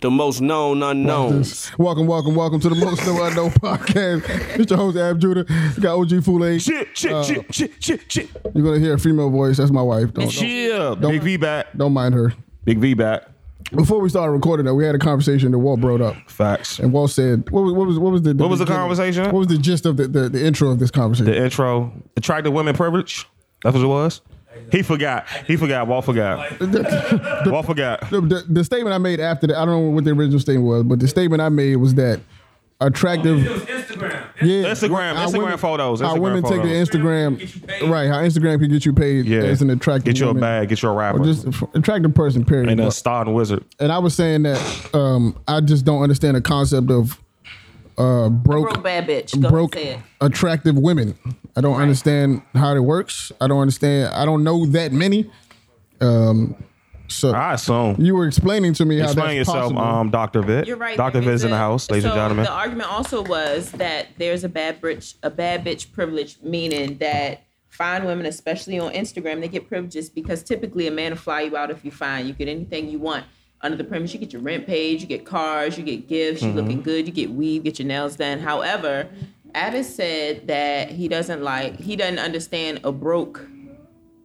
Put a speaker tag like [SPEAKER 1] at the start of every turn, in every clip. [SPEAKER 1] the most known unknowns.
[SPEAKER 2] Welcome, welcome, welcome to the Most No Unknown podcast. It's your host, Ab Judah. You got OG Fule.
[SPEAKER 1] Shit, shit,
[SPEAKER 2] Uh,
[SPEAKER 1] shit, shit, shit, shit.
[SPEAKER 2] You're going to hear a female voice. That's my wife. Don't, don't,
[SPEAKER 3] Yeah, Big V back.
[SPEAKER 2] don't mind her.
[SPEAKER 3] Big V back.
[SPEAKER 2] Before we started recording, though, we had a conversation that Walt brought up.
[SPEAKER 3] Facts.
[SPEAKER 2] And Walt said, what was, what was, what was the,
[SPEAKER 3] What was the conversation?
[SPEAKER 2] What was the gist of the, the, the intro of this conversation?
[SPEAKER 3] The intro, attractive women privilege. That's what it was. He forgot. He forgot. Walt forgot. Walt forgot.
[SPEAKER 2] The, the, the statement I made after that, I don't know what the original statement was, but the statement I made was that attractive.
[SPEAKER 4] Instagram.
[SPEAKER 2] Yeah,
[SPEAKER 3] Oh, Instagram-
[SPEAKER 2] how
[SPEAKER 3] Instagram photos,
[SPEAKER 2] how
[SPEAKER 3] Instagram
[SPEAKER 2] women take
[SPEAKER 3] photos.
[SPEAKER 2] the
[SPEAKER 4] Get you
[SPEAKER 2] Instagram,
[SPEAKER 4] paid.
[SPEAKER 2] right? How Instagram can get you paid
[SPEAKER 3] Yeah.
[SPEAKER 2] as an attractive.
[SPEAKER 3] Get you a
[SPEAKER 2] woman.
[SPEAKER 3] bag. Get you a
[SPEAKER 2] or
[SPEAKER 3] rapper.
[SPEAKER 2] just f- attractive person. Period.
[SPEAKER 3] and a
[SPEAKER 2] But-
[SPEAKER 3] star and wizard.
[SPEAKER 2] and I was saying that um, I just don't understand the concept of uh, broke,
[SPEAKER 5] Broke bad bitch. Go
[SPEAKER 2] broke,
[SPEAKER 5] say it.
[SPEAKER 2] attractive women. I don't understand how it works. I don't understand. I don't know that many. Um, so
[SPEAKER 3] I assume.
[SPEAKER 2] you were explaining to me how
[SPEAKER 3] Explain
[SPEAKER 2] that's
[SPEAKER 3] yourself,
[SPEAKER 2] possible.
[SPEAKER 3] um, Doctor Vet.
[SPEAKER 5] You're right.
[SPEAKER 3] Doctor
[SPEAKER 5] there
[SPEAKER 3] Vit's
[SPEAKER 5] is
[SPEAKER 3] in the
[SPEAKER 5] a-
[SPEAKER 3] house, ladies and
[SPEAKER 5] so
[SPEAKER 3] gentlemen.
[SPEAKER 5] The argument also was that there's a bad bitch, a bad bitch privilege, meaning that fine women, especially on Instagram, they get privileges because typically a man will fly you out if you find you get anything you want. Under the premise, you get your rent paid, you get cars, you get gifts,
[SPEAKER 3] Mm-hmm.
[SPEAKER 5] you looking good, you get weave, get your nails done. However, Addis said that he doesn't like, he doesn't understand a broke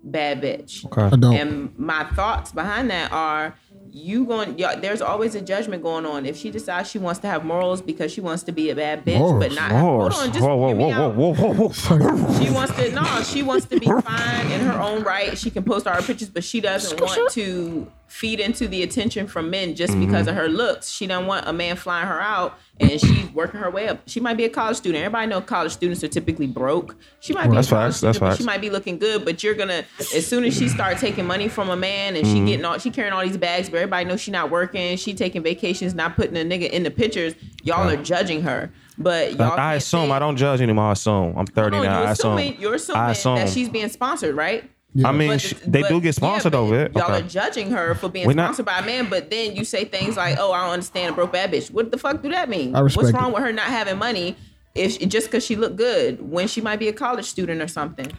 [SPEAKER 5] bad bitch.
[SPEAKER 2] I don't.
[SPEAKER 5] And my thoughts behind that are you going y'all, there's always a judgment going on. If she decides she wants to have morals because she wants to be a bad bitch,
[SPEAKER 2] Morals,
[SPEAKER 5] but not
[SPEAKER 3] Horse.
[SPEAKER 5] hold on, just
[SPEAKER 3] Whoa, whoa,
[SPEAKER 5] hear me
[SPEAKER 3] whoa,
[SPEAKER 5] out.
[SPEAKER 3] whoa, whoa, whoa, whoa.
[SPEAKER 5] She wants to no, she wants to be fine in her own right. She can post all her pictures, but she doesn't want to feed into the attention from men just
[SPEAKER 3] Mm-hmm.
[SPEAKER 5] because of her looks. She don't want a man flying her out and she's working her way up. She might be a college student. Everybody know college students are typically broke. She might be
[SPEAKER 3] That's
[SPEAKER 5] a college
[SPEAKER 3] facts, that's
[SPEAKER 5] student, but she
[SPEAKER 3] facts.
[SPEAKER 5] might be looking good, but you're gonna as soon as she start taking money from a man and
[SPEAKER 3] Mm-hmm.
[SPEAKER 5] she getting all she carrying all these bags, but everybody knows she not working, she taking vacations, not putting a nigga in the pictures, y'all are judging her. But y'all
[SPEAKER 3] I
[SPEAKER 5] can't
[SPEAKER 3] assume.
[SPEAKER 5] say-
[SPEAKER 3] I don't judge anymore. I assume. I'm 30
[SPEAKER 5] no,
[SPEAKER 3] now.
[SPEAKER 5] you're
[SPEAKER 3] I assume.
[SPEAKER 5] assuming, you're assuming
[SPEAKER 3] I assume.
[SPEAKER 5] that she's being sponsored, right?
[SPEAKER 3] I mean,
[SPEAKER 5] But-
[SPEAKER 3] sh- they
[SPEAKER 5] but-
[SPEAKER 3] do get sponsored
[SPEAKER 5] yeah,
[SPEAKER 3] though, Vet.
[SPEAKER 5] Y'all
[SPEAKER 3] Okay.
[SPEAKER 5] are judging her for being
[SPEAKER 3] We're not-
[SPEAKER 5] sponsored by a man, but then you say things like, "Oh, I don't understand a broke bad bitch." What the fuck do that mean?
[SPEAKER 2] I respect
[SPEAKER 5] What's wrong
[SPEAKER 2] it.
[SPEAKER 5] with her not having money? If she, just because she looked good when she might be a college student or something,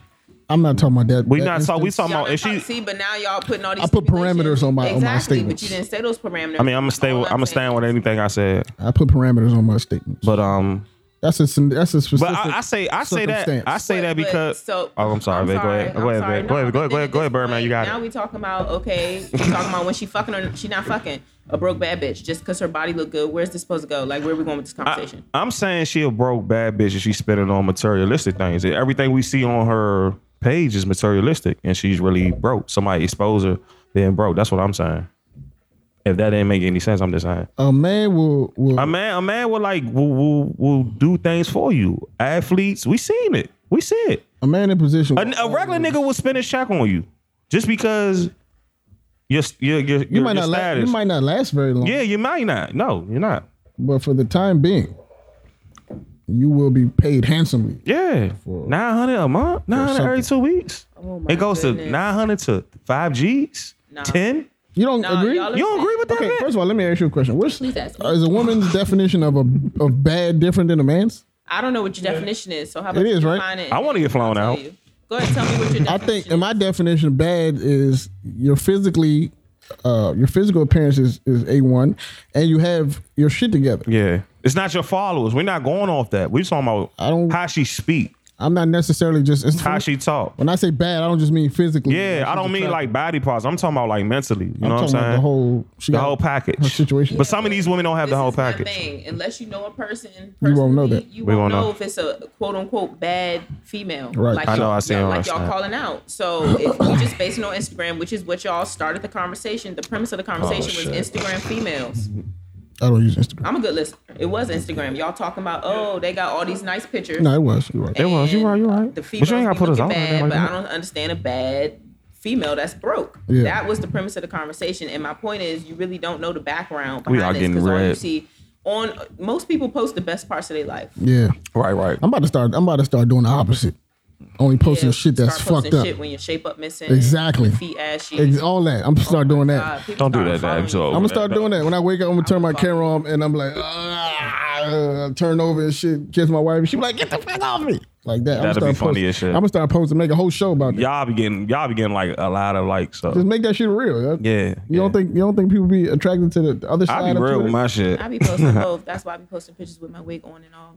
[SPEAKER 2] I'm not talking about that.
[SPEAKER 3] We
[SPEAKER 2] that
[SPEAKER 3] not talking. We
[SPEAKER 2] instance.
[SPEAKER 3] talking
[SPEAKER 5] y'all
[SPEAKER 3] about
[SPEAKER 5] not
[SPEAKER 3] if she.
[SPEAKER 5] talk- see, but now y'all putting all these.
[SPEAKER 2] I put
[SPEAKER 5] stipulations.
[SPEAKER 2] parameters on my- on
[SPEAKER 5] exactly,
[SPEAKER 2] my
[SPEAKER 5] but
[SPEAKER 2] statements.
[SPEAKER 5] you didn't say those parameters.
[SPEAKER 3] I mean, I'm gonna stay.
[SPEAKER 5] All
[SPEAKER 3] With, I'm gonna stand with anything I said.
[SPEAKER 2] I put parameters on my statements.
[SPEAKER 3] But um,
[SPEAKER 2] That's a that's a specific.
[SPEAKER 3] but I, I say I say
[SPEAKER 2] circumstance.
[SPEAKER 3] that I say that
[SPEAKER 5] But- but-
[SPEAKER 3] because.
[SPEAKER 5] so
[SPEAKER 3] oh, I'm sorry, babe. Go ahead.
[SPEAKER 5] I'm
[SPEAKER 3] Go ahead,
[SPEAKER 5] sorry.
[SPEAKER 3] babe. Go
[SPEAKER 5] No,
[SPEAKER 3] ahead. Go ahead.
[SPEAKER 5] but
[SPEAKER 3] Go
[SPEAKER 5] then
[SPEAKER 3] ahead.
[SPEAKER 5] at
[SPEAKER 3] Go
[SPEAKER 5] this
[SPEAKER 3] ahead, Birdman.
[SPEAKER 5] point,
[SPEAKER 3] You got
[SPEAKER 5] Now
[SPEAKER 3] it.
[SPEAKER 5] we talking about okay. We talking about when she fucking or she not fucking a broke bad bitch just because her body look good. Where's this supposed to go? Like where we going with this conversation?
[SPEAKER 3] I'm saying she a broke bad bitch and she's spending on materialistic things. Everything we see on her page is materialistic and she's really broke. Somebody expose her being broke. That's what I'm saying. If that didn't make any sense, I'm just saying.
[SPEAKER 2] a man will will
[SPEAKER 3] A man, a man will like will, will, will do things for you. Athletes, we seen it. We see it.
[SPEAKER 2] a man in position.
[SPEAKER 3] A, a regular nigga will spend his check on you just because your your your,
[SPEAKER 2] you
[SPEAKER 3] your,
[SPEAKER 2] might
[SPEAKER 3] your
[SPEAKER 2] not la- you
[SPEAKER 3] status.
[SPEAKER 2] might not last very long.
[SPEAKER 3] yeah, you might not. No, you're not.
[SPEAKER 2] But for the time being, you will be paid handsomely.
[SPEAKER 3] Yeah, nine hundred a month, nine hundred every two weeks.
[SPEAKER 5] Oh my
[SPEAKER 3] it goes
[SPEAKER 5] goodness.
[SPEAKER 3] to nine hundred to five Gs,
[SPEAKER 5] Nah.
[SPEAKER 3] ten.
[SPEAKER 2] You don't
[SPEAKER 5] Nah,
[SPEAKER 2] agree?
[SPEAKER 5] y'all are-
[SPEAKER 3] You don't agree with that?
[SPEAKER 2] okay,
[SPEAKER 3] man?
[SPEAKER 2] first of all, let me ask you a question. What's
[SPEAKER 5] Please ask me.
[SPEAKER 2] is a woman's definition of a of bad different than a man's?
[SPEAKER 5] I don't know what your definition is. So how about
[SPEAKER 2] It is,
[SPEAKER 5] you
[SPEAKER 2] right?
[SPEAKER 5] define it
[SPEAKER 3] I
[SPEAKER 5] and
[SPEAKER 3] wanna get flown
[SPEAKER 5] I'll tell
[SPEAKER 3] out.
[SPEAKER 5] you. Go ahead, tell me what your definition.
[SPEAKER 2] I think, in my definition, bad is your physically, uh, your physical appearance is is a one, and you have your shit together.
[SPEAKER 3] yeah, it's not your followers. We're not going off that. We're talking about
[SPEAKER 2] I don't-
[SPEAKER 3] how she speak,
[SPEAKER 2] I'm not necessarily just it's-
[SPEAKER 3] how she talk.
[SPEAKER 2] when I say bad, I don't just mean physically.
[SPEAKER 3] Yeah, I don't mean
[SPEAKER 2] attractive.
[SPEAKER 3] like body parts. I'm talking about like mentally. You know what I'm
[SPEAKER 2] talking about
[SPEAKER 3] saying?
[SPEAKER 2] the whole- she
[SPEAKER 3] the
[SPEAKER 2] got
[SPEAKER 3] whole package,
[SPEAKER 2] her situation.
[SPEAKER 3] But some of these women don't have
[SPEAKER 5] This
[SPEAKER 3] the whole
[SPEAKER 5] is my
[SPEAKER 3] package.
[SPEAKER 5] Thing. Unless you know a person,
[SPEAKER 2] You won't know
[SPEAKER 5] personally,
[SPEAKER 2] that.
[SPEAKER 5] You
[SPEAKER 3] We won't
[SPEAKER 5] won't know,
[SPEAKER 3] know.
[SPEAKER 5] if it's a quote unquote bad female.
[SPEAKER 2] Right.
[SPEAKER 5] Like
[SPEAKER 2] I
[SPEAKER 3] know,
[SPEAKER 5] y'all-
[SPEAKER 3] I see
[SPEAKER 5] y'all-
[SPEAKER 3] what
[SPEAKER 5] Like
[SPEAKER 3] you're
[SPEAKER 5] y'all
[SPEAKER 3] saying.
[SPEAKER 5] calling out. So if you just basing on Instagram, which is what y'all started the conversation, the premise of the
[SPEAKER 2] Oh,
[SPEAKER 5] conversation was Instagram females.
[SPEAKER 2] I don't use Instagram.
[SPEAKER 5] I'm a good listener. It was Instagram. Y'all talking about oh they got all these nice pictures.
[SPEAKER 2] No, it was. You're right.
[SPEAKER 3] It was. You
[SPEAKER 5] and
[SPEAKER 3] right. You right.
[SPEAKER 5] The
[SPEAKER 3] But you
[SPEAKER 5] females
[SPEAKER 3] ain't gotta put us out
[SPEAKER 5] bad,
[SPEAKER 3] there like
[SPEAKER 5] but
[SPEAKER 3] that.
[SPEAKER 5] I don't understand a bad female that's broke.
[SPEAKER 2] Yeah.
[SPEAKER 5] That was the premise of the conversation. And my point is, you really don't know the background
[SPEAKER 3] We
[SPEAKER 5] behind
[SPEAKER 3] are
[SPEAKER 5] this
[SPEAKER 3] getting
[SPEAKER 5] because all you
[SPEAKER 3] red.
[SPEAKER 5] see on most people post the best parts of their life.
[SPEAKER 2] Yeah,
[SPEAKER 3] Right. Right.
[SPEAKER 2] I'm about to start. I'm about to start doing the opposite. Only posting shit that's
[SPEAKER 5] Start posting
[SPEAKER 2] fucked up.
[SPEAKER 5] Shit when your shape up missing.
[SPEAKER 2] Exactly.
[SPEAKER 5] your Feet ashy.
[SPEAKER 2] Ex- all that. I'm gonna start doing that.
[SPEAKER 5] Oh God, people
[SPEAKER 3] Don't do
[SPEAKER 5] start
[SPEAKER 3] that.
[SPEAKER 5] following
[SPEAKER 3] I'm
[SPEAKER 5] you.
[SPEAKER 3] so.
[SPEAKER 2] I'm gonna start doing that. When I wake up, I'm gonna turn my camera on and I'm like, ah, turn over and shit, kiss my wife. She be like, get the fuck off me. like that.
[SPEAKER 3] That'd
[SPEAKER 2] I'm
[SPEAKER 3] be funny as shit.
[SPEAKER 2] I'm gonna start posting, make a whole show about that.
[SPEAKER 3] Y'all be getting y'all be getting like a lot of likes. So
[SPEAKER 2] Just make that shit real. That-
[SPEAKER 3] yeah,
[SPEAKER 2] You don't think you don't think people be attracted to the- the other side
[SPEAKER 3] I be
[SPEAKER 2] of
[SPEAKER 3] real
[SPEAKER 2] Twitter?
[SPEAKER 3] with my shit.
[SPEAKER 5] I be posting both. That's why I be posting pictures with my wig on and off.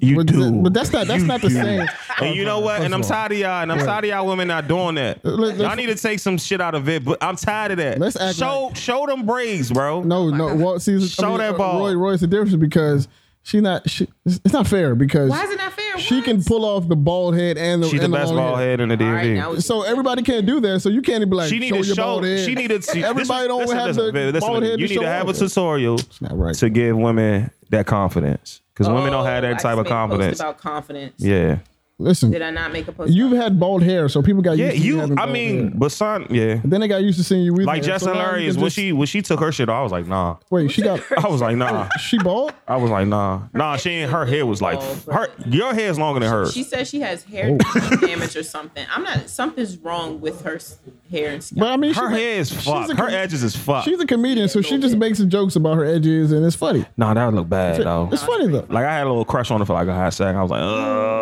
[SPEAKER 3] You
[SPEAKER 2] but,
[SPEAKER 3] do,
[SPEAKER 2] but that's not that's not the same.
[SPEAKER 3] And you know what? And I'm tired of y'all. And I'm tired of y'all women not doing that.
[SPEAKER 2] Uh, Let-
[SPEAKER 3] y'all
[SPEAKER 2] let's-
[SPEAKER 3] need to take some shit out of it. But I'm tired of that.
[SPEAKER 2] Let's act
[SPEAKER 3] show show them braids, bro.
[SPEAKER 2] No, no. Well, see, I
[SPEAKER 3] Show
[SPEAKER 2] mean, uh,
[SPEAKER 3] that ball.
[SPEAKER 2] Roy, Roy's the difference because she not. She, it's it's not fair because
[SPEAKER 5] Why is it not fair?
[SPEAKER 2] she
[SPEAKER 5] What?
[SPEAKER 2] can pull off the bald head and the
[SPEAKER 3] She's the
[SPEAKER 2] and
[SPEAKER 3] best
[SPEAKER 2] long
[SPEAKER 3] ball head in the
[SPEAKER 5] All right,
[SPEAKER 3] DMV.
[SPEAKER 5] now
[SPEAKER 2] So everybody can't do that. So you can't even be like
[SPEAKER 3] she
[SPEAKER 2] show
[SPEAKER 3] needed
[SPEAKER 2] your
[SPEAKER 3] show.
[SPEAKER 2] bald head.
[SPEAKER 3] She needed. She,
[SPEAKER 2] Everybody don't have the bald head
[SPEAKER 3] You
[SPEAKER 2] to
[SPEAKER 3] need
[SPEAKER 2] show
[SPEAKER 3] to have a
[SPEAKER 2] off.
[SPEAKER 3] tutorial
[SPEAKER 2] not right.
[SPEAKER 3] to give women that confidence because women don't have
[SPEAKER 5] Oh, I
[SPEAKER 3] that
[SPEAKER 5] just
[SPEAKER 3] type
[SPEAKER 5] made
[SPEAKER 3] of
[SPEAKER 5] a post
[SPEAKER 3] confidence.
[SPEAKER 5] about confidence.
[SPEAKER 3] yeah,
[SPEAKER 2] Listen,
[SPEAKER 5] Did I not make a post?
[SPEAKER 2] you've
[SPEAKER 5] about-
[SPEAKER 2] had bald hair, so people got
[SPEAKER 3] yeah.
[SPEAKER 2] used to
[SPEAKER 3] You,
[SPEAKER 2] having
[SPEAKER 3] I
[SPEAKER 2] bald hair.
[SPEAKER 3] mean, but son, yeah.
[SPEAKER 2] then they got used to seeing you with hair.
[SPEAKER 3] Like
[SPEAKER 2] So
[SPEAKER 3] Justin
[SPEAKER 2] now you
[SPEAKER 3] Larius,
[SPEAKER 2] can
[SPEAKER 3] when
[SPEAKER 2] just-
[SPEAKER 3] she when she took her shit, off, I was like, nah.
[SPEAKER 2] wait, she got
[SPEAKER 3] I was like, nah.
[SPEAKER 2] she bald.
[SPEAKER 3] I was like, nah, nah. She ain't. Her hair was like her. Your hair's longer than hers.
[SPEAKER 5] She says she has hair
[SPEAKER 3] Oh.
[SPEAKER 5] damage or something. I'm not. Something's wrong with her s- hair and
[SPEAKER 2] But
[SPEAKER 5] scalp.
[SPEAKER 2] I mean,
[SPEAKER 3] Her
[SPEAKER 2] she,
[SPEAKER 3] hair is fucked.
[SPEAKER 2] a
[SPEAKER 3] Her
[SPEAKER 2] com-
[SPEAKER 3] edges is fucked.
[SPEAKER 2] She's a comedian, so she just makes some jokes about her edges, and it's funny.
[SPEAKER 3] Nah, that look bad though.
[SPEAKER 2] It's funny though.
[SPEAKER 3] Like I had a little crush on her for like a hot second. I was like,
[SPEAKER 2] Mm,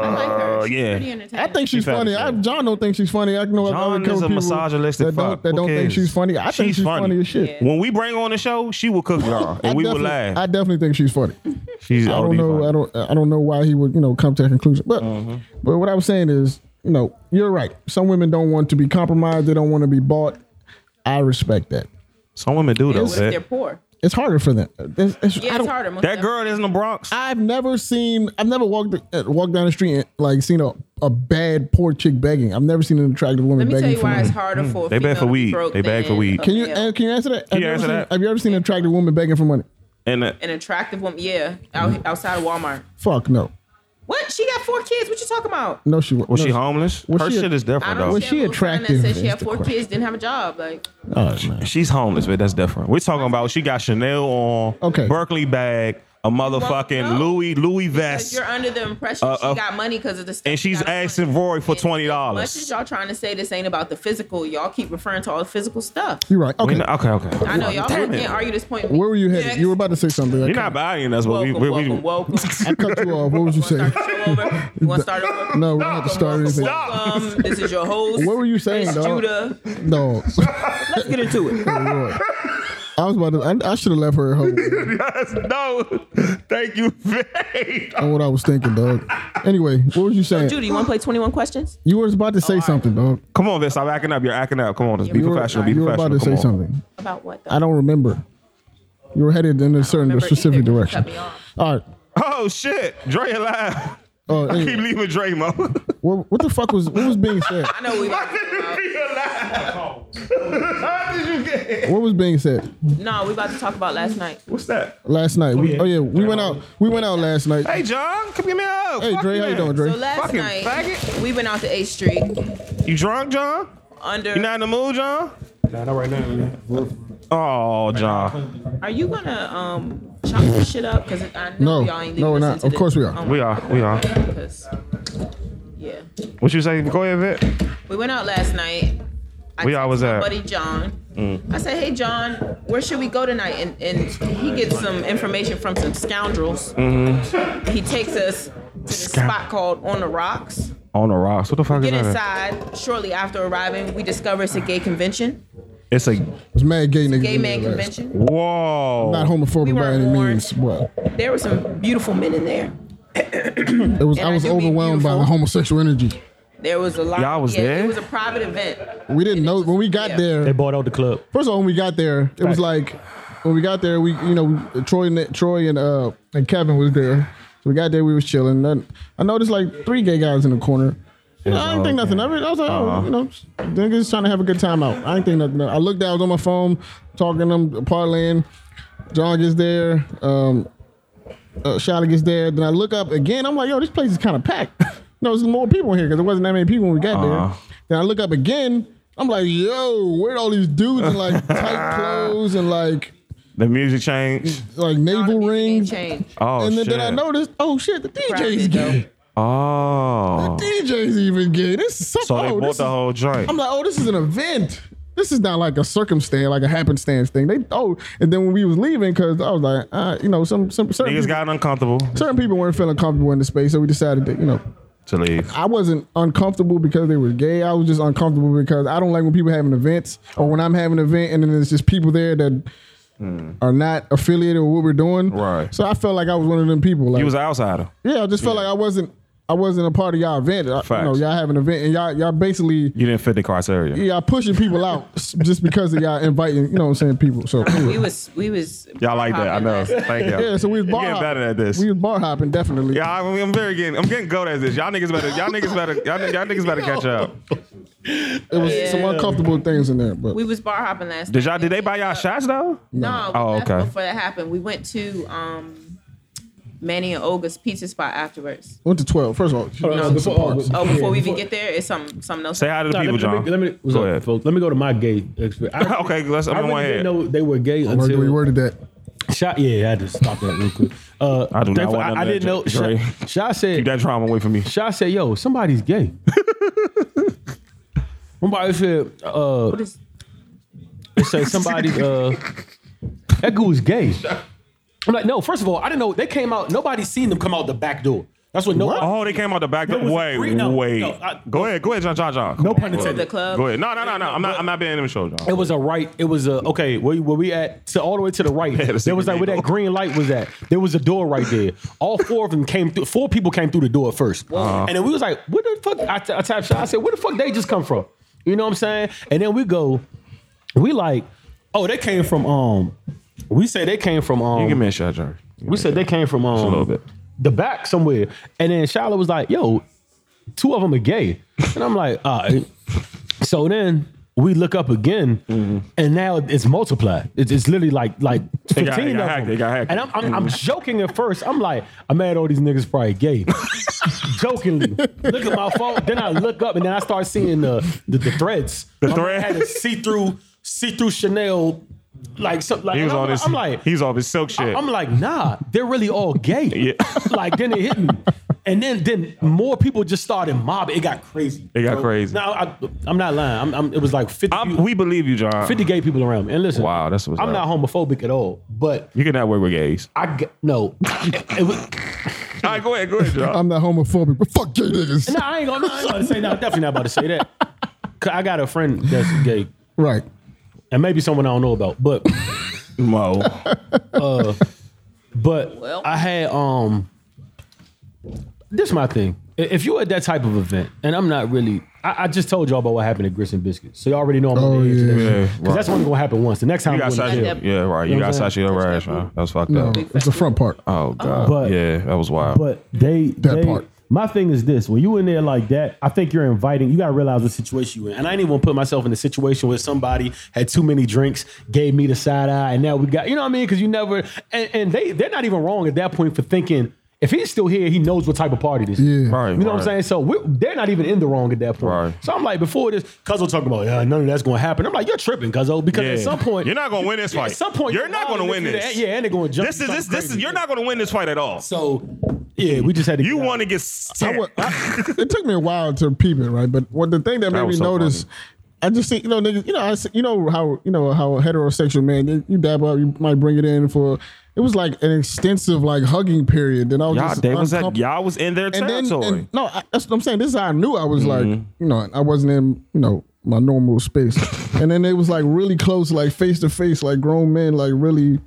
[SPEAKER 5] I
[SPEAKER 3] uh,
[SPEAKER 5] like her. She's pretty
[SPEAKER 3] yeah.
[SPEAKER 5] entertaining.
[SPEAKER 2] I think she's
[SPEAKER 3] fat
[SPEAKER 2] funny.
[SPEAKER 3] as
[SPEAKER 2] I,
[SPEAKER 3] shit.
[SPEAKER 2] John don't think she's funny. I know of
[SPEAKER 3] John
[SPEAKER 2] other couple
[SPEAKER 3] is a
[SPEAKER 2] people
[SPEAKER 3] misogynistic
[SPEAKER 2] that don't,
[SPEAKER 3] fuck.
[SPEAKER 2] that
[SPEAKER 3] Who
[SPEAKER 2] don't think
[SPEAKER 3] cares?
[SPEAKER 2] she's funny. I think
[SPEAKER 3] She's
[SPEAKER 2] she's funny,
[SPEAKER 3] funny.
[SPEAKER 2] as shit.
[SPEAKER 5] Yeah.
[SPEAKER 3] When we bring on the show, she will cook y'all, and we
[SPEAKER 2] I
[SPEAKER 3] will
[SPEAKER 2] definitely-
[SPEAKER 3] laugh.
[SPEAKER 2] I definitely think she's funny.
[SPEAKER 3] She's
[SPEAKER 2] I don't know. I don't. I don't know why he would you know come to that conclusion. But
[SPEAKER 3] Mm-hmm.
[SPEAKER 2] but what I was saying is you know you're right. Some women don't want to be compromised. They don't want to be bought. I respect that.
[SPEAKER 3] Some women do though.
[SPEAKER 5] What if they're
[SPEAKER 3] That,
[SPEAKER 5] poor?
[SPEAKER 2] It's harder for them. It's- it's- I
[SPEAKER 5] Yeah,
[SPEAKER 2] don't-
[SPEAKER 5] it's harder. Most
[SPEAKER 3] that
[SPEAKER 5] of-
[SPEAKER 3] girl is in the Bronx.
[SPEAKER 2] I've never seen. I've never walked uh, walked down the street and like seen a, a bad poor chick begging. I've never seen an attractive woman
[SPEAKER 5] Let me
[SPEAKER 2] begging
[SPEAKER 5] tell you
[SPEAKER 2] for
[SPEAKER 5] why
[SPEAKER 2] money.
[SPEAKER 5] it's harder for. a
[SPEAKER 3] They beg
[SPEAKER 5] female
[SPEAKER 3] for
[SPEAKER 5] to be
[SPEAKER 3] weed.
[SPEAKER 5] broke
[SPEAKER 3] They beg
[SPEAKER 5] than
[SPEAKER 3] for weed.
[SPEAKER 5] a
[SPEAKER 2] Can you
[SPEAKER 5] male.
[SPEAKER 2] uh, can you answer that? Have
[SPEAKER 3] you answer
[SPEAKER 2] ever seen,
[SPEAKER 3] that?
[SPEAKER 2] Have you ever seen an attractive woman begging for money?
[SPEAKER 3] and uh,
[SPEAKER 5] An attractive woman, yeah,
[SPEAKER 3] Mm.
[SPEAKER 5] out, outside of Walmart.
[SPEAKER 2] Fuck no,
[SPEAKER 5] What? She got four kids. What you talking
[SPEAKER 3] Mm.
[SPEAKER 5] about?
[SPEAKER 2] no she was.
[SPEAKER 3] was
[SPEAKER 2] no,
[SPEAKER 3] she homeless?
[SPEAKER 2] Was
[SPEAKER 3] Her
[SPEAKER 2] she a-
[SPEAKER 3] shit is
[SPEAKER 5] I
[SPEAKER 3] different
[SPEAKER 5] don't
[SPEAKER 3] though.
[SPEAKER 2] Was she
[SPEAKER 5] understand.
[SPEAKER 2] attractive?
[SPEAKER 5] That said she
[SPEAKER 2] Is
[SPEAKER 5] had
[SPEAKER 2] the
[SPEAKER 5] four
[SPEAKER 2] question.
[SPEAKER 5] kids, didn't have a job. Like
[SPEAKER 2] Oh, man.
[SPEAKER 3] She's homeless, but that's different. We're talking about she got Chanel on,
[SPEAKER 2] Okay.
[SPEAKER 3] Berkeley bag, a motherfucking
[SPEAKER 5] no.
[SPEAKER 3] Louis Louis
[SPEAKER 5] Because
[SPEAKER 3] vest,
[SPEAKER 5] you're under the impression she
[SPEAKER 3] uh,
[SPEAKER 5] got money because of the stuff.
[SPEAKER 3] and
[SPEAKER 5] she
[SPEAKER 3] she's
[SPEAKER 5] got on.
[SPEAKER 3] asking Roy for
[SPEAKER 5] And
[SPEAKER 3] twenty
[SPEAKER 5] As much
[SPEAKER 3] dollars.
[SPEAKER 5] as y'all trying to say this ain't about the physical, y'all keep referring to all the physical stuff.
[SPEAKER 2] You're right. Okay.
[SPEAKER 3] Okay, okay.
[SPEAKER 5] I know y'all
[SPEAKER 3] Damn it.
[SPEAKER 5] can't argue this point. with me.
[SPEAKER 2] Where were you headed?
[SPEAKER 5] Next.
[SPEAKER 2] You were about to say something. I
[SPEAKER 3] You're
[SPEAKER 2] cut-
[SPEAKER 3] not buying us, but
[SPEAKER 5] welcome,
[SPEAKER 3] we, we, we,
[SPEAKER 5] welcome, welcome.
[SPEAKER 2] I cut you off. What would you
[SPEAKER 5] you
[SPEAKER 2] say?
[SPEAKER 5] want to start the show over? You want to start over?
[SPEAKER 2] No, we don't have to start anything.
[SPEAKER 5] Welcome. This is your host.
[SPEAKER 2] What were you saying,
[SPEAKER 5] Miss
[SPEAKER 2] dog?
[SPEAKER 5] Judah.
[SPEAKER 2] No.
[SPEAKER 5] Let's get into it.
[SPEAKER 2] I was about to. I, I should have left her at home
[SPEAKER 3] Yes, no. Thank you, Faye.
[SPEAKER 2] on what I was thinking, dog. Anyway, what was you saying?
[SPEAKER 5] Judy, you want to play 21 questions?
[SPEAKER 2] You were about
[SPEAKER 5] Oh,
[SPEAKER 2] to say something, dog.
[SPEAKER 3] Come on, Vince. Stop acting up. You're acting up. Come on. Just be
[SPEAKER 2] You were,
[SPEAKER 3] professional. Be
[SPEAKER 2] you were about
[SPEAKER 3] professional.
[SPEAKER 2] to
[SPEAKER 3] Come
[SPEAKER 2] say
[SPEAKER 3] on.
[SPEAKER 2] something.
[SPEAKER 5] About what? Though?
[SPEAKER 2] I don't remember. You were headed in a certain
[SPEAKER 5] remember
[SPEAKER 2] specific
[SPEAKER 5] either. You
[SPEAKER 2] direction.
[SPEAKER 5] cut me off.
[SPEAKER 2] All right.
[SPEAKER 3] Oh shit. Dre alive.
[SPEAKER 2] Uh,
[SPEAKER 5] Oh,
[SPEAKER 3] I
[SPEAKER 2] anyway,
[SPEAKER 3] keep leaving Dre, mo.
[SPEAKER 2] what, what the fuck was what was being said?
[SPEAKER 5] I know we.
[SPEAKER 2] What was being said
[SPEAKER 5] No, we about to talk about last night.
[SPEAKER 3] What's that?
[SPEAKER 2] last night? We- Oh yeah, we went out. We went out last night.
[SPEAKER 3] Hey John, come give me a hug.
[SPEAKER 2] Hey
[SPEAKER 3] Fuck
[SPEAKER 2] Dre, how you
[SPEAKER 3] man.
[SPEAKER 2] doing,
[SPEAKER 5] So
[SPEAKER 2] Dre?
[SPEAKER 5] last
[SPEAKER 3] Fucking
[SPEAKER 5] night
[SPEAKER 3] faggot.
[SPEAKER 5] we went out to A Street
[SPEAKER 3] You drunk, John?
[SPEAKER 5] under.
[SPEAKER 3] You not in the mood, John?
[SPEAKER 4] Nah, not right now.
[SPEAKER 3] Oh, John.
[SPEAKER 5] are you gonna um chop this shit up? Because I
[SPEAKER 2] No.
[SPEAKER 5] know y'all ain't leaving.
[SPEAKER 2] No, we're
[SPEAKER 5] us
[SPEAKER 2] not.
[SPEAKER 5] into
[SPEAKER 2] Of
[SPEAKER 5] this.
[SPEAKER 2] course we are.
[SPEAKER 5] Oh,
[SPEAKER 3] We are. We are.
[SPEAKER 5] 'cause- yeah,
[SPEAKER 3] What you say? Go ahead, Vic.
[SPEAKER 5] we went out last night. I
[SPEAKER 3] We
[SPEAKER 5] texted
[SPEAKER 3] always
[SPEAKER 5] my
[SPEAKER 3] at. Mm.
[SPEAKER 5] buddy John. I said, "Hey John, where should we go tonight?" And and he gets some information from some scoundrels.
[SPEAKER 3] Mm-hmm.
[SPEAKER 5] He takes us to this
[SPEAKER 3] Scound-
[SPEAKER 5] spot called On the Rocks.
[SPEAKER 3] On the rocks. What the fuck
[SPEAKER 5] Get
[SPEAKER 3] is that?
[SPEAKER 5] inside. Shortly after arriving, we discover it's a gay convention,
[SPEAKER 3] It's a
[SPEAKER 2] It's mad gay niggas.
[SPEAKER 5] gay
[SPEAKER 2] in
[SPEAKER 5] man
[SPEAKER 2] there last-
[SPEAKER 5] convention.
[SPEAKER 3] whoa.
[SPEAKER 2] Not homophobic
[SPEAKER 5] We
[SPEAKER 2] by
[SPEAKER 5] weren't
[SPEAKER 2] any
[SPEAKER 5] born.
[SPEAKER 2] means, but
[SPEAKER 5] There were some beautiful men in there.
[SPEAKER 2] it was.
[SPEAKER 5] And
[SPEAKER 2] I
[SPEAKER 5] I
[SPEAKER 2] was
[SPEAKER 5] do be
[SPEAKER 2] overwhelmed by the
[SPEAKER 5] beautiful.
[SPEAKER 2] homosexual energy.
[SPEAKER 5] There was a lot.
[SPEAKER 3] Y'all was
[SPEAKER 5] yeah,
[SPEAKER 3] there?
[SPEAKER 5] It was a private event.
[SPEAKER 2] We didn't know when we got
[SPEAKER 5] Yeah.
[SPEAKER 2] there.
[SPEAKER 4] They bought out the club.
[SPEAKER 2] First of all, when we got there, it was like when we got there, we you know Troy and Troy and uh and Kevin was there. So we got there, we was chilling. Then I noticed like three gay guys in the corner. You know, I didn't think nothing of it. I was like, oh, you know, niggas trying to have a good time out. I didn't think nothing. Of it. I looked down, I was on my phone, talking to them, parlaying. John gets there, um, uh, Shada gets there. Then I look up again. I'm like, yo, this place is kind of packed. no, there's more people in here because there wasn't that many people when we got
[SPEAKER 3] Uh-huh.
[SPEAKER 2] there. Then I look up again. I'm like, yo, where all these dudes in like tight clothes and like
[SPEAKER 3] The music changed.
[SPEAKER 2] like
[SPEAKER 5] All the
[SPEAKER 2] navel
[SPEAKER 5] music ain't
[SPEAKER 2] rings?
[SPEAKER 5] changed.
[SPEAKER 3] Oh
[SPEAKER 2] and then,
[SPEAKER 3] shit.
[SPEAKER 2] then I noticed, oh shit, the DJ's
[SPEAKER 5] Crowded, though.
[SPEAKER 2] gay.
[SPEAKER 3] Oh.
[SPEAKER 2] DJ's even gay. This is so.
[SPEAKER 3] So they
[SPEAKER 2] oh,
[SPEAKER 3] bought
[SPEAKER 2] this
[SPEAKER 3] the
[SPEAKER 2] is-
[SPEAKER 3] whole joint.
[SPEAKER 2] I'm like, oh, this is an event. This is not like a circumstance, like a happenstance thing. They oh, and then when we was leaving, because I was like, uh, you know, some some certain
[SPEAKER 3] Niggas
[SPEAKER 2] people-
[SPEAKER 3] got uncomfortable.
[SPEAKER 2] certain people weren't feeling comfortable in the space, so we decided to, you know,
[SPEAKER 3] to leave.
[SPEAKER 2] I wasn't uncomfortable because they were gay. I was just uncomfortable because I don't like when people having events or when I'm having an event and then there's just people there that are not affiliated with what we're doing.
[SPEAKER 3] Right.
[SPEAKER 2] So I felt like I was one of them people. Like,
[SPEAKER 3] He was an outsider.
[SPEAKER 2] yeah, I just felt like I wasn't. I wasn't a part of y'all event. I- You know,
[SPEAKER 3] Facts.
[SPEAKER 2] y'all have an event and y'all y'all basically
[SPEAKER 3] You didn't fit the criteria.
[SPEAKER 2] y'all pushing people out s- just because of y'all inviting. You know what I'm saying? People. So
[SPEAKER 5] We
[SPEAKER 2] anyway.
[SPEAKER 5] was we was
[SPEAKER 3] Y'all like that? I know. Thank you.
[SPEAKER 2] yeah. So we was
[SPEAKER 3] You're
[SPEAKER 2] bar
[SPEAKER 3] getting
[SPEAKER 2] hopping.
[SPEAKER 3] better at this.
[SPEAKER 2] We was bar hopping definitely.
[SPEAKER 3] yeah, I'm, I'm very getting. I'm getting good at this. Y'all niggas better. Y'all niggas better. Y'all, ni- y'all niggas better catch up.
[SPEAKER 2] It was
[SPEAKER 5] Yeah.
[SPEAKER 2] some uncomfortable things in there, but
[SPEAKER 5] We was bar hopping last.
[SPEAKER 3] Did
[SPEAKER 5] night.
[SPEAKER 3] y'all? Did they buy y'all shots though?
[SPEAKER 5] No.
[SPEAKER 3] Oh,
[SPEAKER 5] we left
[SPEAKER 3] okay.
[SPEAKER 5] Before that happened, we went to um, Manny and Olga's pizza spot afterwards.
[SPEAKER 2] went to twelve. First of all, she-
[SPEAKER 4] Hold on, before- oh,
[SPEAKER 5] Oh, before we even
[SPEAKER 4] before-
[SPEAKER 5] get there, it's some something else.
[SPEAKER 3] Say hi to the
[SPEAKER 4] Nah,
[SPEAKER 3] people,
[SPEAKER 4] let, me-
[SPEAKER 3] John.
[SPEAKER 4] let me, let me, what's
[SPEAKER 3] Go
[SPEAKER 4] up,
[SPEAKER 3] ahead.
[SPEAKER 4] folks? Let me go to my gay experience. I-
[SPEAKER 3] Okay, let's- I'm
[SPEAKER 4] I
[SPEAKER 3] going
[SPEAKER 4] really didn't
[SPEAKER 3] ahead.
[SPEAKER 4] know they were gay
[SPEAKER 2] where
[SPEAKER 4] until
[SPEAKER 2] do we worded that?
[SPEAKER 4] Sha- yeah, I just stopped that real quick. Uh,
[SPEAKER 3] I do not
[SPEAKER 4] thankful-
[SPEAKER 3] want none
[SPEAKER 4] I, I
[SPEAKER 3] of that
[SPEAKER 4] didn't know.
[SPEAKER 3] junk, Dre.
[SPEAKER 4] Sha, Sha
[SPEAKER 3] Keep
[SPEAKER 4] said.
[SPEAKER 3] that trauma away from me.
[SPEAKER 4] Sha said, "Yo, somebody's gay." Somebody said, uh,
[SPEAKER 5] What is-
[SPEAKER 4] they said somebody, uh, that dude's gay. I'm like, no. First of all, I didn't know they came out. Nobody seen them come out the back door. That's what no.
[SPEAKER 3] Oh, they came out the back door.
[SPEAKER 4] was a
[SPEAKER 3] Wait,
[SPEAKER 4] free- no,
[SPEAKER 3] wait.
[SPEAKER 4] no, I-
[SPEAKER 3] go ahead, go ahead, John, John, John.
[SPEAKER 4] No pun
[SPEAKER 5] to
[SPEAKER 4] intended.
[SPEAKER 5] the club.
[SPEAKER 3] Go ahead. No, no, no, no. I'm not. I'm not being in the show, John.
[SPEAKER 4] It was a right. It was a okay. Where, where we at? To all the way to the right.
[SPEAKER 3] the
[SPEAKER 4] there was like where that
[SPEAKER 3] secret
[SPEAKER 4] green light was at. There was a door right there. All four of them came through. Four people came through the door 1st and then we was like, "What the fuck?" I, t- I tapped shot. I said, "Where the fuck they just come from?" You know what I'm saying? And then we go, we like, "Oh, they came from um." We said they came from um.
[SPEAKER 3] You give me a shot, Jerry.
[SPEAKER 4] We said they came from um,
[SPEAKER 3] a little bit.
[SPEAKER 4] the back somewhere, and then Shiloh was like, "Yo, two of them are gay," and I'm like, "All right." So then we look up again,
[SPEAKER 3] Mm-hmm.
[SPEAKER 4] and now it's multiplied. It's, it's literally like like fifteen
[SPEAKER 3] got- they got
[SPEAKER 4] of
[SPEAKER 3] hacked,
[SPEAKER 4] them.
[SPEAKER 3] they got hacked.
[SPEAKER 4] And I'm, I'm, I'm joking at first. I'm like, I'm mad. All these niggas probably gay. Jokingly, look at my phone. Then I look up, and then I start seeing the the, the threads. The
[SPEAKER 3] thread.
[SPEAKER 4] had a see through see through Chanel. Like, so, like
[SPEAKER 3] He was
[SPEAKER 4] and I'm,
[SPEAKER 3] on
[SPEAKER 4] like-
[SPEAKER 3] his.
[SPEAKER 4] I'm like,
[SPEAKER 3] he's off his silk shit.
[SPEAKER 4] I'm like, nah, they're really all gay.
[SPEAKER 3] Yeah.
[SPEAKER 4] like then it hit me. And then then more people just started mobbing. It got crazy.
[SPEAKER 3] It got
[SPEAKER 4] So,
[SPEAKER 3] crazy.
[SPEAKER 4] Now I, I'm not lying. I'm, I'm, it was like 50,
[SPEAKER 3] I'm- we believe you, John.
[SPEAKER 4] 50 gay people around me. And listen,
[SPEAKER 3] Wow, that's what's up.
[SPEAKER 4] I'm not homophobic at all, but
[SPEAKER 3] You cannot work with gays.
[SPEAKER 4] I g- no. it, it was,
[SPEAKER 3] All right, go ahead, go ahead, John.
[SPEAKER 2] I'm not homophobic, but fuck gay niggas.
[SPEAKER 4] no, I ain't gonna, I ain't gonna say no. Definitely not about to say that. 'Cause I got a friend that's gay,
[SPEAKER 2] Right.
[SPEAKER 4] and maybe someone I don't know about, but.
[SPEAKER 3] Mo.
[SPEAKER 4] But
[SPEAKER 5] Well.
[SPEAKER 4] I had um this is my thing. I- If you at that type of event, and I'm not really I, I just told y'all about what happened at Grits and Biscuits. So you already know I'm on
[SPEAKER 2] Oh,
[SPEAKER 4] the edge of that
[SPEAKER 2] yeah.
[SPEAKER 4] shit.
[SPEAKER 3] Yeah,
[SPEAKER 4] Cause that's only gonna happen once. The next time
[SPEAKER 3] You
[SPEAKER 4] I'm
[SPEAKER 3] got
[SPEAKER 4] going to
[SPEAKER 3] Sashi.
[SPEAKER 4] jail.
[SPEAKER 5] Yep.
[SPEAKER 3] Yeah, right. You
[SPEAKER 4] You know
[SPEAKER 3] got
[SPEAKER 4] what I'm
[SPEAKER 3] Sashi O'Rash, man. That was fucked
[SPEAKER 2] No,
[SPEAKER 3] up.
[SPEAKER 2] it's the front part.
[SPEAKER 3] Oh god.
[SPEAKER 4] But-
[SPEAKER 3] yeah, that was wild.
[SPEAKER 4] But they
[SPEAKER 2] That
[SPEAKER 4] they
[SPEAKER 2] part.
[SPEAKER 4] my thing is this when you in there like that, I think you're inviting you gotta realize the situation you're in. And I didn't even put myself in a situation where somebody had too many drinks, gave me the side eye, and now we got you know what I mean? Cause you never and, and they they're not even wrong at that point for thinking if he's still here, he knows what type of party this is.
[SPEAKER 2] Yeah.
[SPEAKER 3] right.
[SPEAKER 4] You know what I'm
[SPEAKER 3] right.
[SPEAKER 4] saying? So we're, they're not even in the wrong at that point.
[SPEAKER 3] Right.
[SPEAKER 4] So I'm like, before this, Cuzzo talking about, yeah, none of that's going to happen. I'm like, you're tripping, Cuzzo, because at
[SPEAKER 3] Yeah.
[SPEAKER 4] some point,
[SPEAKER 3] You're not gonna win this
[SPEAKER 4] Yeah,
[SPEAKER 3] fight.
[SPEAKER 4] At some point,
[SPEAKER 3] You're not
[SPEAKER 4] wild
[SPEAKER 3] gonna
[SPEAKER 4] if
[SPEAKER 3] win
[SPEAKER 4] you do that.
[SPEAKER 3] this.
[SPEAKER 4] Yeah, and they're going to jump.
[SPEAKER 3] This
[SPEAKER 4] you
[SPEAKER 3] is this
[SPEAKER 4] something
[SPEAKER 3] this is
[SPEAKER 4] crazy.
[SPEAKER 3] you're not gonna win this fight at all.
[SPEAKER 4] So yeah, we just had to.
[SPEAKER 3] You
[SPEAKER 4] get out.
[SPEAKER 3] want to get
[SPEAKER 2] I
[SPEAKER 3] stabbed.
[SPEAKER 2] wa- I- it took me a while to peep it, right? But what the thing that made
[SPEAKER 3] That
[SPEAKER 2] me
[SPEAKER 3] was so
[SPEAKER 2] notice,
[SPEAKER 3] funny.
[SPEAKER 2] I just think you know, niggas, you know, I see- you know how you know how heterosexual man, they- you dab up, you might bring it in for. It was like an extensive like hugging period. Then I was
[SPEAKER 3] y'all,
[SPEAKER 2] just
[SPEAKER 3] they was at,
[SPEAKER 2] uncomfortable.
[SPEAKER 3] y'all was in their
[SPEAKER 2] and then
[SPEAKER 3] territory.
[SPEAKER 2] and- no, I, that's what I'm saying. This is how I knew I was like, you know, I wasn't in you know my normal space. and then it was like really close, like face to face, like grown men, like really,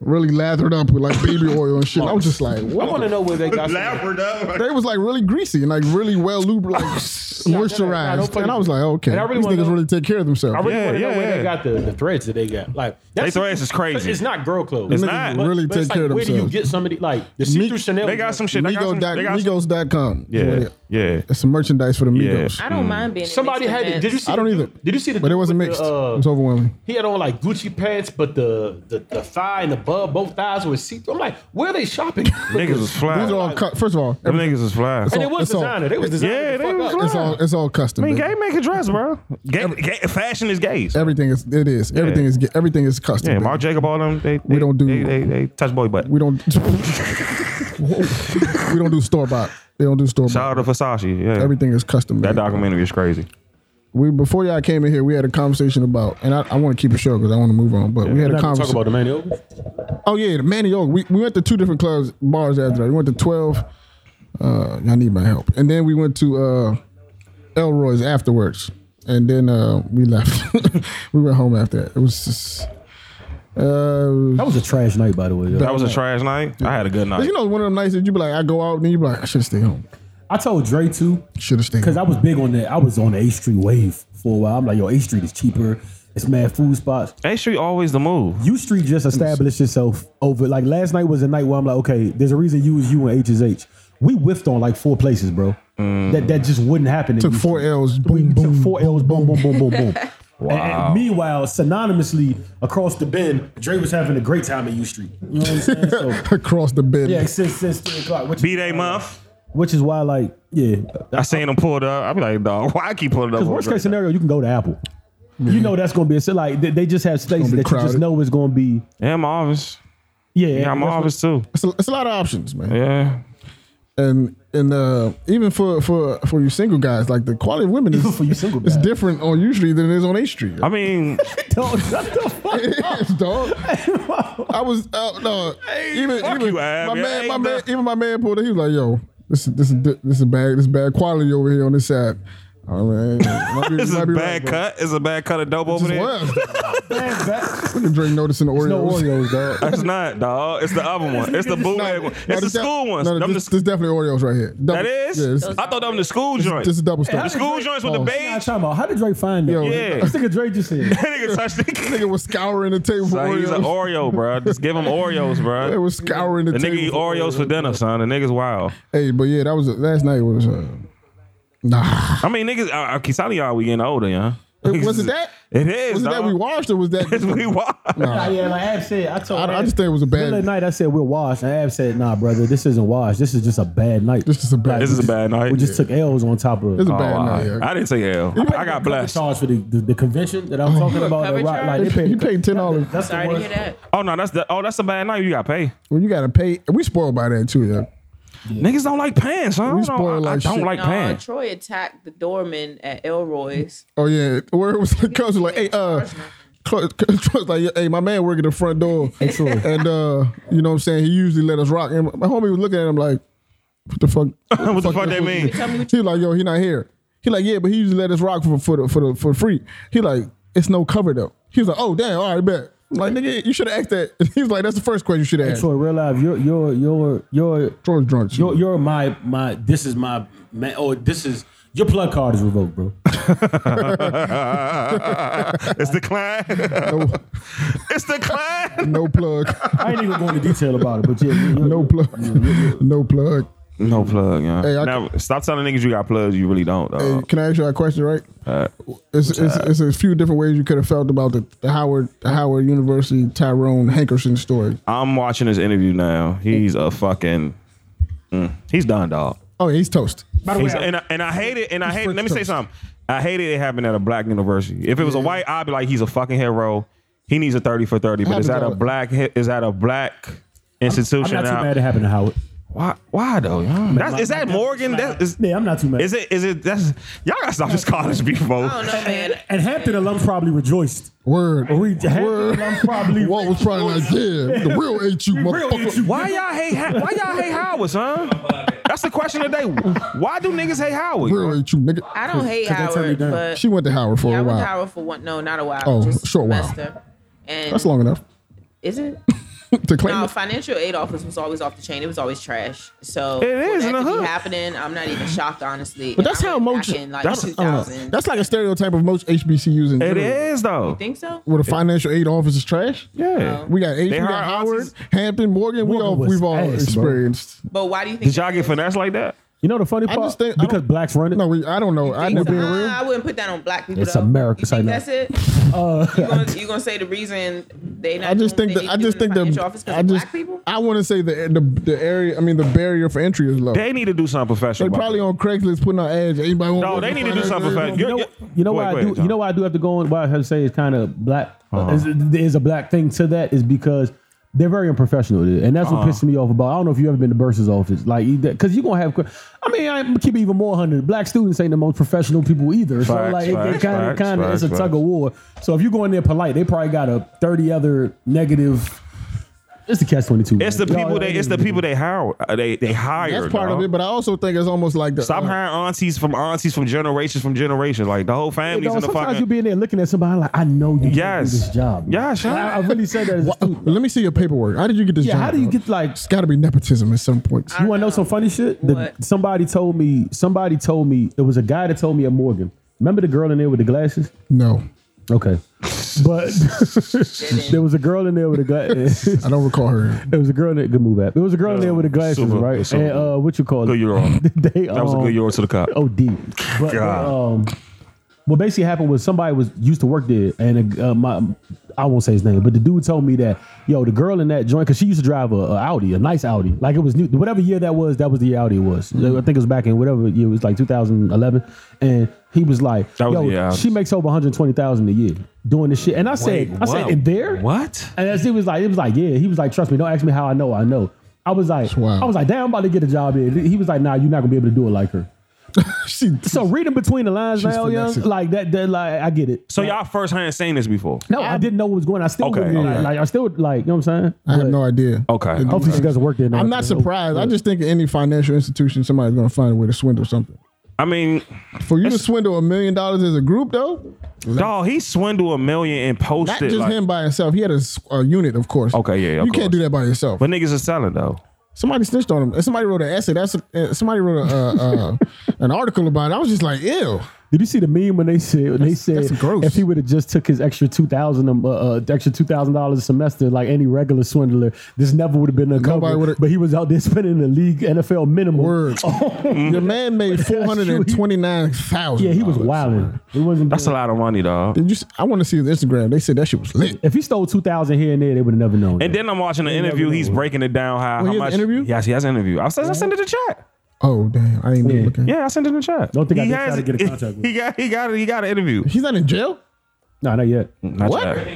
[SPEAKER 2] really lathered up with like baby oil and shit. I was just like,
[SPEAKER 4] I
[SPEAKER 2] what?
[SPEAKER 4] want to know where they got. some-
[SPEAKER 3] Labrador.
[SPEAKER 2] they was like really greasy and like really well lubricated, like
[SPEAKER 4] nah, don't
[SPEAKER 2] moisturized.
[SPEAKER 4] fucking-
[SPEAKER 2] and I was like, okay,
[SPEAKER 4] And I really
[SPEAKER 2] these
[SPEAKER 4] wanna
[SPEAKER 2] niggas
[SPEAKER 4] know-
[SPEAKER 2] really take care of themselves.
[SPEAKER 4] I really
[SPEAKER 3] Yeah,
[SPEAKER 4] want to know
[SPEAKER 3] yeah,
[SPEAKER 4] where
[SPEAKER 3] yeah.
[SPEAKER 4] they got the, the threads that they got. Like that's
[SPEAKER 3] threads is crazy.
[SPEAKER 4] It's not girl clothes.
[SPEAKER 3] It's
[SPEAKER 2] Niggas
[SPEAKER 3] not.
[SPEAKER 2] really
[SPEAKER 4] but it's
[SPEAKER 2] take care
[SPEAKER 4] like,
[SPEAKER 2] of
[SPEAKER 4] where do you
[SPEAKER 2] themselves.
[SPEAKER 4] get somebody like the see-through Chanel?
[SPEAKER 3] They got some shit. They got
[SPEAKER 2] Migo
[SPEAKER 3] some,
[SPEAKER 2] dot,
[SPEAKER 3] they got some,
[SPEAKER 2] Migos.com.
[SPEAKER 3] yeah, yeah.
[SPEAKER 2] It's some merchandise for the Migos.
[SPEAKER 5] I don't mind being. in
[SPEAKER 4] Somebody
[SPEAKER 5] mixed
[SPEAKER 4] had it.
[SPEAKER 5] events.
[SPEAKER 4] Did you see?
[SPEAKER 2] I don't
[SPEAKER 4] the
[SPEAKER 2] either.
[SPEAKER 4] dude- Did you see the?
[SPEAKER 2] But it
[SPEAKER 4] dude
[SPEAKER 2] wasn't
[SPEAKER 4] with
[SPEAKER 2] mixed.
[SPEAKER 4] The, uh,
[SPEAKER 2] it was overwhelming.
[SPEAKER 4] He had on like Gucci pants, but the the, the thigh and the bub, both thighs were see through. I'm like, where are they shopping?
[SPEAKER 3] Niggas was fly.
[SPEAKER 2] These are all cut. First of all,
[SPEAKER 3] Them niggas was fly.
[SPEAKER 4] and it was
[SPEAKER 2] it's all-
[SPEAKER 4] designer. They was designer.
[SPEAKER 3] Yeah,
[SPEAKER 4] the
[SPEAKER 3] they was
[SPEAKER 4] fuck up.
[SPEAKER 3] fly.
[SPEAKER 2] it's all it's all custom.
[SPEAKER 3] I mean,
[SPEAKER 2] baby.
[SPEAKER 3] gay make a dress, bro. Gay, gay, fashion is gays.
[SPEAKER 2] Everything is it is. Everything is everything is custom.
[SPEAKER 3] Yeah,
[SPEAKER 2] baby.
[SPEAKER 3] Mark Jacob, all them. They, they,
[SPEAKER 2] don't do-
[SPEAKER 3] They, they, they touch boy butt.
[SPEAKER 2] we don't Whoa. we don't do store bought. They don't do store bought.
[SPEAKER 3] Shout out to Versace. Yeah,
[SPEAKER 2] Everything is custom.
[SPEAKER 3] That
[SPEAKER 2] baby.
[SPEAKER 3] documentary is crazy.
[SPEAKER 2] we before y'all came in here, we had a conversation about, and I, I want to keep it short because I want to move on. But we had
[SPEAKER 4] We're
[SPEAKER 2] a
[SPEAKER 4] not gonna
[SPEAKER 2] conversation.
[SPEAKER 4] Talk about the man. Elvis.
[SPEAKER 2] oh yeah, the Manny Oak. We, we went to two different clubs, bars after that. We went to twelve uh, y'all need my help. And then we went to uh, Elroy's afterwards, and then uh, we left. we went home after that. It was just. Uh,
[SPEAKER 4] That was a trash night, by the way. yo.
[SPEAKER 3] That was a trash night. I had a good night.
[SPEAKER 2] you know, one of them nights that you be like, I go out, and then you be like, I should stay home.
[SPEAKER 4] I told Dre too,
[SPEAKER 2] Should have stayed.
[SPEAKER 4] because
[SPEAKER 2] Home.
[SPEAKER 4] I was big on that. I was on the A Street wave for a while. I'm like, yo, A Street is cheaper. It's mad food spots.
[SPEAKER 3] A Street always the move.
[SPEAKER 4] U Street just established itself over. Like last night was a night where I'm like, okay, there's a reason U is U and H is H. We whiffed on like four places, bro. That that just wouldn't happen. in
[SPEAKER 2] Mm. Took
[SPEAKER 4] U
[SPEAKER 2] four
[SPEAKER 4] Street.
[SPEAKER 2] L's.
[SPEAKER 4] We
[SPEAKER 2] Boom, boom,
[SPEAKER 4] took four L's. Boom, boom, boom, boom, boom. And- and
[SPEAKER 3] Wow.
[SPEAKER 4] meanwhile, synonymously across the bend, Dre was having a great time at U Street. You know what I'm saying? So,
[SPEAKER 2] across the bed.
[SPEAKER 4] yeah, since since three o'clock, which,
[SPEAKER 3] B Day month.
[SPEAKER 4] which is why, like, yeah,
[SPEAKER 3] I seen them pulled up. I be like, dog, why I keep pulling up?
[SPEAKER 4] Because
[SPEAKER 3] on
[SPEAKER 4] worst
[SPEAKER 3] Drake?
[SPEAKER 4] case scenario, you can go to Apple. You know that's gonna be a so like they, they just have spaces
[SPEAKER 2] be
[SPEAKER 4] that you just
[SPEAKER 2] crowded.
[SPEAKER 4] know is gonna be
[SPEAKER 3] Yeah, Marvin's.
[SPEAKER 4] yeah.
[SPEAKER 3] Yeah,
[SPEAKER 4] that's what-
[SPEAKER 3] Marvin's too.
[SPEAKER 2] It's, a, it's a lot of options, man.
[SPEAKER 3] Yeah.
[SPEAKER 2] And and uh, even for for for you single guys, like the quality of women
[SPEAKER 4] Even
[SPEAKER 2] is
[SPEAKER 4] for you single
[SPEAKER 2] It's
[SPEAKER 4] guys.
[SPEAKER 2] different on usually than it is on H Street.
[SPEAKER 3] I mean,
[SPEAKER 4] Dog, shut the fuck
[SPEAKER 2] It is, dog. I was uh, no even
[SPEAKER 3] fuck
[SPEAKER 2] even
[SPEAKER 3] you, Ab.
[SPEAKER 2] my
[SPEAKER 3] Yeah,
[SPEAKER 2] man,
[SPEAKER 3] ain't
[SPEAKER 2] my man
[SPEAKER 3] nothing.
[SPEAKER 2] even my man pulled it. He was like, "Yo, this is this is di- this is bad this is bad quality over here on this side." All right, might be-
[SPEAKER 3] this is
[SPEAKER 2] might
[SPEAKER 3] a
[SPEAKER 2] be
[SPEAKER 3] bad
[SPEAKER 2] right, bro.
[SPEAKER 3] cut. It's a bad cut of dope
[SPEAKER 2] Just
[SPEAKER 3] over there.
[SPEAKER 2] was.
[SPEAKER 4] man back.
[SPEAKER 2] We can drink notice in the Oreos.
[SPEAKER 4] No Oreos, dog.
[SPEAKER 3] It's not, dog. It's the other one. It's the bootleg one. It's the
[SPEAKER 2] this de-
[SPEAKER 3] school ones.
[SPEAKER 2] No,
[SPEAKER 3] Them
[SPEAKER 2] this,
[SPEAKER 3] the-
[SPEAKER 2] this definitely Oreos right here. Double-
[SPEAKER 3] that is?
[SPEAKER 2] Yeah, this,
[SPEAKER 5] Those-
[SPEAKER 3] I thought that was the school joint.
[SPEAKER 2] this is double
[SPEAKER 4] How
[SPEAKER 2] stuff.
[SPEAKER 4] did
[SPEAKER 3] school
[SPEAKER 4] Dre-
[SPEAKER 3] joints with the
[SPEAKER 4] Oh,
[SPEAKER 3] beige?
[SPEAKER 4] Nah, time out. How did Dre find that?
[SPEAKER 2] Yo,
[SPEAKER 3] Yeah.
[SPEAKER 4] I think Dre just said.
[SPEAKER 3] That nigga touched the
[SPEAKER 2] Nigga was scouring the table for
[SPEAKER 3] Son, he's an
[SPEAKER 2] Oreos.
[SPEAKER 3] Oreo, bro. Just give him Oreos,
[SPEAKER 2] They
[SPEAKER 3] bro.
[SPEAKER 2] was scouring the,
[SPEAKER 3] The
[SPEAKER 2] table.
[SPEAKER 3] nigga eat Oreos for dinner, son. The nigga's wild.
[SPEAKER 2] Hey, but yeah, that was last night was uh, nah.
[SPEAKER 3] I mean, niggas, uh, uh, Kisali, y'all, we getting older, yeah.
[SPEAKER 2] It, was it that?
[SPEAKER 3] It is.
[SPEAKER 2] Was it that
[SPEAKER 3] dawg.
[SPEAKER 2] we watched or was that?
[SPEAKER 3] It's we wild.
[SPEAKER 4] Nah, yeah, like Ab said, I told.
[SPEAKER 2] I- I just think it was a bad-
[SPEAKER 4] That night, I said we're washed. And Ab said, "Nah, brother, this isn't washed. This is just a bad night.
[SPEAKER 2] This is a bad-
[SPEAKER 4] Like,
[SPEAKER 3] This
[SPEAKER 4] we
[SPEAKER 3] is a
[SPEAKER 4] just-
[SPEAKER 3] bad night.
[SPEAKER 4] We just took L's on top of.
[SPEAKER 2] It's a
[SPEAKER 3] Oh,
[SPEAKER 2] bad
[SPEAKER 3] I,
[SPEAKER 2] night. Yeah.
[SPEAKER 3] I didn't say L. I got blessed.
[SPEAKER 4] Charged for the, the, the convention that I'm
[SPEAKER 2] Oh.
[SPEAKER 4] talking about.
[SPEAKER 5] Cover
[SPEAKER 4] that Rock-
[SPEAKER 5] charge?
[SPEAKER 4] like, they paid-
[SPEAKER 2] He paid ten dollars.
[SPEAKER 4] That's the
[SPEAKER 5] Sorry to
[SPEAKER 4] worst.
[SPEAKER 5] hear that.
[SPEAKER 3] Oh no, that's the oh that's a bad night. You got to pay.
[SPEAKER 2] Well, you gotta pay. We spoiled by that too, yeah.
[SPEAKER 3] Niggas don't like pants. Huh? I
[SPEAKER 2] We
[SPEAKER 3] don't, know.
[SPEAKER 2] spoil
[SPEAKER 3] I- I
[SPEAKER 2] like
[SPEAKER 3] don't
[SPEAKER 2] shit.
[SPEAKER 3] like
[SPEAKER 5] No,
[SPEAKER 3] pants.
[SPEAKER 5] Troy attacked the doorman at Elroy's.
[SPEAKER 2] Oh yeah, where it was like, coach was like, hey, uh, Cl- Cl- Troy's like, hey, my man work at the front door, and uh, you know what I'm saying. He usually let us rock. And my homie was looking at him like, what the fuck?
[SPEAKER 3] what the fuck that mean?
[SPEAKER 2] He like, yo, he not here. He like, yeah, but he usually let us rock for for the, for the, for free. He like, it's no cover though. He was like, oh damn, all right, bet. I'm like, nigga, you should have asked that. He was like, that's the first question you should have asked.
[SPEAKER 4] Troy, realize you're you're you're you're
[SPEAKER 2] Troy's drunk.
[SPEAKER 4] you're, you're my my. This is my man. Oh, this is your plug card is revoked, bro.
[SPEAKER 3] it's decline. it's decline.
[SPEAKER 2] no plug.
[SPEAKER 4] I ain't even going into detail about it, but yeah, you- you-
[SPEAKER 2] No plug. no plug.
[SPEAKER 3] No plug, yeah.
[SPEAKER 2] Hey, I
[SPEAKER 3] now, stop telling niggas you got plugs. You really don't. Dog.
[SPEAKER 2] Hey, can I ask you a question, right?
[SPEAKER 3] Alright.
[SPEAKER 2] It's, it's, it's a few different ways you could have felt about the, the Howard the Howard University Tyrone Hankerson story.
[SPEAKER 3] I'm watching this interview now. He's a fucking. mm, he's done, dog.
[SPEAKER 2] Oh, he's toast.
[SPEAKER 4] By the way,
[SPEAKER 3] He's- and, I, and I hate it. And I hate.
[SPEAKER 2] French
[SPEAKER 3] Let me say
[SPEAKER 2] toast.
[SPEAKER 3] something. I hate it. It happened at a black university. If it was a white, I'd be like, he's a fucking hero. He needs a thirty for thirty. But
[SPEAKER 2] happens
[SPEAKER 3] is that
[SPEAKER 2] all
[SPEAKER 3] a
[SPEAKER 2] the-
[SPEAKER 3] black? hi- Is that a black
[SPEAKER 4] I'm
[SPEAKER 3] institution?
[SPEAKER 4] not too
[SPEAKER 3] now?
[SPEAKER 4] mad it happened to Howard.
[SPEAKER 3] Why? Why though? y'all? That's, is that Morgan? That is.
[SPEAKER 4] Yeah, I'm not too mad.
[SPEAKER 3] Is it? Is it? That's. Y'all gotta stop this college beef, folks.
[SPEAKER 5] I don't know, man.
[SPEAKER 4] and Hampton alums probably rejoiced.
[SPEAKER 2] Word.
[SPEAKER 4] We Hampton alums probably.
[SPEAKER 2] Walt was probably like, yeah, the real HU
[SPEAKER 4] real HU.
[SPEAKER 2] motherfucker.
[SPEAKER 3] Why y'all hate? Ha- Why y'all hate Howard, son? That's the question today. Why do niggas hate
[SPEAKER 2] Real
[SPEAKER 3] Howard?
[SPEAKER 2] HU nigga.
[SPEAKER 5] I don't hate
[SPEAKER 4] they turn me
[SPEAKER 5] Howard,
[SPEAKER 4] down.
[SPEAKER 5] but
[SPEAKER 2] She went to Howard for
[SPEAKER 5] yeah, I
[SPEAKER 2] a
[SPEAKER 5] went to
[SPEAKER 2] while.
[SPEAKER 5] Howard for one. No, not a while.
[SPEAKER 2] Oh,
[SPEAKER 5] just
[SPEAKER 2] short while.
[SPEAKER 5] semester. And
[SPEAKER 2] That's long enough
[SPEAKER 5] Is it?
[SPEAKER 2] to claim.
[SPEAKER 5] No,
[SPEAKER 2] it.
[SPEAKER 5] financial aid office was always off the chain. It was always trash. So
[SPEAKER 3] It is
[SPEAKER 5] when
[SPEAKER 3] in
[SPEAKER 5] that
[SPEAKER 3] the
[SPEAKER 5] could be
[SPEAKER 3] hood.
[SPEAKER 5] happening. I'm not even shocked, honestly.
[SPEAKER 2] But that's
[SPEAKER 5] And I
[SPEAKER 2] how
[SPEAKER 5] went
[SPEAKER 2] most.
[SPEAKER 5] back in, like
[SPEAKER 2] that's, I don't know.
[SPEAKER 5] 2000.
[SPEAKER 2] that's like a stereotype of most HBCUs in
[SPEAKER 3] It
[SPEAKER 2] general.
[SPEAKER 3] is though.
[SPEAKER 5] think so.
[SPEAKER 2] Where the financial aid office is trash.
[SPEAKER 3] Yeah.
[SPEAKER 5] Oh.
[SPEAKER 2] We got H, we
[SPEAKER 3] They
[SPEAKER 2] got
[SPEAKER 3] hired
[SPEAKER 2] Howard,
[SPEAKER 3] aunties.
[SPEAKER 2] Hampton, Morgan. We
[SPEAKER 4] Morgan
[SPEAKER 2] all
[SPEAKER 4] was
[SPEAKER 2] we've all
[SPEAKER 4] ass, bro.
[SPEAKER 2] experienced.
[SPEAKER 5] But why do you think?
[SPEAKER 3] Did y'all get finessed like that?
[SPEAKER 4] You know the funny
[SPEAKER 2] I
[SPEAKER 4] part?
[SPEAKER 2] just think- I
[SPEAKER 4] because
[SPEAKER 2] don't-
[SPEAKER 4] blacks run it.
[SPEAKER 2] No, we, I don't know. I
[SPEAKER 5] Think
[SPEAKER 2] never
[SPEAKER 5] so?
[SPEAKER 2] been
[SPEAKER 5] Uh,
[SPEAKER 2] real.
[SPEAKER 5] I wouldn't put that on black people.
[SPEAKER 4] It's
[SPEAKER 5] though.
[SPEAKER 4] America,
[SPEAKER 5] You
[SPEAKER 4] say Uh,
[SPEAKER 5] think
[SPEAKER 4] no.
[SPEAKER 5] that's it? you gonna you gonna say the reason they not?
[SPEAKER 2] I just
[SPEAKER 5] doing
[SPEAKER 2] think that
[SPEAKER 5] what they
[SPEAKER 2] I
[SPEAKER 5] need to do
[SPEAKER 2] just
[SPEAKER 5] in
[SPEAKER 2] think
[SPEAKER 5] the
[SPEAKER 2] that
[SPEAKER 5] financial office 'cause
[SPEAKER 2] I
[SPEAKER 5] of
[SPEAKER 2] just
[SPEAKER 5] black people.
[SPEAKER 2] I want to say the, the the area. I mean, the barrier for entry is low. They,
[SPEAKER 3] They need to do something professional. about
[SPEAKER 2] probably
[SPEAKER 3] that.
[SPEAKER 2] on Craigslist putting out ads. Anybody want?
[SPEAKER 3] No,
[SPEAKER 2] work
[SPEAKER 3] they
[SPEAKER 2] in
[SPEAKER 3] need to do
[SPEAKER 2] finance?
[SPEAKER 3] something for
[SPEAKER 2] Anybody
[SPEAKER 3] You're-
[SPEAKER 4] You know,
[SPEAKER 3] you're-
[SPEAKER 4] you know
[SPEAKER 3] Go
[SPEAKER 4] why
[SPEAKER 3] ahead,
[SPEAKER 4] I
[SPEAKER 3] go
[SPEAKER 4] do.
[SPEAKER 3] ahead,
[SPEAKER 4] you know
[SPEAKER 3] Tom. Uh-huh.
[SPEAKER 4] why I do have to go on. Why I have to say it's kind of black. Is, is a black thing to that is because they're very unprofessional, dude. and that's what
[SPEAKER 3] Uh-huh.
[SPEAKER 4] pisses me off about. I don't know if you ever been to Bursa's office, like because you're gonna have. que- I mean, I keep it even more hundred. Black students ain't the most professional people either, so
[SPEAKER 3] Facts,
[SPEAKER 4] like it- it
[SPEAKER 3] facts,
[SPEAKER 4] kind of
[SPEAKER 3] facts,
[SPEAKER 4] kind of it's a
[SPEAKER 3] facts,
[SPEAKER 4] tug of war. So if you go in there polite, they probably got a thirty other negative. It's the catch twenty two.
[SPEAKER 3] It's the people they. It's the people they hire. uh, They they hire.
[SPEAKER 2] That's part of
[SPEAKER 3] dog.
[SPEAKER 2] it, but I also think it's almost like the
[SPEAKER 3] Stop
[SPEAKER 2] uh,
[SPEAKER 3] hiring aunties from aunties from generations from generations. Like the whole
[SPEAKER 4] You
[SPEAKER 3] family's
[SPEAKER 4] know,
[SPEAKER 3] in the
[SPEAKER 4] sometimes
[SPEAKER 3] fucking.
[SPEAKER 4] you be in there looking at somebody like I know you can't do
[SPEAKER 3] Yes.
[SPEAKER 4] this job.
[SPEAKER 3] Yeah,
[SPEAKER 4] I,
[SPEAKER 3] sure.
[SPEAKER 4] I really said that. As a
[SPEAKER 2] Wha-
[SPEAKER 4] student.
[SPEAKER 2] Let me see your paperwork. How did you get this
[SPEAKER 4] Yeah,
[SPEAKER 2] job?
[SPEAKER 4] how do you
[SPEAKER 2] bro?
[SPEAKER 4] get like?
[SPEAKER 2] It's got to be nepotism at some point.
[SPEAKER 4] You want to know some funny shit? The-
[SPEAKER 5] What?
[SPEAKER 4] somebody told me. Somebody told me it was a guy that told me at Morgan. Remember the girl in there with the glasses?
[SPEAKER 2] No,
[SPEAKER 4] Okay, but there was a girl in there with the glasses.
[SPEAKER 2] I don't recall her.
[SPEAKER 4] It was a girl in there. Good move app. It was a girl in there with the glasses,
[SPEAKER 3] Super-
[SPEAKER 4] right?
[SPEAKER 3] super.
[SPEAKER 4] and uh, what you call
[SPEAKER 3] Good
[SPEAKER 4] it?
[SPEAKER 3] year old.
[SPEAKER 4] They,
[SPEAKER 3] That was a
[SPEAKER 4] um,
[SPEAKER 3] good year old to the cop.
[SPEAKER 4] Oh, deep. But,
[SPEAKER 3] God.
[SPEAKER 4] um, what basically happened was somebody was used to work there, and uh, my I won't say his name, but the dude told me that yo, the girl in that joint, because she used to drive a, a Audi, a nice Audi, like it was new, whatever year that was, that was the year Audi was. I think it was back in whatever year it was, like 2011, and he was like,
[SPEAKER 3] That was
[SPEAKER 4] yo,
[SPEAKER 3] the year Audi.
[SPEAKER 4] she makes over 120 thousand a year doing this shit, and I said, I said, in there,
[SPEAKER 3] What?
[SPEAKER 4] and as he was like, it was like, yeah. He was like, trust me, don't ask me how I know. I know. I was like,
[SPEAKER 2] wild.
[SPEAKER 4] I was like, damn, I'm about to get a job here. He was like, nah, you're not gonna be able to do it like her.
[SPEAKER 2] She,
[SPEAKER 4] So reading between the lines
[SPEAKER 2] She's
[SPEAKER 4] now, young,
[SPEAKER 2] finessing.
[SPEAKER 4] like that, that, like I get it.
[SPEAKER 3] So y'all first hand seen this before?
[SPEAKER 4] No, I didn't know what was going. on. I still,
[SPEAKER 3] Okay,
[SPEAKER 4] wouldn't,
[SPEAKER 3] okay.
[SPEAKER 4] Like, like, I still, like, you know what I'm saying?
[SPEAKER 2] I have
[SPEAKER 4] But
[SPEAKER 2] no idea.
[SPEAKER 3] Okay.
[SPEAKER 4] Hopefully, she doesn't work there. now.
[SPEAKER 2] I'm not surprised. I just think any financial institution, somebody's going to find a way to swindle something.
[SPEAKER 3] I mean,
[SPEAKER 2] For you to swindle a million dollars as a group, though,
[SPEAKER 3] dog, he swindled a million and
[SPEAKER 2] not
[SPEAKER 3] posted.
[SPEAKER 2] just
[SPEAKER 3] like,
[SPEAKER 2] him by himself. He had a, s- a unit, of course.
[SPEAKER 3] Okay, yeah,
[SPEAKER 2] You
[SPEAKER 3] of
[SPEAKER 2] can't
[SPEAKER 3] course.
[SPEAKER 2] do that by yourself.
[SPEAKER 3] But niggas are selling though.
[SPEAKER 2] somebody snitched on him. And Somebody wrote an essay. That's uh, somebody wrote a, uh, uh, an article about it. I was just like, ew.
[SPEAKER 4] Did you see the meme when they said when they said
[SPEAKER 2] that's gross.
[SPEAKER 4] if he would have just took his extra two thousand um, uh, uh, extra two thousand dollars a semester like any regular swindler, this never would have been uncovered.
[SPEAKER 2] would've-
[SPEAKER 4] But he was out there spending the league NFL minimum.
[SPEAKER 2] Word.
[SPEAKER 3] Mm-hmm.
[SPEAKER 2] Your man made four hundred and twenty nine thousand.
[SPEAKER 4] Yeah, he was wilding. He wasn't.
[SPEAKER 3] That's a lot of money, dog.
[SPEAKER 2] Did you? s- I want to see his Instagram. They said that shit was lit.
[SPEAKER 4] If he stole two thousand here and there, they would have never known.
[SPEAKER 3] And then I'm watching the interview. He's breaking it down how, how
[SPEAKER 2] he has an
[SPEAKER 3] much.
[SPEAKER 2] interview?
[SPEAKER 3] Yes, he has an interview. I said I sent it to chat.
[SPEAKER 2] Oh damn! I ain't even looking.
[SPEAKER 3] Yeah, I sent it to chat.
[SPEAKER 4] Mm-hmm. Don't think I
[SPEAKER 3] he
[SPEAKER 4] did try to get in contact with
[SPEAKER 3] He got he got he got an interview.
[SPEAKER 2] He's not in jail.
[SPEAKER 4] no, not yet.
[SPEAKER 3] Not
[SPEAKER 2] What?
[SPEAKER 3] Chad.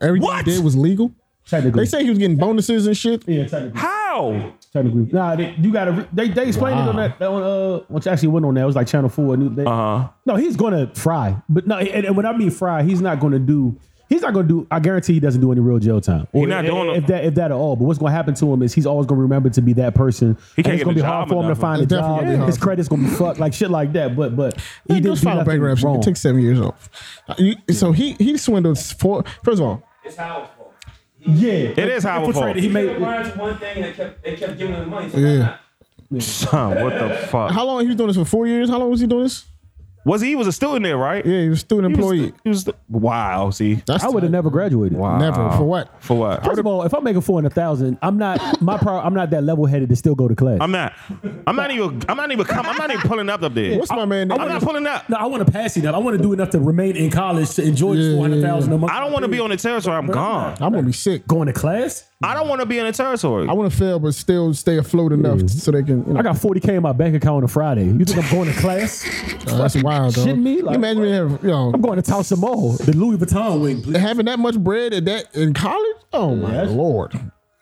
[SPEAKER 2] Everything
[SPEAKER 3] What?
[SPEAKER 2] he did was legal.
[SPEAKER 4] Technically,
[SPEAKER 2] They say he was getting bonuses and shit.
[SPEAKER 4] yeah, technically.
[SPEAKER 3] How?
[SPEAKER 4] Technically, nah, they, you gotta. Re- they they explained it on that. that one, uh, which actually went on there. It was like Channel Four. And they,
[SPEAKER 3] Uh-huh.
[SPEAKER 4] No, he's gonna fry, but no, and, and when I mean fry, he's not gonna do. He's not gonna do. I guarantee he doesn't do any real jail time. Or
[SPEAKER 3] He not
[SPEAKER 4] i-
[SPEAKER 3] doing
[SPEAKER 4] i-
[SPEAKER 3] it.
[SPEAKER 4] if that if that at all. But what's gonna happen to him is he's always gonna remember to be that person.
[SPEAKER 3] He can't
[SPEAKER 4] And it's
[SPEAKER 3] get
[SPEAKER 4] gonna
[SPEAKER 3] a
[SPEAKER 4] be
[SPEAKER 3] job or
[SPEAKER 4] hard for him to
[SPEAKER 3] nothing.
[SPEAKER 4] find a
[SPEAKER 2] It's definitely gonna be
[SPEAKER 4] job.
[SPEAKER 2] hard
[SPEAKER 4] His
[SPEAKER 2] for
[SPEAKER 4] credit's gonna be fucked, like shit like that. But but he
[SPEAKER 2] He
[SPEAKER 4] didn't
[SPEAKER 2] just
[SPEAKER 4] do
[SPEAKER 2] filed
[SPEAKER 4] nothing
[SPEAKER 2] bankruptcy.
[SPEAKER 4] wrong.
[SPEAKER 2] It takes seven years off. Uh, you- So he he swindled four. First of all,
[SPEAKER 4] yeah,
[SPEAKER 3] It is how
[SPEAKER 4] Infiltrated, he made.
[SPEAKER 6] one thing that kept they kept giving him money. So why
[SPEAKER 2] yeah.
[SPEAKER 6] not?
[SPEAKER 3] Son, what the fuck?
[SPEAKER 2] How long he was doing this for? Four years. How long was he doing this?
[SPEAKER 3] Was he, he was a student there, right?
[SPEAKER 2] Yeah, he was a student
[SPEAKER 3] He was,
[SPEAKER 2] employee.
[SPEAKER 3] he was wow, see.
[SPEAKER 2] That's
[SPEAKER 4] I would have never graduated.
[SPEAKER 3] Wow.
[SPEAKER 2] Never. For what?
[SPEAKER 3] For what?
[SPEAKER 4] First of all, if I'm making four hundred thousand, I'm not my pro, I'm not that level headed to still go to class.
[SPEAKER 3] I'm not. I'm not even I'm not even coming. I'm not even pulling up up there.
[SPEAKER 2] What's my man?
[SPEAKER 3] I'm not pulling up.
[SPEAKER 4] no, I want to pass enough. I want to do enough to remain in college to enjoy
[SPEAKER 2] Yeah, yeah,
[SPEAKER 4] four hundred thousand a month.
[SPEAKER 3] I don't want to be on the territory. I'm gone.
[SPEAKER 2] I'm gonna be sick.
[SPEAKER 4] going to class.
[SPEAKER 3] I don't want to be in the territory.
[SPEAKER 2] I want to fail, but still stay afloat enough so they can. You know,
[SPEAKER 4] I got forty k in my bank account on a Friday. You think I'm going to class?
[SPEAKER 2] uh, that's wild, though.
[SPEAKER 4] Shitting me? Like-
[SPEAKER 2] Imagine me have, you know,
[SPEAKER 4] I'm going to Tulsa Mall, the Louis Vuitton wing. Please.
[SPEAKER 2] having that much bread at that in college. Oh my
[SPEAKER 4] that's-
[SPEAKER 2] lord!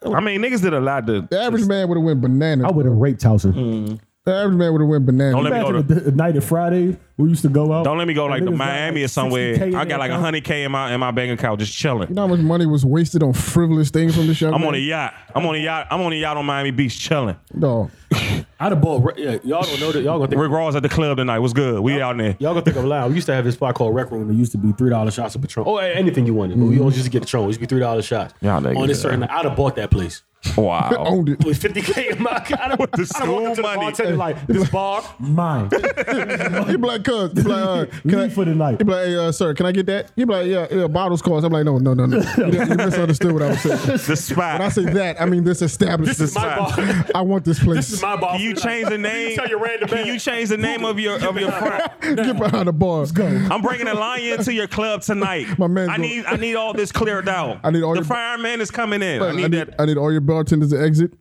[SPEAKER 3] I mean, niggas did a lot to.
[SPEAKER 2] The average man would have went bananas.
[SPEAKER 4] I would have raped Tulsa.
[SPEAKER 2] The average man would have went
[SPEAKER 3] Don't Mm. let
[SPEAKER 2] bananas.
[SPEAKER 3] me go
[SPEAKER 4] Imagine
[SPEAKER 3] to.
[SPEAKER 4] the, the night of Friday we used to go out.
[SPEAKER 3] Don't let me go
[SPEAKER 4] and
[SPEAKER 3] like to
[SPEAKER 4] niggas got
[SPEAKER 3] Miami or
[SPEAKER 4] 60K
[SPEAKER 3] somewhere.
[SPEAKER 4] in
[SPEAKER 3] I
[SPEAKER 4] their
[SPEAKER 3] got like
[SPEAKER 4] account.
[SPEAKER 3] 100k in my in my bank account just
[SPEAKER 2] You
[SPEAKER 3] chilling.
[SPEAKER 2] know how much money was wasted on frivolous things from this young
[SPEAKER 3] I'm
[SPEAKER 2] man?
[SPEAKER 3] on a yacht. I'm on a yacht. I'm on a yacht on Miami Beach chilling.
[SPEAKER 2] Dog.
[SPEAKER 4] I'd have bought. Yeah, y'all don't know that. Y'all gonna think.
[SPEAKER 3] Rick Ross at the club tonight. What's good? We out there.
[SPEAKER 4] Y'all gonna think I'm loud. We used to have this spot called Rec Room. It used to be three dollar shots of Patron. Oh, anything you wanted, but we always used to get Patron. It used to be three dollar shots.
[SPEAKER 3] Y'all niggas,
[SPEAKER 4] on this certain,
[SPEAKER 3] yeah.
[SPEAKER 4] night. I'd have bought that place.
[SPEAKER 3] Wow.
[SPEAKER 2] Owned it.
[SPEAKER 4] With fifty k in my account,
[SPEAKER 3] With the school money.
[SPEAKER 4] like this bar, mine.
[SPEAKER 2] He be like, cuz, he be like, uh, can I,
[SPEAKER 4] Leave for the night.
[SPEAKER 2] He be like, hey, uh, sir, can I get that? He be like, yeah, yeah, bottles cost. I'm like, no, no, no, no. you, you misunderstood what I was saying.
[SPEAKER 3] The spot.
[SPEAKER 2] When I say that, I mean this establishment.
[SPEAKER 3] This is my bar.
[SPEAKER 2] I want this place.
[SPEAKER 4] my bar.
[SPEAKER 3] Can you change the name?
[SPEAKER 4] tell your random
[SPEAKER 3] Can
[SPEAKER 4] man.
[SPEAKER 3] you change the name of your of your front?
[SPEAKER 2] Get behind the bar. Let's go.
[SPEAKER 3] I'm bringing a lion to your club tonight.
[SPEAKER 2] My man's
[SPEAKER 3] I
[SPEAKER 2] gonna-
[SPEAKER 3] need I need all this cleared out.
[SPEAKER 2] I need all
[SPEAKER 3] the
[SPEAKER 2] your-
[SPEAKER 3] fireman is coming in.
[SPEAKER 2] I
[SPEAKER 3] I need
[SPEAKER 2] need,
[SPEAKER 3] that.
[SPEAKER 2] I need all your bartenders to exit.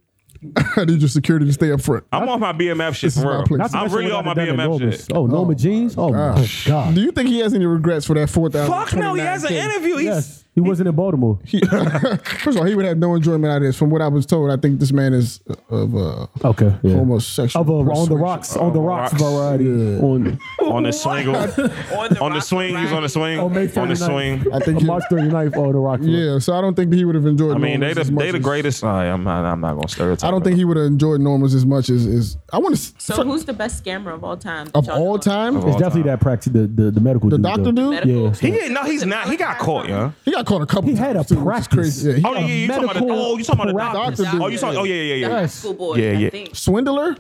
[SPEAKER 2] I need your security to stay up front.
[SPEAKER 3] I'm off my BMF shit
[SPEAKER 2] This is
[SPEAKER 3] for
[SPEAKER 2] my
[SPEAKER 3] real.
[SPEAKER 2] place. Not to
[SPEAKER 3] I'm really off my BMF shit.
[SPEAKER 4] Oh, Norma jeans. Oh my
[SPEAKER 2] Do
[SPEAKER 4] god.
[SPEAKER 2] you think he has any regrets for that four thousand?
[SPEAKER 3] Fuck no, he has an interview. He's
[SPEAKER 4] Yes. He wasn't in Baltimore.
[SPEAKER 2] He, first of all, he would have no enjoyment out of this. From what I was told, I think this man is of uh,
[SPEAKER 4] Okay. Yeah.
[SPEAKER 2] homosexual.
[SPEAKER 4] Of a, on the
[SPEAKER 2] persuasion.
[SPEAKER 4] rocks, on the rocks,
[SPEAKER 3] rocks.
[SPEAKER 4] variety. On,
[SPEAKER 2] Oh
[SPEAKER 3] on the swing, on
[SPEAKER 5] On the,
[SPEAKER 3] the
[SPEAKER 5] rock
[SPEAKER 3] swing, he's on the
[SPEAKER 5] grind.
[SPEAKER 3] swing,
[SPEAKER 4] on May 39th.
[SPEAKER 3] on the swing.
[SPEAKER 2] I think
[SPEAKER 4] On
[SPEAKER 2] he-
[SPEAKER 4] March 39th, on the rocks.
[SPEAKER 2] Yeah, so I don't think he would have enjoyed.
[SPEAKER 3] I mean, they
[SPEAKER 2] Normans
[SPEAKER 3] the
[SPEAKER 2] as much
[SPEAKER 3] they the
[SPEAKER 2] as-
[SPEAKER 3] greatest. I, I'm not I'm not gonna stereotype.
[SPEAKER 2] I don't think he would have enjoyed Normans as much as is. I want to
[SPEAKER 5] So who's the best scammer of all time?
[SPEAKER 2] of all time.
[SPEAKER 3] Of
[SPEAKER 4] It's
[SPEAKER 3] all
[SPEAKER 4] definitely
[SPEAKER 3] time.
[SPEAKER 4] that practice, the, the, the medical
[SPEAKER 2] The
[SPEAKER 4] dude.
[SPEAKER 2] doctor
[SPEAKER 4] though.
[SPEAKER 2] dude,
[SPEAKER 5] Medical.
[SPEAKER 4] Oh, Yeah.
[SPEAKER 5] Yeah.
[SPEAKER 3] He ain't, no, he's not. He got caught, yeah.
[SPEAKER 2] he got caught a couple.
[SPEAKER 4] He had a
[SPEAKER 2] times, too, which is
[SPEAKER 4] practice.
[SPEAKER 2] Crazy. Yeah, he-
[SPEAKER 3] Oh, yeah, yeah, you talking about the,
[SPEAKER 4] Medical
[SPEAKER 3] oh, you talking about the
[SPEAKER 2] doctor
[SPEAKER 3] doctor?
[SPEAKER 2] dude.
[SPEAKER 3] Oh, you talking? Oh, yeah, yeah, yeah.
[SPEAKER 5] The high
[SPEAKER 3] yeah.
[SPEAKER 5] school boy.
[SPEAKER 3] Yeah, yeah.
[SPEAKER 5] I think.
[SPEAKER 2] swindler.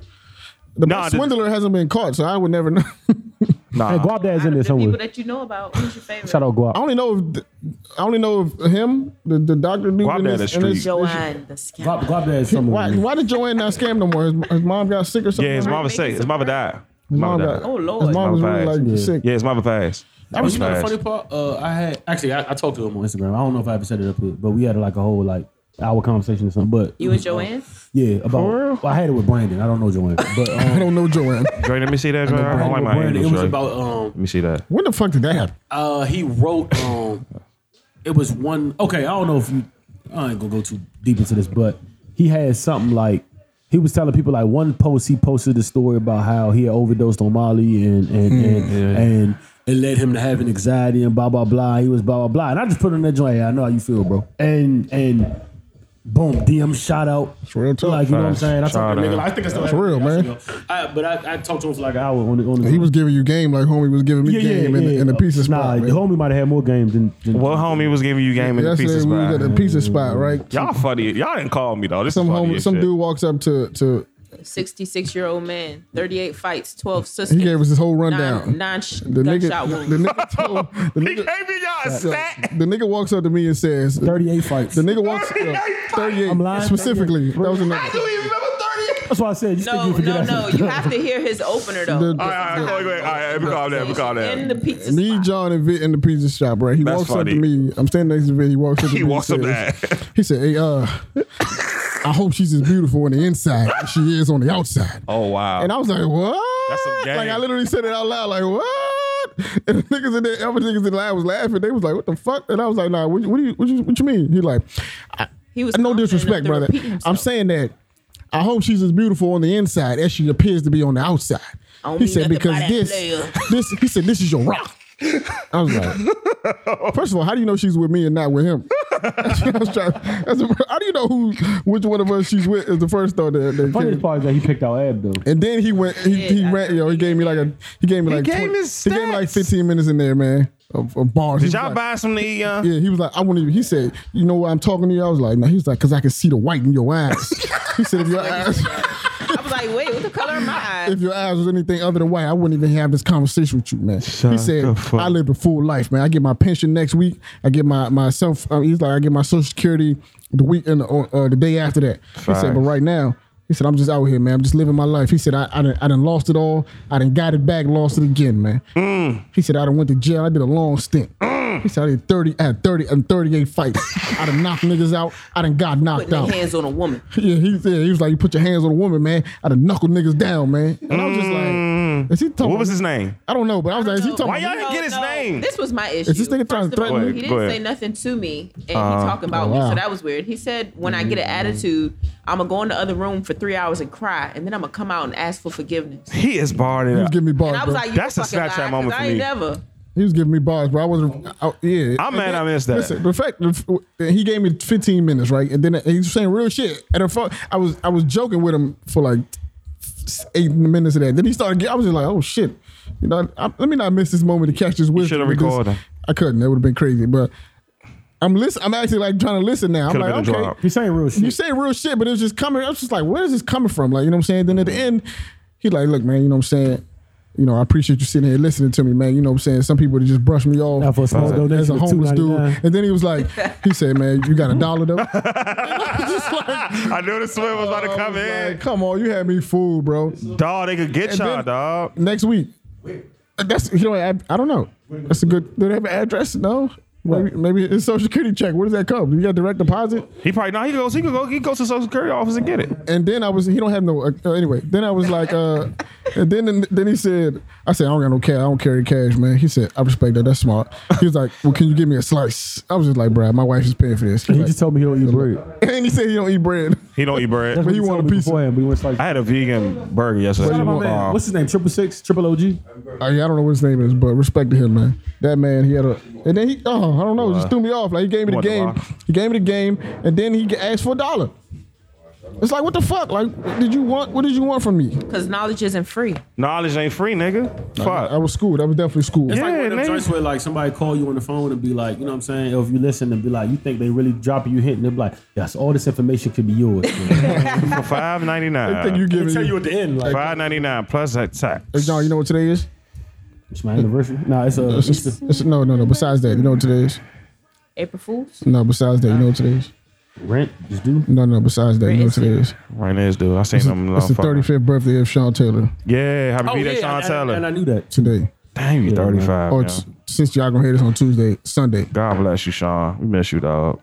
[SPEAKER 2] The
[SPEAKER 3] Nah, the-
[SPEAKER 2] swindler hasn't been caught, so I would never know.
[SPEAKER 4] Hey,
[SPEAKER 3] Nah,
[SPEAKER 4] Guap
[SPEAKER 5] Out
[SPEAKER 4] Dad's in
[SPEAKER 5] of
[SPEAKER 4] there
[SPEAKER 5] the people
[SPEAKER 4] somewhere.
[SPEAKER 5] that you know about, who's your favorite?
[SPEAKER 4] Shout out
[SPEAKER 2] I
[SPEAKER 4] Guap.
[SPEAKER 2] only know if th- I only know if him, the, the doctor dude.
[SPEAKER 3] Guap
[SPEAKER 2] in
[SPEAKER 3] Dad
[SPEAKER 2] this-
[SPEAKER 3] is
[SPEAKER 2] in this-
[SPEAKER 3] street.
[SPEAKER 5] Joanne, the scammer.
[SPEAKER 4] Guap, Guap Dad's somewhere.
[SPEAKER 2] Why, why did Joanne not scam no more? His, his mom got sick or something.
[SPEAKER 3] yeah. His
[SPEAKER 5] mom-
[SPEAKER 3] mama say his mama died. His
[SPEAKER 2] His
[SPEAKER 3] mama
[SPEAKER 2] mom
[SPEAKER 3] died.
[SPEAKER 2] got.
[SPEAKER 5] Oh, Lord.
[SPEAKER 2] His mom was
[SPEAKER 3] Mama
[SPEAKER 2] really like
[SPEAKER 3] passed.
[SPEAKER 2] sick.
[SPEAKER 3] Yeah, his mama passed.
[SPEAKER 4] I
[SPEAKER 3] Mama
[SPEAKER 4] mean, you know the
[SPEAKER 3] passed.
[SPEAKER 4] funny part? Uh, I had actually I, I talked to him on Instagram. I don't know if I ever set it up yet, but we had like a whole like hour conversation or something. But
[SPEAKER 5] You and
[SPEAKER 2] Mm-hmm.
[SPEAKER 5] Joanne?
[SPEAKER 4] yeah, about well, I had it with Brandon. I don't know Joanne, but
[SPEAKER 2] I
[SPEAKER 4] um,
[SPEAKER 2] don't know Joanne.
[SPEAKER 3] Dre, let me see that. Dre. I
[SPEAKER 4] I had
[SPEAKER 3] don't
[SPEAKER 4] it
[SPEAKER 3] like
[SPEAKER 4] with
[SPEAKER 3] my
[SPEAKER 4] Brandon.
[SPEAKER 3] angles,
[SPEAKER 4] It was
[SPEAKER 3] Dre.
[SPEAKER 4] about um
[SPEAKER 3] Let me see that.
[SPEAKER 2] When the fuck did that happen?
[SPEAKER 4] uh he wrote um it was one okay. I don't know if you I ain't gonna go too deep into this, but he had something like. He was telling people like one post he posted the story about how he had overdosed on Molly and and and, and it led him to having anxiety and blah blah blah. He was blah blah blah, and I just put it in that joint. "Yeah, I know how you feel, bro. And and boom, DM shout out.
[SPEAKER 2] real talk.
[SPEAKER 4] Like you know what I'm saying? I
[SPEAKER 3] Shout
[SPEAKER 4] talked to that
[SPEAKER 3] out.
[SPEAKER 4] nigga. like, I think I still
[SPEAKER 2] That's
[SPEAKER 4] have it.
[SPEAKER 2] real,
[SPEAKER 4] I
[SPEAKER 2] man.
[SPEAKER 4] still- I, but I, I talked to him for like an hour on the on the.
[SPEAKER 2] He was giving you game like homie was giving me game in, in a pizza
[SPEAKER 4] Nah,
[SPEAKER 2] spot.
[SPEAKER 4] the
[SPEAKER 2] man.
[SPEAKER 4] homie might have had more games than. than
[SPEAKER 3] Well, homie was giving you game in the
[SPEAKER 2] Yesterday
[SPEAKER 3] pieces,
[SPEAKER 2] we was at the
[SPEAKER 3] man.
[SPEAKER 2] pizza spot, right?
[SPEAKER 3] Y'all funny. Y'all didn't call me though. This
[SPEAKER 2] Some
[SPEAKER 3] is funny
[SPEAKER 2] homie,
[SPEAKER 3] as
[SPEAKER 2] some
[SPEAKER 3] shit.
[SPEAKER 2] dude walks up to to
[SPEAKER 5] 66 year old man, 38 fights, 12 sisters.
[SPEAKER 2] he gave us his whole rundown.
[SPEAKER 5] nine, nine sh-
[SPEAKER 2] the nigga,
[SPEAKER 5] gunshot wounds.
[SPEAKER 2] the nigga, told, the
[SPEAKER 3] He
[SPEAKER 2] nigga,
[SPEAKER 3] gave me y'all a stat.
[SPEAKER 2] the nigga walks up to me and says, the
[SPEAKER 4] 38 fights.
[SPEAKER 2] nigga walks uh, 38
[SPEAKER 4] I'm lying.
[SPEAKER 2] specifically. That was a nigga.
[SPEAKER 4] That's why I said you
[SPEAKER 5] no,
[SPEAKER 4] think you
[SPEAKER 5] no,
[SPEAKER 4] forget
[SPEAKER 5] no.
[SPEAKER 4] that.
[SPEAKER 5] You have to hear his opener, though.
[SPEAKER 2] The-
[SPEAKER 3] All right, all right, go ahead, go ahead. All right, we call that. We call
[SPEAKER 5] In the
[SPEAKER 3] that.
[SPEAKER 5] pizza
[SPEAKER 2] Me,
[SPEAKER 5] spot.
[SPEAKER 2] John, and Vit in the pizza shop, right? He
[SPEAKER 3] That's
[SPEAKER 2] walks up
[SPEAKER 3] funny.
[SPEAKER 2] to me. I'm standing next to Vit. He walks up to me.
[SPEAKER 3] He
[SPEAKER 2] and
[SPEAKER 3] walks up
[SPEAKER 2] says-
[SPEAKER 3] there.
[SPEAKER 2] He said, Hey, uh, I hope she's as beautiful on the inside as she is on the outside.
[SPEAKER 3] Oh wow.
[SPEAKER 2] And I was like, What?
[SPEAKER 3] That's some game.
[SPEAKER 2] Like, I literally said it out loud, like, What? And the niggas in there, other niggas in the line was laughing. They was like, What the fuck? And I was like, Nah, what, what, do, you, what, you, what you mean? He like, I,
[SPEAKER 5] He was
[SPEAKER 2] No
[SPEAKER 5] confident
[SPEAKER 2] disrespect,
[SPEAKER 5] enough to
[SPEAKER 2] brother.
[SPEAKER 5] repeat
[SPEAKER 2] I'm
[SPEAKER 5] himself.
[SPEAKER 2] saying that I hope she's as beautiful on the inside as she appears to be on the outside.
[SPEAKER 5] I don't
[SPEAKER 2] He
[SPEAKER 5] mean
[SPEAKER 2] said
[SPEAKER 5] nothing
[SPEAKER 2] because
[SPEAKER 5] by that
[SPEAKER 2] this,
[SPEAKER 5] player."
[SPEAKER 2] this, he said this is your rock. I was like, first of all, how do you know she's with me and not with him? I was trying- that's the- how do you know who, which one of us she's with? Is the first thought that, that
[SPEAKER 4] Funniest
[SPEAKER 2] came.
[SPEAKER 4] part is that he picked out Ab though.
[SPEAKER 2] And then he went, he,
[SPEAKER 5] Yeah,
[SPEAKER 2] he
[SPEAKER 5] I-
[SPEAKER 2] ran, yo, he gave me like a, he gave me like,
[SPEAKER 3] gave
[SPEAKER 2] 20
[SPEAKER 3] his
[SPEAKER 2] he gave me like
[SPEAKER 3] stats.
[SPEAKER 2] 15 minutes in there, man, of, of bars. He
[SPEAKER 3] Did
[SPEAKER 2] was
[SPEAKER 3] y'all
[SPEAKER 2] like-
[SPEAKER 3] buy some uh, to eat, y'all?
[SPEAKER 2] yeah, he was like, I want to. He said, you know what? I'm talking to you. I was like, no. He was like, because I can see the white in your eyes. he said, if your eyes,
[SPEAKER 5] I was like, wait, what the color of my eyes?
[SPEAKER 2] if your eyes was anything other than white, I wouldn't even have this conversation with you, man. he
[SPEAKER 3] Shut
[SPEAKER 2] said,
[SPEAKER 3] the fuck.
[SPEAKER 2] I lived a full life, man. I get my pension next week. I get my my self. Uh, he's like, I get my social security the week and the, uh, the day after that. He said,
[SPEAKER 3] Facts.
[SPEAKER 2] but right now. He said, "I'm just out here, man. I'm just living my life." He said, "I, I done, I done lost it all. I done got it back, lost it again, man."
[SPEAKER 3] Mm.
[SPEAKER 2] He said, "I done went to jail. I did a long stint." He said, "I did 30, I had 30 and 38 fights. I done knocked niggas out. I done got knocked
[SPEAKER 5] Putting their
[SPEAKER 2] out."
[SPEAKER 5] hands on a woman.
[SPEAKER 2] Yeah, he said he was like, "You put your hands on a woman, man. I done knuckle niggas down, man." And I was just like, "Is he talking?"
[SPEAKER 3] Mm. What was his name?
[SPEAKER 2] I don't know, but I was like, "Is he talking?"
[SPEAKER 3] Why y'all
[SPEAKER 2] about me?
[SPEAKER 3] didn't get his name?
[SPEAKER 5] This was my issue.
[SPEAKER 2] this nigga trying to
[SPEAKER 5] First of all,
[SPEAKER 2] threaten Uh,
[SPEAKER 3] me?
[SPEAKER 5] He
[SPEAKER 3] Go
[SPEAKER 5] didn't
[SPEAKER 3] ahead.
[SPEAKER 5] say nothing to me, and he talking about
[SPEAKER 2] wow. Mm-hmm.
[SPEAKER 5] me, so that was weird. He said, "When I get an attitude, I'm gonna go in the other room for three hours and cry, and then I'm gonna come out and ask for forgiveness."
[SPEAKER 3] He is barred
[SPEAKER 2] He was
[SPEAKER 3] it up.
[SPEAKER 2] giving me bars.
[SPEAKER 5] And I
[SPEAKER 2] bro.
[SPEAKER 5] was like, you
[SPEAKER 3] That's a
[SPEAKER 5] fucking
[SPEAKER 3] Snapchat
[SPEAKER 5] lie, 'cause
[SPEAKER 3] moment
[SPEAKER 5] I
[SPEAKER 3] for
[SPEAKER 5] ain't
[SPEAKER 3] me.
[SPEAKER 5] Never.
[SPEAKER 2] he was giving me bars, bro. I wasn't. I, yeah,
[SPEAKER 3] I'm mad I missed that.
[SPEAKER 2] Listen, the fact he gave me 15 minutes, right, and then he was saying real shit. And the fuck, I was I was joking with him for like eight minutes of that. Then he started. get- I was just like, "Oh shit," you know. I, let me not miss this moment to catch this wisdom.
[SPEAKER 3] should've
[SPEAKER 2] with this.
[SPEAKER 3] recorded.
[SPEAKER 2] I couldn't. That would have been crazy, but. I'm listen. I'm actually like trying to listen now. I'm
[SPEAKER 3] Could've
[SPEAKER 2] like,
[SPEAKER 3] been a
[SPEAKER 2] okay,
[SPEAKER 3] drop.
[SPEAKER 4] He's saying real
[SPEAKER 2] you
[SPEAKER 4] shit.
[SPEAKER 2] say real shit, but it was just coming. I was just like, where is this coming from? Like, you know what I'm saying? Then at the end, he like, look, man, you know what I'm saying? You know, I appreciate you sitting here listening to me, man. You know what I'm saying? Some people just brush me off.
[SPEAKER 4] Now for a small
[SPEAKER 2] as
[SPEAKER 4] donation
[SPEAKER 2] a
[SPEAKER 4] of
[SPEAKER 2] homeless dude.
[SPEAKER 4] $2.99.
[SPEAKER 2] And then he was like, he said, man, you got a dollar though? And I was just like,
[SPEAKER 3] I knew the swim was about to
[SPEAKER 2] I
[SPEAKER 3] come
[SPEAKER 2] was like,
[SPEAKER 3] in.
[SPEAKER 2] come on, you had me fooled, bro.
[SPEAKER 3] Dog, they could get
[SPEAKER 2] And
[SPEAKER 3] y'all,
[SPEAKER 2] then-
[SPEAKER 3] dog.
[SPEAKER 2] Next week. That's, you know, I, I don't know. That's a good, do they have an address? No? Maybe, maybe his social security check. Where does that come? You got direct deposit?
[SPEAKER 3] He probably not. He goes. He could go. He goes to Social Security office and get it.
[SPEAKER 2] And then I was he don't have no uh, uh, anyway. Then I was like, uh, and then then he said, I said I don't got no cash. I don't carry cash, man. He said I respect that. That's smart. He was like, well, can you give me a slice? I was just like, Brad, my wife is paying for this.
[SPEAKER 7] He
[SPEAKER 2] like-
[SPEAKER 7] just told me he don't eat bread.
[SPEAKER 2] and he said he don't eat bread.
[SPEAKER 3] He don't eat bread.
[SPEAKER 7] That's what
[SPEAKER 2] he want
[SPEAKER 7] told
[SPEAKER 2] a
[SPEAKER 7] me
[SPEAKER 2] piece of-
[SPEAKER 7] beforehand, but he was like,
[SPEAKER 3] I had a vegan burger yesterday.
[SPEAKER 7] My man,
[SPEAKER 3] Uh,
[SPEAKER 7] what's his name? Triple six, triple OG.
[SPEAKER 2] I, I don't know what his name is, but respect to him, man. That man, he had a, and then he, oh, I don't know, it just threw me off. Like he gave me the
[SPEAKER 3] Wonder
[SPEAKER 2] game,
[SPEAKER 3] why.
[SPEAKER 2] he gave me the game, and then he asked for a dollar. It's like what the fuck? Like, what did you want? What did you want from me?
[SPEAKER 5] Because knowledge isn't free.
[SPEAKER 3] knowledge ain't free, nigga. Fuck.
[SPEAKER 2] I was schooled. I was definitely schooled.
[SPEAKER 4] It's like
[SPEAKER 3] Yeah,
[SPEAKER 4] one of them
[SPEAKER 3] nigga.
[SPEAKER 4] joints where like somebody call you on the phone and be like, you know what I'm saying? Or if you listen and be like, you think they really dropping you hint and they're like, yes, all this information could be yours. man."
[SPEAKER 3] for five ninety
[SPEAKER 2] I think you
[SPEAKER 3] nine.
[SPEAKER 4] they
[SPEAKER 2] giving
[SPEAKER 4] tell you
[SPEAKER 2] you.
[SPEAKER 4] at the end, like,
[SPEAKER 3] Five ninety nine plus that tax.
[SPEAKER 2] Hey, John, you know what today is?
[SPEAKER 4] it's my anniversary. No, it's a.
[SPEAKER 2] It's,
[SPEAKER 4] It's the
[SPEAKER 2] it's- no, no, no. Besides that, you know what today is?
[SPEAKER 5] April Fools.
[SPEAKER 2] No, besides that, you know what today is?
[SPEAKER 4] rent is due.
[SPEAKER 2] No, no. Besides that, you know what today is?
[SPEAKER 3] Right there, dude. I seen them.
[SPEAKER 2] It's the
[SPEAKER 3] motherfucker.
[SPEAKER 2] 35th birthday of Sean Taylor
[SPEAKER 3] Yeah, happy birthday, Sean
[SPEAKER 4] and, and, and Oh, I
[SPEAKER 3] Taylor.
[SPEAKER 4] knew that.
[SPEAKER 2] today.
[SPEAKER 3] Damn, you thirty five.
[SPEAKER 2] Or t- since y'all gonna hear this on Tuesday, Sunday.
[SPEAKER 3] God bless you, Sean. We miss you, dog.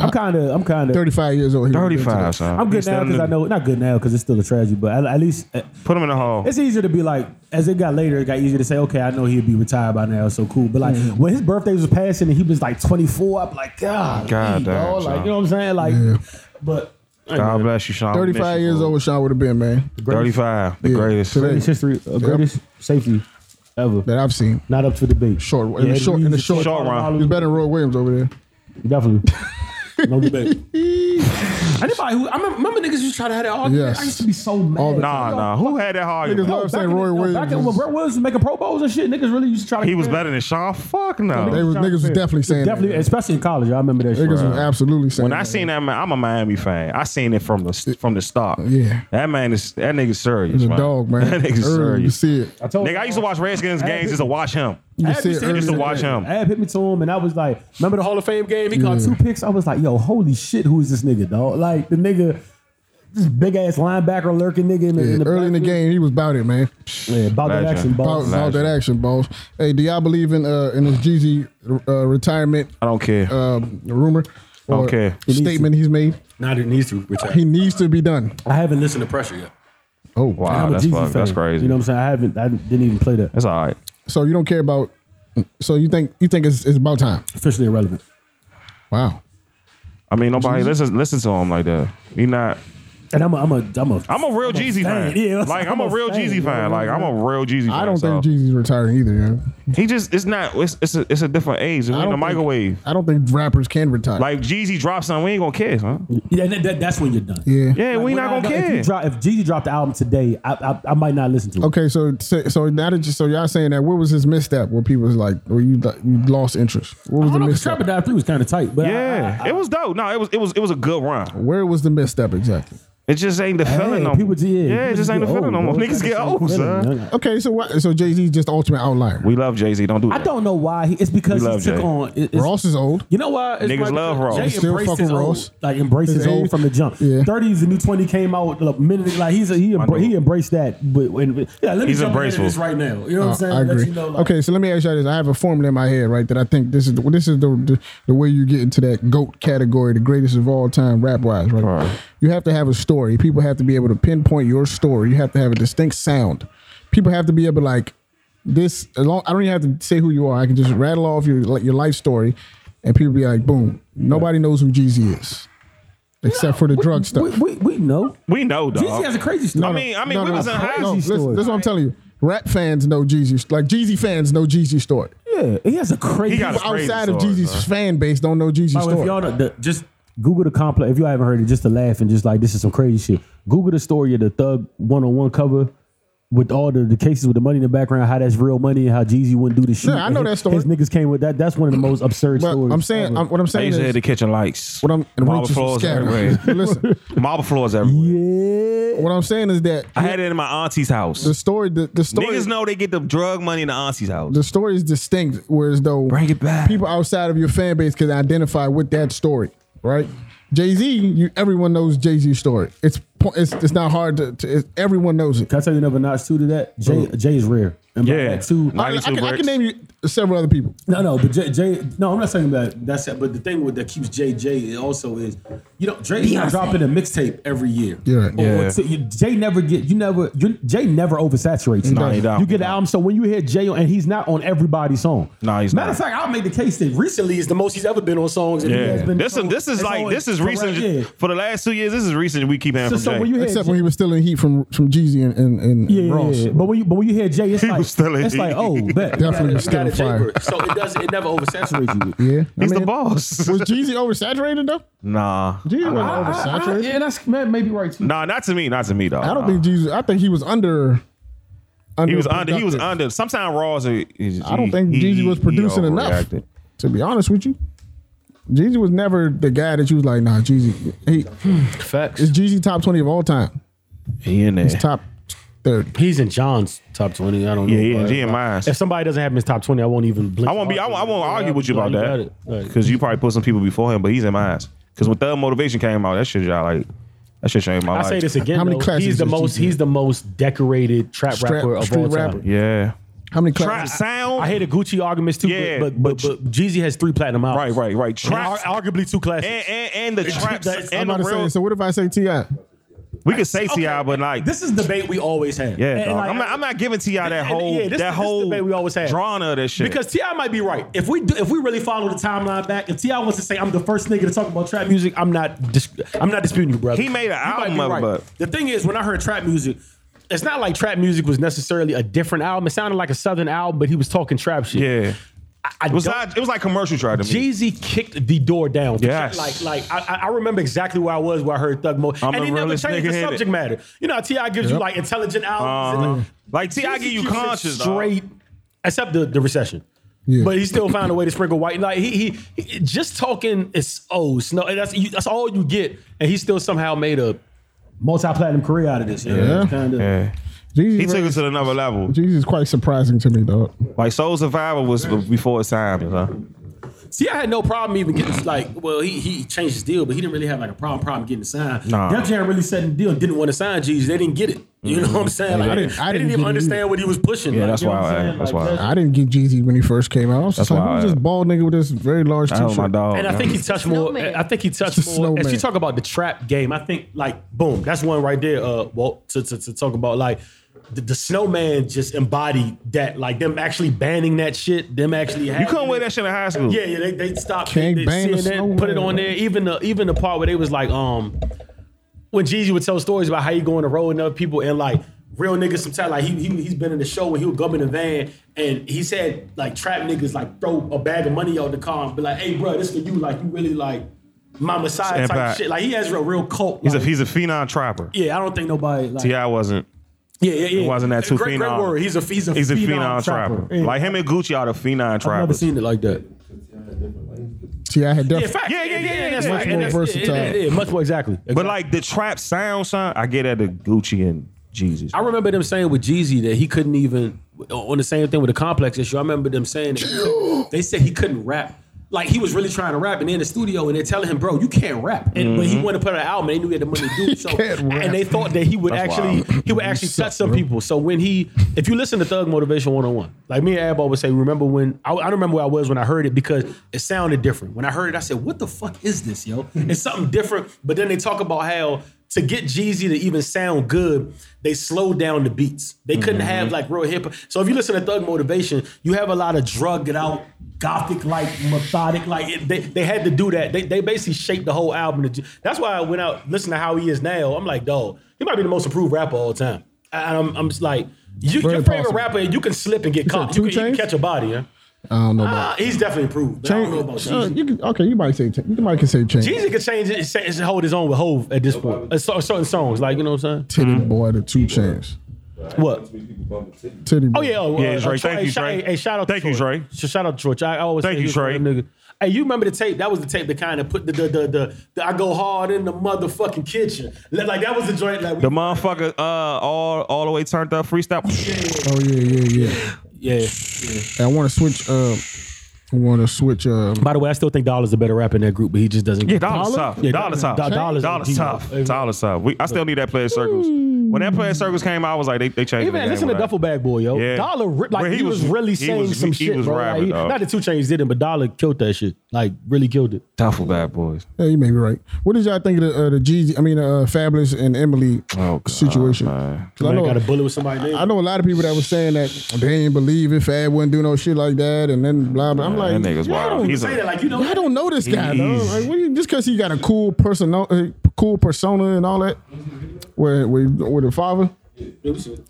[SPEAKER 4] I'm kind of. I'm kind of.
[SPEAKER 2] 35 years old. he would've been
[SPEAKER 3] Thirty
[SPEAKER 2] today.
[SPEAKER 3] five, son.
[SPEAKER 4] I'm
[SPEAKER 3] You
[SPEAKER 4] good
[SPEAKER 3] still
[SPEAKER 4] now
[SPEAKER 3] in
[SPEAKER 4] because
[SPEAKER 3] the-
[SPEAKER 4] I know not good now because it's still a tragedy, but at, at least uh,
[SPEAKER 3] Put him in the hall.
[SPEAKER 4] it's easier to be like as it got later, it got easier to say, okay, I know he'd be retired by now, so cool. But like
[SPEAKER 2] Mm-hmm.
[SPEAKER 4] when his birthday was passing and he was like 24, I'm like, God,
[SPEAKER 3] God damn,
[SPEAKER 4] dog. like
[SPEAKER 3] son.
[SPEAKER 4] you know what I'm saying? Like, but
[SPEAKER 3] God bless you, Sean. We miss
[SPEAKER 2] 35
[SPEAKER 3] you,
[SPEAKER 2] years
[SPEAKER 3] fool.
[SPEAKER 2] old Sean would have been, man,
[SPEAKER 3] Thirty five. The
[SPEAKER 2] Yeah,
[SPEAKER 3] greatest.
[SPEAKER 2] today.
[SPEAKER 4] greatest history, uh, greatest safety ever.
[SPEAKER 2] that I've seen.
[SPEAKER 4] Not up for debate.
[SPEAKER 2] Short- in the
[SPEAKER 4] Eddie
[SPEAKER 2] short- in the
[SPEAKER 4] Reed's
[SPEAKER 2] short-
[SPEAKER 3] Short run.
[SPEAKER 2] He's better than Roy Williams over there.
[SPEAKER 4] Definitely. No debate. Anybody who I remember, remember niggas used to try to have that argument.
[SPEAKER 2] Yes.
[SPEAKER 4] I used to be so mad.
[SPEAKER 2] All the
[SPEAKER 3] Nah,
[SPEAKER 4] Yo,
[SPEAKER 3] nah. Who had that hard?
[SPEAKER 2] Niggas love
[SPEAKER 4] back
[SPEAKER 2] saying
[SPEAKER 4] in the-
[SPEAKER 2] Roy
[SPEAKER 4] yo, Back in, when
[SPEAKER 2] Williams.
[SPEAKER 4] Brett Williams was making Pro Bowls and shit, niggas really used to try to.
[SPEAKER 3] He was better than Sean. Fuck
[SPEAKER 2] They
[SPEAKER 3] no.
[SPEAKER 2] was, niggas was definitely saying
[SPEAKER 4] Definitely,
[SPEAKER 2] that.
[SPEAKER 4] especially in college. I remember that shit.
[SPEAKER 2] Niggas was absolutely saying
[SPEAKER 3] When I seen that man, I'm a Miami fan. I seen it from the from the start.
[SPEAKER 2] Yeah.
[SPEAKER 3] That man is that nigga's serious.
[SPEAKER 2] He's a
[SPEAKER 3] man.
[SPEAKER 2] dog, man.
[SPEAKER 3] That nigga's
[SPEAKER 2] Early, you
[SPEAKER 3] serious.
[SPEAKER 2] see it.
[SPEAKER 4] I told
[SPEAKER 3] Nigga, I used to watch Redskins games just to watch him.
[SPEAKER 2] You
[SPEAKER 4] Ab
[SPEAKER 2] see it
[SPEAKER 4] used to-
[SPEAKER 2] early.
[SPEAKER 3] Just to watch him.
[SPEAKER 4] Ab hit me to him, and I was like, "Remember the Hall of Fame game? He caught
[SPEAKER 2] Yeah.
[SPEAKER 4] two picks." I was like, "Yo, holy shit, who is this nigga, dog? Like the nigga, this big ass linebacker lurking nigga in the, in
[SPEAKER 2] Yeah,
[SPEAKER 4] the
[SPEAKER 2] early in the
[SPEAKER 4] backfield.
[SPEAKER 2] game, he was about it, man.
[SPEAKER 4] Yeah, about that
[SPEAKER 3] Legend.
[SPEAKER 4] action,
[SPEAKER 2] About,
[SPEAKER 4] boss.
[SPEAKER 2] about that
[SPEAKER 3] Legend.
[SPEAKER 2] action, boss. Hey, do y'all believe in uh, in his Jeezy uh, retirement
[SPEAKER 3] I don't care.
[SPEAKER 4] Uh,
[SPEAKER 2] um, rumor or
[SPEAKER 3] Okay.
[SPEAKER 2] statement he's made?
[SPEAKER 4] Not it needs to retire.
[SPEAKER 2] He needs to be done.
[SPEAKER 4] I haven't listened to pressure yet.
[SPEAKER 2] Oh
[SPEAKER 3] wow, that's fuck, that's crazy.
[SPEAKER 4] You know what I'm saying? I haven't. I didn't even play that.
[SPEAKER 3] that's all right.
[SPEAKER 2] So you don't care about? So you think you think it's, it's about time?
[SPEAKER 4] Officially irrelevant.
[SPEAKER 2] Wow.
[SPEAKER 3] I mean, nobody listen listen to him like that. He not.
[SPEAKER 4] And I'm a, I'm a, I'm a,
[SPEAKER 3] I'm a real Jeezy
[SPEAKER 4] fan.
[SPEAKER 3] fan.
[SPEAKER 4] Yeah,
[SPEAKER 3] like I'm, a real
[SPEAKER 4] fan.
[SPEAKER 3] Jeezy fan. Like I'm a real Jeezy. fan.
[SPEAKER 2] I don't
[SPEAKER 3] so.
[SPEAKER 2] think Jeezy's retiring either. Yeah.
[SPEAKER 3] He just it's not it's it's a, it's a different age. We're
[SPEAKER 2] I
[SPEAKER 3] in the
[SPEAKER 2] don't think-
[SPEAKER 3] microwave.
[SPEAKER 2] I don't think rappers can retire.
[SPEAKER 3] Like Jeezy drops something, we ain't gonna care, huh?
[SPEAKER 4] Yeah, that, that, that's when you're done.
[SPEAKER 2] yeah.
[SPEAKER 3] Yeah, we
[SPEAKER 4] When
[SPEAKER 3] not
[SPEAKER 4] I-
[SPEAKER 3] gonna
[SPEAKER 4] If,
[SPEAKER 3] care.
[SPEAKER 4] you drop, if Jeezy dropped the album today, I, I, I might not listen to it.
[SPEAKER 2] Okay, so so so now that you, so y'all saying that, what was his misstep? Where people was like, where you like, you lost interest? What was
[SPEAKER 4] I
[SPEAKER 2] the
[SPEAKER 4] don't know. Trap
[SPEAKER 2] misstep?
[SPEAKER 4] or Die Three was kind of tight, but I-
[SPEAKER 3] yeah,
[SPEAKER 4] I- I-
[SPEAKER 3] it was dope. No, it was it was it was a good run.
[SPEAKER 2] Where was the misstep exactly?
[SPEAKER 3] It just ain't the feeling no
[SPEAKER 4] people
[SPEAKER 3] more.
[SPEAKER 4] just- yeah,
[SPEAKER 3] Yeah,
[SPEAKER 4] people
[SPEAKER 3] it just
[SPEAKER 4] just
[SPEAKER 3] ain't the
[SPEAKER 4] get
[SPEAKER 3] feeling no
[SPEAKER 4] old,
[SPEAKER 3] more.
[SPEAKER 4] bro.
[SPEAKER 3] Niggas get
[SPEAKER 4] That's
[SPEAKER 3] old,
[SPEAKER 4] the feeling,
[SPEAKER 3] son.
[SPEAKER 4] man.
[SPEAKER 2] Okay, so what? So Jay Z just the ultimate outlier.
[SPEAKER 3] We love Jay Z. Don't do that.
[SPEAKER 4] I don't know why. He, it's because
[SPEAKER 3] We
[SPEAKER 4] he
[SPEAKER 3] love
[SPEAKER 4] took
[SPEAKER 3] Jay.
[SPEAKER 4] on. it- it's-
[SPEAKER 2] Ross is old.
[SPEAKER 4] You know why? It's
[SPEAKER 3] Niggas
[SPEAKER 4] probably
[SPEAKER 3] love Ross.
[SPEAKER 4] because Jay
[SPEAKER 2] Still
[SPEAKER 4] embraced
[SPEAKER 2] fucking
[SPEAKER 4] his old,
[SPEAKER 2] Ross.
[SPEAKER 4] Like embraced his
[SPEAKER 2] His
[SPEAKER 4] old
[SPEAKER 2] age.
[SPEAKER 4] from the jump.
[SPEAKER 2] Yeah.
[SPEAKER 4] Thirties, the new twenty came out a minute. Like he's a, he
[SPEAKER 3] dude.
[SPEAKER 4] embra- he embraced that. But when, yeah, let me
[SPEAKER 3] He's
[SPEAKER 4] jump into
[SPEAKER 3] embraceful.
[SPEAKER 4] this right now. You know what I'm
[SPEAKER 2] Uh,
[SPEAKER 4] saying?
[SPEAKER 2] I
[SPEAKER 4] Let
[SPEAKER 2] agree.
[SPEAKER 4] you know, like-
[SPEAKER 2] okay, so let me ask y'all this. I have a formula in my head, right? That I think this is the, this is the, the the way you get into that goat category, the greatest of all time, rap wise, right?
[SPEAKER 3] Right.
[SPEAKER 2] You have to have a story. People have to be able to pinpoint your story. You have to have a distinct sound. People have to be able to like this. As long, I don't even have to say who you are. I can just rattle off your like, your life story, and people be like, boom. Nobody knows who Jeezy is, except for the drug stuff.
[SPEAKER 4] We, we, we know.
[SPEAKER 3] We know, dog.
[SPEAKER 4] Jeezy has a crazy story.
[SPEAKER 3] I mean, I mean, we was in
[SPEAKER 2] no,
[SPEAKER 3] high school.
[SPEAKER 2] listen,
[SPEAKER 4] story.
[SPEAKER 2] That's what I'm telling you. Rap fans know Jeezy, like Jeezy fans know Jeezy story.
[SPEAKER 4] yeah, he has a crazy.
[SPEAKER 3] He got a
[SPEAKER 2] People outside of
[SPEAKER 3] crazy
[SPEAKER 2] Jeezy's
[SPEAKER 3] story,
[SPEAKER 2] fan base don't know Jeezy's
[SPEAKER 4] Oh, if
[SPEAKER 2] story.
[SPEAKER 4] y'all don't- the, just Google the complex. If y'all haven't heard it, just to laugh and just like this is some crazy shit. Google the story of the Thug one on one cover with all the, the cases with the money in the background, how that's real money and how Jeezy wouldn't do the shit.
[SPEAKER 2] Yeah, I know
[SPEAKER 4] And
[SPEAKER 2] that
[SPEAKER 4] his-
[SPEAKER 2] story.
[SPEAKER 4] His niggas came with that. That's one of the most absurd
[SPEAKER 2] But
[SPEAKER 4] stories.
[SPEAKER 2] I'm saying,
[SPEAKER 4] ever.
[SPEAKER 2] I'm, what I'm
[SPEAKER 3] I
[SPEAKER 2] saying
[SPEAKER 3] used to hit
[SPEAKER 2] is,
[SPEAKER 3] the kitchen lights.
[SPEAKER 2] what I'm and
[SPEAKER 3] marble
[SPEAKER 2] Rachel
[SPEAKER 3] floors
[SPEAKER 2] scattered.
[SPEAKER 3] everywhere.
[SPEAKER 2] Listen,
[SPEAKER 3] marble floors everywhere.
[SPEAKER 4] yeah.
[SPEAKER 2] what I'm saying is that
[SPEAKER 3] I had it in my auntie's house.
[SPEAKER 2] the story, the, the story,
[SPEAKER 3] Niggas know they get the drug money in the auntie's house.
[SPEAKER 2] the story is distinct. Whereas though,
[SPEAKER 3] Bring it back.
[SPEAKER 2] People outside of your fan base can identify with that story, right? Jay Z, you everyone knows Jay Z's story. It's po- it's it's not hard to, to it, everyone knows it.
[SPEAKER 4] Can I tell you another notch two to that? Jay, Jay is rare. And by
[SPEAKER 3] Yeah.
[SPEAKER 4] that Two.
[SPEAKER 3] Nah.
[SPEAKER 2] I, I
[SPEAKER 3] 92
[SPEAKER 2] can, I
[SPEAKER 3] bricks.
[SPEAKER 2] can name you several other people.
[SPEAKER 4] No, no, but Jay, Jay, no, I'm not saying that. That's it. But the thing with that keeps Jay Jay also is you know Drake's not dropping a mixtape every year.
[SPEAKER 2] You're right.
[SPEAKER 4] Or- or
[SPEAKER 3] Yeah.
[SPEAKER 4] two- you- Jay never get you never you, Jay never oversaturates.
[SPEAKER 3] Nah, he don't.
[SPEAKER 4] You get an album, so when you hear Jay on, and he's not on everybody's song.
[SPEAKER 3] Nah, he's
[SPEAKER 4] matter
[SPEAKER 3] not.
[SPEAKER 4] of fact, I'll make the case that recently is the most he's ever been on songs. and he has
[SPEAKER 3] Yeah,
[SPEAKER 4] been
[SPEAKER 3] this is
[SPEAKER 4] on-
[SPEAKER 3] this is
[SPEAKER 4] it's
[SPEAKER 3] like
[SPEAKER 4] on-
[SPEAKER 3] this is
[SPEAKER 4] correct,
[SPEAKER 3] recent
[SPEAKER 4] yeah.
[SPEAKER 3] for the last two years. This is recent. We keep hearing
[SPEAKER 4] So,
[SPEAKER 3] from
[SPEAKER 4] so
[SPEAKER 3] Jay.
[SPEAKER 4] when you hear
[SPEAKER 2] Except
[SPEAKER 4] Jay-
[SPEAKER 2] when he was still in heat from from Jeezy and and, and
[SPEAKER 4] yeah, yeah,
[SPEAKER 2] Ross.
[SPEAKER 4] yeah. but when you but when you hear Jay, it's
[SPEAKER 3] He
[SPEAKER 4] like
[SPEAKER 3] was still in
[SPEAKER 4] it's like
[SPEAKER 3] heat.
[SPEAKER 4] oh, bet.
[SPEAKER 2] Definitely
[SPEAKER 4] You
[SPEAKER 2] was still
[SPEAKER 4] got a Jay
[SPEAKER 2] fire.
[SPEAKER 4] verse. So it does it never oversaturates you.
[SPEAKER 2] Yeah, I
[SPEAKER 3] He's
[SPEAKER 2] mean,
[SPEAKER 3] the boss.
[SPEAKER 2] Was Jeezy oversaturated though?
[SPEAKER 3] nah,
[SPEAKER 2] Jeezy wasn't
[SPEAKER 4] I- I-
[SPEAKER 2] oversaturated.
[SPEAKER 4] yeah, that's man, maybe right too.
[SPEAKER 3] nah, not to me. Not to me though.
[SPEAKER 2] I don't
[SPEAKER 3] Nah.
[SPEAKER 2] think Jeezy. I think he was under.
[SPEAKER 3] he was under. He was
[SPEAKER 2] underproductive.
[SPEAKER 3] under. Sometimes Raw's. I
[SPEAKER 2] I don't think Jeezy was producing enough. To be honest with you, Jeezy was never the guy that you was like, nah, Jeezy. He
[SPEAKER 4] Facts.
[SPEAKER 2] is Jeezy top twenty of all time.
[SPEAKER 3] He in there.
[SPEAKER 2] Top thirty.
[SPEAKER 4] He's in John's top twenty. I don't
[SPEAKER 3] Yeah,
[SPEAKER 4] know.
[SPEAKER 3] yeah,
[SPEAKER 4] Like,
[SPEAKER 3] G and mine.
[SPEAKER 4] If somebody doesn't have him in his top twenty, I won't even. Blink
[SPEAKER 3] I won't be. I won't, I won't argue with you about
[SPEAKER 4] Like,
[SPEAKER 3] that
[SPEAKER 4] you got it. Like-
[SPEAKER 3] because you probably put some people before him, but he's in my eyes. Because when Thug Motivation came out, that shit y'all like. That shit changed my
[SPEAKER 4] I
[SPEAKER 3] life.
[SPEAKER 4] say this again.
[SPEAKER 2] How many
[SPEAKER 4] though,
[SPEAKER 2] classics
[SPEAKER 4] he's the
[SPEAKER 2] does
[SPEAKER 4] most.
[SPEAKER 2] Jeezy
[SPEAKER 4] He's the most decorated trap
[SPEAKER 2] Strap-
[SPEAKER 4] rapper of
[SPEAKER 2] street
[SPEAKER 4] all time.
[SPEAKER 2] rapper.
[SPEAKER 3] Yeah.
[SPEAKER 2] How many
[SPEAKER 3] Trap
[SPEAKER 2] classes?
[SPEAKER 3] sound.
[SPEAKER 4] I hate the Gucci arguments too,
[SPEAKER 3] Yeah,
[SPEAKER 4] but, but, but but Jeezy has three platinum
[SPEAKER 3] Right,
[SPEAKER 4] albums.
[SPEAKER 3] right, right. Trap
[SPEAKER 4] Ar- arguably two classics.
[SPEAKER 3] and, and, and the trap
[SPEAKER 4] That's-
[SPEAKER 2] I'm
[SPEAKER 3] and
[SPEAKER 2] about
[SPEAKER 3] the
[SPEAKER 2] to
[SPEAKER 3] real.
[SPEAKER 2] say. So what if I say Ti?
[SPEAKER 3] we could say
[SPEAKER 4] Okay.
[SPEAKER 3] Ti, but like
[SPEAKER 4] this is debate we always have.
[SPEAKER 3] Yeah,
[SPEAKER 4] And- and
[SPEAKER 3] dog.
[SPEAKER 4] like-
[SPEAKER 3] I'm, not, I'm not giving Ti that
[SPEAKER 4] and-
[SPEAKER 3] whole
[SPEAKER 4] yeah, this-
[SPEAKER 3] that
[SPEAKER 4] this
[SPEAKER 3] whole
[SPEAKER 4] debate we always had.
[SPEAKER 3] drama of that shit.
[SPEAKER 4] Because Ti might be right. If we do, if we really follow the timeline back, if Ti wants to say I'm the first nigga to talk about trap music, I'm not dis- I'm not disputing you, brother.
[SPEAKER 3] He made an
[SPEAKER 4] You might
[SPEAKER 3] album
[SPEAKER 4] be
[SPEAKER 3] of it, but-
[SPEAKER 4] the thing is, when I heard trap music, it's not like trap music was necessarily a different album. It sounded like a southern album, but he was talking trap shit.
[SPEAKER 3] yeah,
[SPEAKER 4] I, I
[SPEAKER 3] it was
[SPEAKER 4] don't-
[SPEAKER 3] not. It was like commercial try to me.
[SPEAKER 4] Jeezy kicked the door down.
[SPEAKER 3] Yes.
[SPEAKER 4] Like, like I, I- I remember exactly where I was when I heard Thug Mo.
[SPEAKER 3] I'm
[SPEAKER 4] and
[SPEAKER 3] the
[SPEAKER 4] he never
[SPEAKER 3] realest
[SPEAKER 4] changed
[SPEAKER 3] nigga
[SPEAKER 4] the
[SPEAKER 3] hit it.
[SPEAKER 4] subject matter. You know, how T.I. gives you
[SPEAKER 2] Yep.
[SPEAKER 4] like intelligent albums.
[SPEAKER 3] Uh-huh.
[SPEAKER 4] and, like,
[SPEAKER 3] Like Ti
[SPEAKER 4] Jeezy
[SPEAKER 3] give you
[SPEAKER 4] keeps it
[SPEAKER 3] conscious straight.
[SPEAKER 4] straight, except the, the recession.
[SPEAKER 2] Yeah.
[SPEAKER 4] But he still found a way to sprinkle white. Like he, he, he- just talking is oh snow. and That's you, that's all you get, and he still somehow made a multi-platinum career out of this.
[SPEAKER 2] Yeah.
[SPEAKER 4] kind of.
[SPEAKER 3] Yeah.
[SPEAKER 2] Jeezy.
[SPEAKER 3] He took it to another level.
[SPEAKER 2] Jeezy's quite surprising to me, dog.
[SPEAKER 3] Like Soul Survivor was before its time. Huh?
[SPEAKER 4] See, I had no problem even getting like, well, he he changed his deal, but he didn't really have like a problem problem getting signed.
[SPEAKER 3] Nah.
[SPEAKER 4] Def Jam really set the deal and didn't want to sign G's. They didn't get it. You know what I'm saying? Like,
[SPEAKER 2] Yeah.
[SPEAKER 4] I didn't,
[SPEAKER 2] I
[SPEAKER 4] they
[SPEAKER 2] didn't
[SPEAKER 4] didn't
[SPEAKER 2] get
[SPEAKER 4] even
[SPEAKER 2] it
[SPEAKER 4] understand what he was pushing.
[SPEAKER 3] Yeah,
[SPEAKER 4] like,
[SPEAKER 3] that's
[SPEAKER 4] you know
[SPEAKER 3] why
[SPEAKER 4] what I'm
[SPEAKER 3] I-
[SPEAKER 4] saying?
[SPEAKER 3] that's
[SPEAKER 4] Like,
[SPEAKER 3] why I-
[SPEAKER 2] I didn't get Jeezy when he first came out. I was just
[SPEAKER 3] That's
[SPEAKER 2] like,
[SPEAKER 3] why
[SPEAKER 2] who's this
[SPEAKER 3] I-
[SPEAKER 2] bald nigga with this very large
[SPEAKER 3] That was
[SPEAKER 2] t-shirt?
[SPEAKER 3] my dog.
[SPEAKER 4] And I
[SPEAKER 3] man.
[SPEAKER 4] think he touched more.
[SPEAKER 5] Snowman.
[SPEAKER 4] I think he touched
[SPEAKER 2] It's a
[SPEAKER 4] more. As
[SPEAKER 2] snowman.
[SPEAKER 4] you talk about the trap game, I think like boom, that's one right there. Uh, Walt to, to, to talk about like the, the snowman just embodied that. Like them actually banning that shit. Them actually
[SPEAKER 3] you couldn't wear that shit in high school.
[SPEAKER 4] Yeah, yeah, they they stopped.
[SPEAKER 2] Can't
[SPEAKER 4] they,
[SPEAKER 2] ban the
[SPEAKER 4] CNN put it
[SPEAKER 2] snowman.
[SPEAKER 4] on there. Even the even the part where they was like, um, when Jeezy would tell stories about how he go on the road and other people and like real niggas sometimes like he, he he's been in the show where he would come in the van and he said like trap niggas like throw a bag of money out the car and be like, hey bro, this for you like you really like my messiah
[SPEAKER 3] Stand
[SPEAKER 4] type
[SPEAKER 3] back.
[SPEAKER 4] shit. Like he has a real cult.
[SPEAKER 3] He's a
[SPEAKER 4] like,
[SPEAKER 3] he's a phenom trapper.
[SPEAKER 4] yeah, I don't think nobody like
[SPEAKER 3] Ti wasn't.
[SPEAKER 4] yeah yeah yeah.
[SPEAKER 3] it wasn't that too
[SPEAKER 4] great,
[SPEAKER 3] phenom.
[SPEAKER 4] Great word. He's a he's a
[SPEAKER 3] He's a
[SPEAKER 4] phenom,
[SPEAKER 3] phenom, trapper.
[SPEAKER 4] Yeah.
[SPEAKER 3] Like him and Gucci are the phenom
[SPEAKER 4] I've never
[SPEAKER 3] trappers.
[SPEAKER 4] seen it like that.
[SPEAKER 2] See, I had
[SPEAKER 4] Yeah,
[SPEAKER 2] definitely.
[SPEAKER 4] fact.
[SPEAKER 3] Yeah, yeah, yeah, yeah,
[SPEAKER 4] That's
[SPEAKER 3] yeah.
[SPEAKER 4] right.
[SPEAKER 3] Much
[SPEAKER 4] And
[SPEAKER 2] more
[SPEAKER 4] that's-
[SPEAKER 2] versatile.
[SPEAKER 4] yeah, yeah, yeah, much more exactly.
[SPEAKER 3] But like the trap sound, son, I get at the Gucci and Jesus.
[SPEAKER 4] I remember them saying with Jeezy that he couldn't even on the same thing with the complex issue. I remember them saying that he couldn't- they said he couldn't rap. Like he was really trying to rap, and they in the studio, and they're telling him, "Bro, you can't rap." And but
[SPEAKER 3] Mm-hmm.
[SPEAKER 4] he wanted to put out an album. And they knew he had the money to do it. So,
[SPEAKER 2] can't rap.
[SPEAKER 4] and they thought that he would
[SPEAKER 3] That's
[SPEAKER 4] actually
[SPEAKER 3] wild.
[SPEAKER 4] he would actually touch some people. So when he, if you listen to Thug Motivation One on One, like me and Abbo would say, remember when I, I don't remember where I was when I heard it because it sounded different. When I heard it, I said, "What the fuck is this, yo?" It's something different. But then they talk about how to get Jeezy to even sound good, they slowed down the beats. They couldn't have like real hip. So if you listen to Thug Motivation, you have a lot of drugged out, gothic like, methodic like. it- They, they had to do that. They, they basically shaped the whole album. to J- That's why I went out listen to how he is now. I'm like, dog, he might be the most approved rapper of all time. I, I'm, I'm just like, you, your
[SPEAKER 2] Very
[SPEAKER 4] favorite
[SPEAKER 2] possible.
[SPEAKER 4] rapper, you can slip and get caught.
[SPEAKER 2] Two
[SPEAKER 4] You can, you can
[SPEAKER 2] Chainz?
[SPEAKER 4] catch a body. Yeah,
[SPEAKER 2] I don't know about.
[SPEAKER 4] uh, he's definitely improved. But I don't know about
[SPEAKER 2] Change, uh,
[SPEAKER 4] Jeezy.
[SPEAKER 2] you can, okay, you might say you might can say change.
[SPEAKER 4] Jeezy could change it, say- hold his own with Hove at this point. Uh, so- certain songs, like you know what I'm
[SPEAKER 2] Titty
[SPEAKER 3] Mm-hmm.
[SPEAKER 2] boy, the two chains.
[SPEAKER 4] saying. What?
[SPEAKER 2] Titty boy.
[SPEAKER 4] Oh yeah, oh,
[SPEAKER 3] Yeah,
[SPEAKER 4] uh,
[SPEAKER 3] Dre.
[SPEAKER 4] uh,
[SPEAKER 3] Thank
[SPEAKER 4] hey,
[SPEAKER 3] you,
[SPEAKER 4] shout-
[SPEAKER 3] Dre.
[SPEAKER 4] Hey, hey, shout out.
[SPEAKER 3] Thank
[SPEAKER 4] to
[SPEAKER 3] you,
[SPEAKER 4] Troy.
[SPEAKER 3] Dre.
[SPEAKER 4] Sh- Shout out to Troy. I always
[SPEAKER 3] Thank you,
[SPEAKER 4] say he was one
[SPEAKER 3] Dre.
[SPEAKER 4] of them niggas. Hey, you remember the tape? That was the tape that kind of put the the, the the the I go hard in the motherfucking kitchen. Like like, that was the joint. Like we-
[SPEAKER 3] The motherfucker uh all all the way turned up freestyle.
[SPEAKER 2] Oh yeah, yeah, yeah.
[SPEAKER 4] yeah,
[SPEAKER 2] And I want to switch. Uh, want to switch. Uh,
[SPEAKER 4] By the way, I still think Dollar's a better rapper in that group, but he just doesn't.
[SPEAKER 3] Yeah,
[SPEAKER 4] get-
[SPEAKER 3] dollar tough.
[SPEAKER 4] Yeah,
[SPEAKER 3] Dollar tough.
[SPEAKER 4] Do-
[SPEAKER 3] Dollar
[SPEAKER 4] Dollar's a
[SPEAKER 3] tough.
[SPEAKER 4] G.
[SPEAKER 3] Dollar tough. We, I still need that player in circles. When that player in circles came out, I was like, they, they changed. the
[SPEAKER 4] Even
[SPEAKER 3] game
[SPEAKER 4] listen to
[SPEAKER 3] with that.
[SPEAKER 4] Duffel Bag Boy, yo.
[SPEAKER 3] Yeah.
[SPEAKER 4] Dollar, ri- like
[SPEAKER 3] Bro,
[SPEAKER 4] he,
[SPEAKER 3] he
[SPEAKER 4] was,
[SPEAKER 3] was-
[SPEAKER 4] really
[SPEAKER 3] he
[SPEAKER 4] saying
[SPEAKER 3] was-
[SPEAKER 4] some
[SPEAKER 3] he
[SPEAKER 4] shit,
[SPEAKER 3] was
[SPEAKER 4] bro. Like,
[SPEAKER 3] rapping,
[SPEAKER 4] he-
[SPEAKER 3] dog.
[SPEAKER 4] not the two chains didn't, but Dollar killed that shit. Like really killed it.
[SPEAKER 3] Duffel bad boys.
[SPEAKER 2] yeah, you may be right. What did y'all think of the, uh, the Jeezy? I mean, uh, Fabulous and Emily
[SPEAKER 3] Oh, God,
[SPEAKER 2] situation.
[SPEAKER 3] man.
[SPEAKER 2] 'Cause I
[SPEAKER 4] Man
[SPEAKER 2] know,
[SPEAKER 4] got a bullet with somebody. Named.
[SPEAKER 2] I know a lot of people that were saying that they didn't believe it. Fab wouldn't do no shit like that, and then blah blah. I'm
[SPEAKER 3] that
[SPEAKER 2] like,
[SPEAKER 3] nigga's wild. He's
[SPEAKER 4] Say that
[SPEAKER 3] a,
[SPEAKER 4] like you know.
[SPEAKER 2] I don't know this guy. Though.
[SPEAKER 3] He's-
[SPEAKER 2] Like, what do you, just because he got a cool persona, uh, cool persona, and all that, where where with the father, that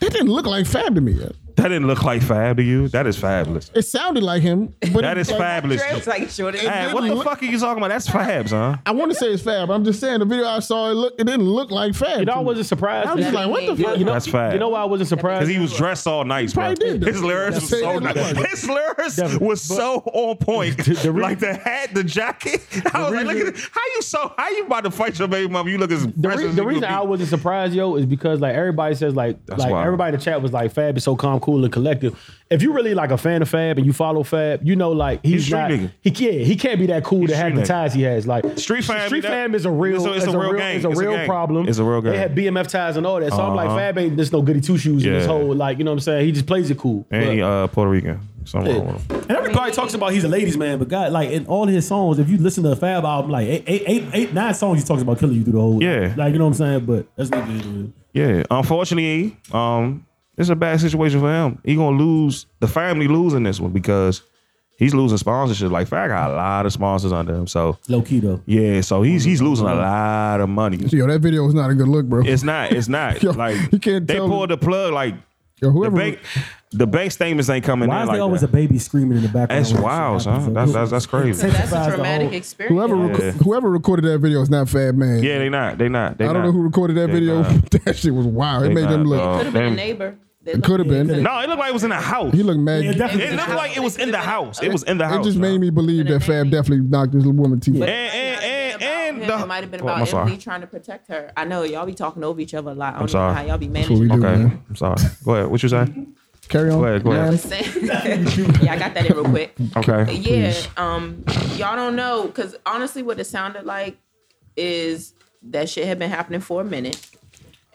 [SPEAKER 2] didn't look like Fab to me. Yet.
[SPEAKER 3] that didn't look like Fab to you. That is fabulous.
[SPEAKER 2] It sounded like him, but
[SPEAKER 3] That
[SPEAKER 2] it-
[SPEAKER 3] is
[SPEAKER 2] like,
[SPEAKER 3] fabulous.
[SPEAKER 5] Dre's like short as
[SPEAKER 3] Hey, what the fuck are you talking about? That's Fabs, huh?
[SPEAKER 2] I want to say it's Fab. I'm just saying the video I saw, it look, it didn't look like Fab.
[SPEAKER 4] You know, I
[SPEAKER 2] to me.
[SPEAKER 4] wasn't surprised.
[SPEAKER 2] I was
[SPEAKER 4] that-
[SPEAKER 2] just like, what the fuck?
[SPEAKER 4] You know,
[SPEAKER 3] That's fat.
[SPEAKER 4] You know why I wasn't surprised?
[SPEAKER 3] Because he was dressed all nice, bro.
[SPEAKER 2] probably did, though.
[SPEAKER 3] His lyrics was
[SPEAKER 2] That's
[SPEAKER 3] so
[SPEAKER 2] it.
[SPEAKER 3] nice. His lyrics
[SPEAKER 4] Devin,
[SPEAKER 3] was
[SPEAKER 4] but-
[SPEAKER 3] so on point.
[SPEAKER 4] the re-
[SPEAKER 3] like the hat, the jacket. I was like, look at this. How you so? How you about to fight your baby mama? You look as
[SPEAKER 4] the,
[SPEAKER 3] fresh
[SPEAKER 4] re-
[SPEAKER 3] as
[SPEAKER 4] the
[SPEAKER 3] you
[SPEAKER 4] reason
[SPEAKER 3] could be.
[SPEAKER 4] I wasn't surprised, yo, is because like everybody says, like
[SPEAKER 3] That's
[SPEAKER 4] like
[SPEAKER 3] wild.
[SPEAKER 4] everybody in the chat was like, Fab is so calm, cool, and collective. If you really like a fan of Fab and you follow Fab, you know like he's,
[SPEAKER 3] He's street
[SPEAKER 4] not
[SPEAKER 3] nigga.
[SPEAKER 4] he can't he can't be that cool to
[SPEAKER 3] street
[SPEAKER 4] have the
[SPEAKER 3] nigga.
[SPEAKER 4] ties he has. Like
[SPEAKER 3] Street fam
[SPEAKER 4] street
[SPEAKER 3] be that-
[SPEAKER 4] fam is a real
[SPEAKER 3] it's a- it's a real gang.
[SPEAKER 4] is a
[SPEAKER 3] It's a
[SPEAKER 4] real
[SPEAKER 3] gang.
[SPEAKER 4] problem.
[SPEAKER 3] It's a real
[SPEAKER 4] They
[SPEAKER 3] gang.
[SPEAKER 4] had BMF ties and all that, so I'm like
[SPEAKER 3] Uh-huh.
[SPEAKER 4] Fab ain't just no goody two shoes in this
[SPEAKER 3] Yeah.
[SPEAKER 4] whole like you know what I'm saying. He just plays it cool.
[SPEAKER 3] And
[SPEAKER 4] But-
[SPEAKER 3] he, uh, Puerto Rican. Something wrong with him.
[SPEAKER 7] And everybody talks about he's a ladies man, but God, like in all his songs, if you listen to a Fab album, like eight, eight, eight, eight nine songs, he talks about killing you through the whole.
[SPEAKER 3] Yeah.
[SPEAKER 7] like you know what I'm saying. But that's not good.
[SPEAKER 3] Yeah. Unfortunately, um, it's a bad situation for him. He gonna lose the family losing this one because he's losing sponsorship. Like Fab got a lot of sponsors under him. So
[SPEAKER 7] Low key though.
[SPEAKER 3] yeah, so he's he's losing a lot of money.
[SPEAKER 2] Yo, that video was not a good look, bro.
[SPEAKER 3] It's not. It's not.
[SPEAKER 2] Yo,
[SPEAKER 3] like
[SPEAKER 2] you can't
[SPEAKER 3] they
[SPEAKER 2] tell
[SPEAKER 3] pulled the plug. Like
[SPEAKER 2] Yo,
[SPEAKER 3] the
[SPEAKER 2] whoever,
[SPEAKER 3] bank, the bank statements ain't coming
[SPEAKER 7] Why
[SPEAKER 3] in
[SPEAKER 7] is
[SPEAKER 3] like
[SPEAKER 7] there always
[SPEAKER 3] that.
[SPEAKER 7] a baby screaming in the background?
[SPEAKER 3] That's
[SPEAKER 7] when
[SPEAKER 3] wild,
[SPEAKER 7] shit happens?
[SPEAKER 3] son. That's- that's- that's crazy.
[SPEAKER 5] That's
[SPEAKER 7] Intensifies
[SPEAKER 5] a
[SPEAKER 7] the
[SPEAKER 5] traumatic
[SPEAKER 7] whole-
[SPEAKER 5] experience.
[SPEAKER 2] whoever, rec-
[SPEAKER 3] Yeah.
[SPEAKER 2] whoever recorded that video is not Fab Man.
[SPEAKER 3] yeah, they not. They not. They
[SPEAKER 2] I don't know who recorded that
[SPEAKER 3] They
[SPEAKER 2] video.
[SPEAKER 3] not.
[SPEAKER 2] that shit was wild. It
[SPEAKER 3] They
[SPEAKER 2] made them
[SPEAKER 3] not,
[SPEAKER 2] look.
[SPEAKER 3] dog.
[SPEAKER 5] Could have been a
[SPEAKER 3] Oh, Damn.
[SPEAKER 5] neighbor. They
[SPEAKER 2] It could have
[SPEAKER 5] looked-
[SPEAKER 2] been.
[SPEAKER 5] could've-
[SPEAKER 3] No, it looked like it was in the house.
[SPEAKER 2] He looked mad.
[SPEAKER 7] Yeah, definitely.
[SPEAKER 3] it looked like it was in the house. It was in the
[SPEAKER 2] it
[SPEAKER 3] house.
[SPEAKER 2] just made me believe that Fab definitely knocked this little woman teeth.
[SPEAKER 5] But
[SPEAKER 2] out.
[SPEAKER 5] it
[SPEAKER 3] And-
[SPEAKER 5] might not
[SPEAKER 3] and-
[SPEAKER 5] have
[SPEAKER 3] and-
[SPEAKER 5] been about
[SPEAKER 3] and
[SPEAKER 5] him. It might have been
[SPEAKER 3] the- Oh, I'm
[SPEAKER 5] about
[SPEAKER 3] sorry.
[SPEAKER 5] Emily trying to protect her. I know y'all be talking over each other a lot. I don't know
[SPEAKER 3] sorry.
[SPEAKER 5] how y'all be
[SPEAKER 2] what we
[SPEAKER 5] managing.
[SPEAKER 2] do.
[SPEAKER 5] that.
[SPEAKER 3] Okay,
[SPEAKER 2] man.
[SPEAKER 3] I'm sorry. Go ahead. What you say?
[SPEAKER 2] Carry on.
[SPEAKER 3] Go ahead, go ahead.
[SPEAKER 2] Man,
[SPEAKER 5] yeah, I got that in real quick.
[SPEAKER 3] Okay.
[SPEAKER 5] Uh, Yeah, um, y'all don't know because honestly, what it sounded like is that shit had been happening for a minute,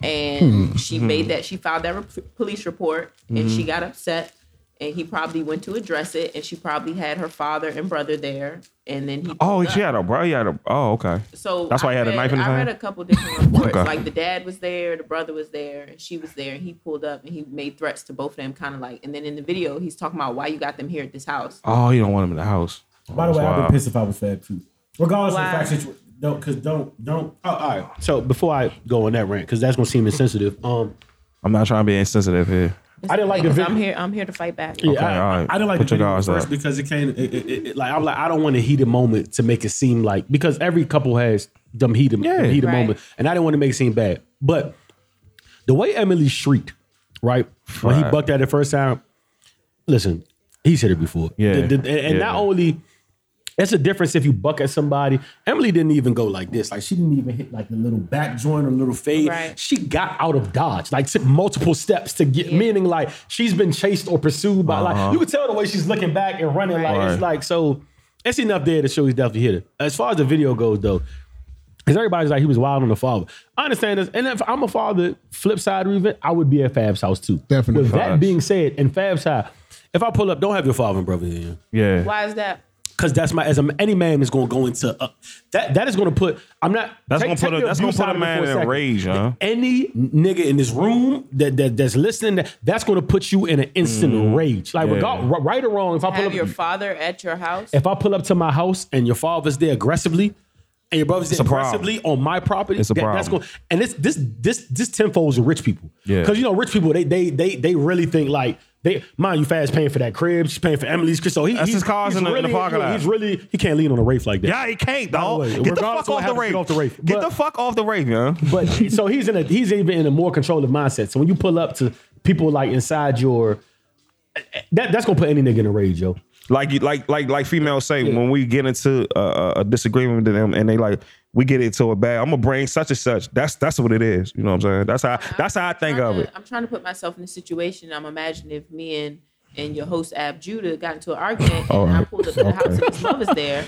[SPEAKER 5] and
[SPEAKER 3] Hmm.
[SPEAKER 5] she made that she filed that re- police report, and she got upset, and he probably went to address it, and she probably had her father and brother there, and then he.
[SPEAKER 3] Oh,
[SPEAKER 5] pulled
[SPEAKER 3] she
[SPEAKER 5] up.
[SPEAKER 3] had a bro. He had a. Oh, okay.
[SPEAKER 5] So
[SPEAKER 3] That's why he had a
[SPEAKER 5] read-
[SPEAKER 3] knife in his
[SPEAKER 5] I
[SPEAKER 3] hand?
[SPEAKER 5] read a couple different reports.
[SPEAKER 3] Okay.
[SPEAKER 5] Like the dad was there, the brother was there, and she was there, and he pulled up and he made threats to both of them, kind of like. And then in the video, he's talking about why you got them here at this house.
[SPEAKER 3] Oh, he don't want him in the house.
[SPEAKER 7] By the way, I'd
[SPEAKER 3] Wow.
[SPEAKER 7] be pissed if I was Fab too. Regardless
[SPEAKER 5] Why?
[SPEAKER 7] of the fact that you don't, because don't, don't. Oh, all right.
[SPEAKER 4] So before I go on that rant, because that's gonna seem insensitive. Um,
[SPEAKER 3] I'm not trying to be insensitive here.
[SPEAKER 4] I didn't like the
[SPEAKER 5] Because I'm
[SPEAKER 4] video.
[SPEAKER 5] here, I'm here to fight back.
[SPEAKER 4] Yeah,
[SPEAKER 3] Okay,
[SPEAKER 4] I,
[SPEAKER 3] all right.
[SPEAKER 4] I didn't like
[SPEAKER 3] Put
[SPEAKER 4] the
[SPEAKER 3] your
[SPEAKER 4] video
[SPEAKER 3] guards
[SPEAKER 4] first
[SPEAKER 3] up.
[SPEAKER 4] because it came. It, it, it, like I'm like I don't want a heated moment to make it seem like because every couple has them heated,
[SPEAKER 3] Yeah.
[SPEAKER 4] them heated
[SPEAKER 5] Right.
[SPEAKER 4] moment, and I didn't want to make it seem bad. But the way Emily shrieked, right when he
[SPEAKER 3] Right.
[SPEAKER 4] bucked at it first time, listen, he's hit it before.
[SPEAKER 3] Yeah.
[SPEAKER 4] The- the- and, and
[SPEAKER 3] Yeah.
[SPEAKER 4] not only. That's a difference if you buck at somebody. Emily didn't even go like this. Like she didn't even hit like the little back joint or little fade.
[SPEAKER 5] Right.
[SPEAKER 4] She got out of dodge. Like took multiple steps to get.
[SPEAKER 5] Yeah.
[SPEAKER 4] Meaning like she's been chased or pursued by like you can tell the way she's looking back and running. Like
[SPEAKER 3] Uh-huh. Right.
[SPEAKER 4] it's like so. It's enough there to show he's definitely hit it. As far as the video goes though, because everybody's like he was wild on the father. I understand this, and if I'm a father, flip side of the event, I would be at Fab's house too.
[SPEAKER 2] Definitely.
[SPEAKER 4] With that
[SPEAKER 3] Facts.
[SPEAKER 4] being said, and Fab's house, if I pull up, don't have your father and brother in. here.
[SPEAKER 3] Yeah.
[SPEAKER 5] Why is that?
[SPEAKER 4] Cause that's my as a, any man is gonna go into uh, that that is gonna put I'm not
[SPEAKER 3] That's
[SPEAKER 4] take-
[SPEAKER 3] gonna put
[SPEAKER 4] take
[SPEAKER 3] a-
[SPEAKER 4] the
[SPEAKER 3] that's gonna
[SPEAKER 4] abuse
[SPEAKER 3] put
[SPEAKER 4] out
[SPEAKER 3] a
[SPEAKER 4] of it
[SPEAKER 3] man
[SPEAKER 4] for
[SPEAKER 3] in a
[SPEAKER 4] second.
[SPEAKER 3] rage, huh?
[SPEAKER 4] Any nigga in this room that, that that's listening that, that's gonna put you in an instant rage. Like
[SPEAKER 3] Mm-hmm. Yeah.
[SPEAKER 4] regard, r- right or wrong, if I pull
[SPEAKER 5] Have
[SPEAKER 4] up
[SPEAKER 5] your father at your house?
[SPEAKER 4] if I pull up to my house and your father's there aggressively and your brother's there
[SPEAKER 3] a problem.
[SPEAKER 4] aggressively on my property,
[SPEAKER 3] It's a
[SPEAKER 4] that's
[SPEAKER 3] problem.
[SPEAKER 4] going and this this this this tenfold is rich people.
[SPEAKER 3] Yeah.
[SPEAKER 4] Cause you know, rich people, they they they they really think like they mind you fast paying for that crib, she's paying for Emily's crib. So he,
[SPEAKER 3] That's
[SPEAKER 4] he's,
[SPEAKER 3] his cars
[SPEAKER 4] he's
[SPEAKER 3] in the- in the
[SPEAKER 4] really,
[SPEAKER 3] parking lot.
[SPEAKER 4] He's really he can't lean on a rafe like that.
[SPEAKER 3] Yeah, he can't, dog.
[SPEAKER 4] way,
[SPEAKER 3] Get the
[SPEAKER 4] regardless
[SPEAKER 3] fuck
[SPEAKER 4] of what
[SPEAKER 3] off the
[SPEAKER 4] happens,
[SPEAKER 3] rave.
[SPEAKER 4] get off the rave.
[SPEAKER 3] Get
[SPEAKER 4] But-
[SPEAKER 3] the fuck off the rave, man.
[SPEAKER 4] But so he's in a he's even in a more controlled mindset. So when you pull up to people like inside your that that's gonna put any nigga in a rage, yo.
[SPEAKER 3] like you- like like like females say when we get into a, a disagreement with them and they like we get into a bad i'm gonna bring such and such that's that's what it is you know what i'm saying that's how that's how i think
[SPEAKER 5] trying
[SPEAKER 3] of
[SPEAKER 5] to-
[SPEAKER 3] it
[SPEAKER 5] I'm trying to put myself in a situation. I'm imagining if me and and your host Ab Judah got into an argument,
[SPEAKER 2] All
[SPEAKER 5] and I
[SPEAKER 2] right.
[SPEAKER 5] pulled up to the house and his mother's there.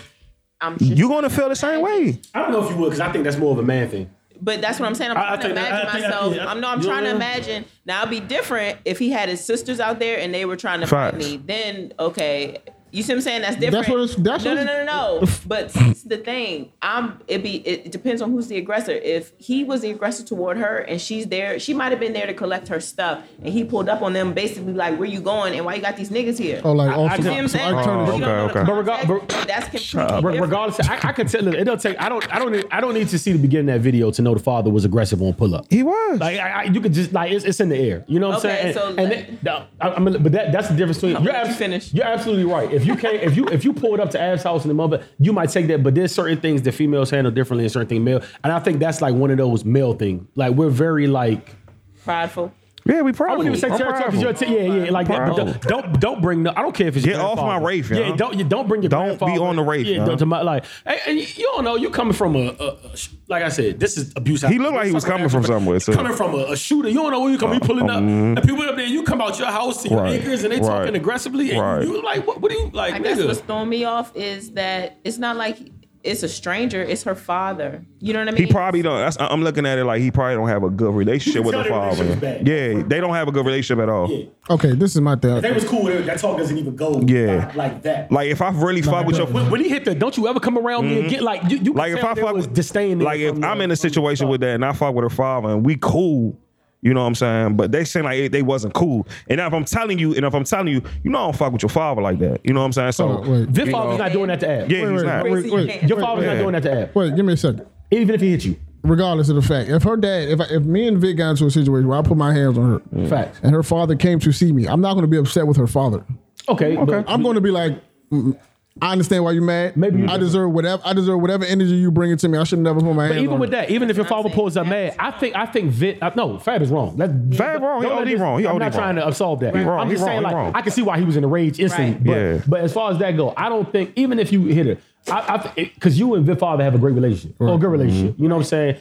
[SPEAKER 5] I'm sure,
[SPEAKER 3] You gonna feel the same way.
[SPEAKER 4] I don't know if you would, because I think that's more of a man thing.
[SPEAKER 5] but that's what I'm saying. I'm
[SPEAKER 4] I-
[SPEAKER 5] trying
[SPEAKER 4] I
[SPEAKER 5] to
[SPEAKER 4] think that-
[SPEAKER 5] imagine
[SPEAKER 4] I think I-
[SPEAKER 5] myself.
[SPEAKER 4] yeah,
[SPEAKER 5] I'm no, I'm
[SPEAKER 4] you
[SPEAKER 5] trying to
[SPEAKER 4] know.
[SPEAKER 5] imagine. Now it'd be different if he had his sisters out there and they were trying to fight
[SPEAKER 3] Facts.
[SPEAKER 5] me. Then okay, you see what I'm saying? That's different.
[SPEAKER 2] what it's- that's
[SPEAKER 5] no,
[SPEAKER 2] what
[SPEAKER 5] no,
[SPEAKER 2] it's-
[SPEAKER 5] no, no, no. But that's the thing, I'm. It be. It depends on who's the aggressor. If he was the aggressor toward her and she's there, she might have been there to collect her stuff, and he pulled up on them, basically like, "Where you going? And why you got these niggas here?"
[SPEAKER 2] Oh, like
[SPEAKER 4] I
[SPEAKER 2] also,
[SPEAKER 5] See what I'm
[SPEAKER 2] so
[SPEAKER 5] saying?
[SPEAKER 2] I
[SPEAKER 3] Oh,
[SPEAKER 2] turned
[SPEAKER 5] You
[SPEAKER 2] it.
[SPEAKER 5] don't know
[SPEAKER 3] okay,
[SPEAKER 5] the
[SPEAKER 3] okay.
[SPEAKER 4] But rega-
[SPEAKER 5] context.
[SPEAKER 4] but-
[SPEAKER 5] that's completely
[SPEAKER 3] up.
[SPEAKER 4] Re-
[SPEAKER 5] different.
[SPEAKER 4] Regardless, I, I could tell. Look, it'll take. I don't. I don't. Need, I don't need to see the beginning of that video to know the father was aggressive on pull up.
[SPEAKER 3] He was.
[SPEAKER 4] Like I, I, you could just like it's, it's in the air. You know what
[SPEAKER 5] Okay,
[SPEAKER 4] I'm saying? And,
[SPEAKER 5] so
[SPEAKER 4] and
[SPEAKER 5] like-
[SPEAKER 4] it- no, I, I'm gonna- but that that's the difference between
[SPEAKER 5] I'll
[SPEAKER 4] you're
[SPEAKER 5] let you
[SPEAKER 4] abs-
[SPEAKER 5] finish.
[SPEAKER 4] You're absolutely right. If you can if you if you pulled up to Ab's house in the mother, you might take that. But there's certain things that females handle differently and certain things male. And I think that's like one of those male thing. Like we're very like
[SPEAKER 5] Prideful.
[SPEAKER 3] yeah, we probably.
[SPEAKER 4] I wouldn't even say territory because you're a t- yeah yeah like that. But
[SPEAKER 3] Proud.
[SPEAKER 4] don't- don't don't bring no. I don't care if it's your
[SPEAKER 3] Get off
[SPEAKER 4] grandfather.
[SPEAKER 3] my Rafe,
[SPEAKER 4] Yeah,
[SPEAKER 3] y'all.
[SPEAKER 4] don't you don't bring your
[SPEAKER 3] Don't be
[SPEAKER 4] grandfather.
[SPEAKER 3] on the Rafe,
[SPEAKER 4] Yeah,
[SPEAKER 3] y'all.
[SPEAKER 4] don't, to my, like and, and you don't know you coming from a, a, a sh- like I said this is abuse.
[SPEAKER 3] He looked like he was coming from somewhere, too.
[SPEAKER 4] Coming from a, a shooter, you don't know where you coming. You pulling up and people up there. You come out your house to your
[SPEAKER 3] Right.
[SPEAKER 4] acres and they
[SPEAKER 3] Right.
[SPEAKER 4] talking aggressively and
[SPEAKER 3] Right.
[SPEAKER 4] you like what? What do you like,
[SPEAKER 5] I guess what's
[SPEAKER 4] nigga?
[SPEAKER 5] throwing me off is that it's not like it's a stranger. It's her father. You know what I mean?
[SPEAKER 3] He probably don't. That's, I'm looking at it like he probably don't have a good relationship
[SPEAKER 4] You
[SPEAKER 3] with
[SPEAKER 4] can
[SPEAKER 3] the
[SPEAKER 4] tell their
[SPEAKER 3] father.
[SPEAKER 4] relationship is bad.
[SPEAKER 3] Yeah, they don't have a good relationship at all.
[SPEAKER 4] Yeah.
[SPEAKER 2] Okay, this is my thing.
[SPEAKER 4] was cool. That talk doesn't even go.
[SPEAKER 3] Yeah.
[SPEAKER 4] like- like that.
[SPEAKER 3] Like if I really fuck with your,
[SPEAKER 4] When, when he hit the, don't you ever come around me again? Like you, you
[SPEAKER 3] Mm-hmm. like if I fuck
[SPEAKER 4] was
[SPEAKER 3] with
[SPEAKER 4] disdain. there
[SPEAKER 3] like if
[SPEAKER 4] from the-
[SPEAKER 3] I'm in a
[SPEAKER 4] from the
[SPEAKER 3] situation
[SPEAKER 4] start.
[SPEAKER 3] with that and I fuck with her father and we cool, you know what I'm saying? But they seem like they wasn't cool. And if I'm telling you, and if I'm telling you, you know I don't fuck with your father like that. You know what I'm saying? So
[SPEAKER 2] Hold on, Oh, wait.
[SPEAKER 4] This father's not doing that to Ab.
[SPEAKER 3] yeah,
[SPEAKER 2] Wait,
[SPEAKER 3] he's
[SPEAKER 2] wait,
[SPEAKER 3] not.
[SPEAKER 2] wait,
[SPEAKER 5] Crazy
[SPEAKER 2] wait,
[SPEAKER 5] man.
[SPEAKER 4] Your
[SPEAKER 2] wait,
[SPEAKER 4] father's
[SPEAKER 2] wait.
[SPEAKER 4] not doing that to Ab.
[SPEAKER 2] Wait, give me a second.
[SPEAKER 4] Even if he hit you.
[SPEAKER 2] Regardless of the fact, if her dad, if I, if me and Vic got into a situation where I put my hands on her,
[SPEAKER 4] Facts.
[SPEAKER 2] and her father came to see me, I'm not going to be upset with her father.
[SPEAKER 4] Okay. Okay.
[SPEAKER 2] I'm going to be like, "Mm, I understand why you're mad.
[SPEAKER 4] Maybe you-
[SPEAKER 2] I deserve whatever. I deserve whatever energy you bring it to me. I should never put my hands.
[SPEAKER 4] But even
[SPEAKER 2] on
[SPEAKER 4] with
[SPEAKER 2] her.
[SPEAKER 4] that, even if your
[SPEAKER 5] That's what
[SPEAKER 4] father
[SPEAKER 5] I'm
[SPEAKER 4] pulls up
[SPEAKER 5] saying.
[SPEAKER 4] mad, I think I think Vit. I, no, Fab is wrong. That,
[SPEAKER 3] Fab wrong. He
[SPEAKER 4] don't let
[SPEAKER 3] OD
[SPEAKER 4] this-
[SPEAKER 3] wrong. He
[SPEAKER 4] I'm
[SPEAKER 3] OD
[SPEAKER 4] not trying to
[SPEAKER 3] wrong.
[SPEAKER 4] absolve that.
[SPEAKER 3] He wrong.
[SPEAKER 4] I'm
[SPEAKER 3] He
[SPEAKER 4] just
[SPEAKER 3] wrong.
[SPEAKER 4] saying,
[SPEAKER 3] He
[SPEAKER 4] like,
[SPEAKER 3] wrong.
[SPEAKER 4] I can see why he was in a rage instantly.
[SPEAKER 5] Right.
[SPEAKER 4] But,
[SPEAKER 3] Yeah.
[SPEAKER 4] but as far as that go, I don't think even if you hit her, I because you and Vit father have a great relationship or a good relationship. You know what I'm saying?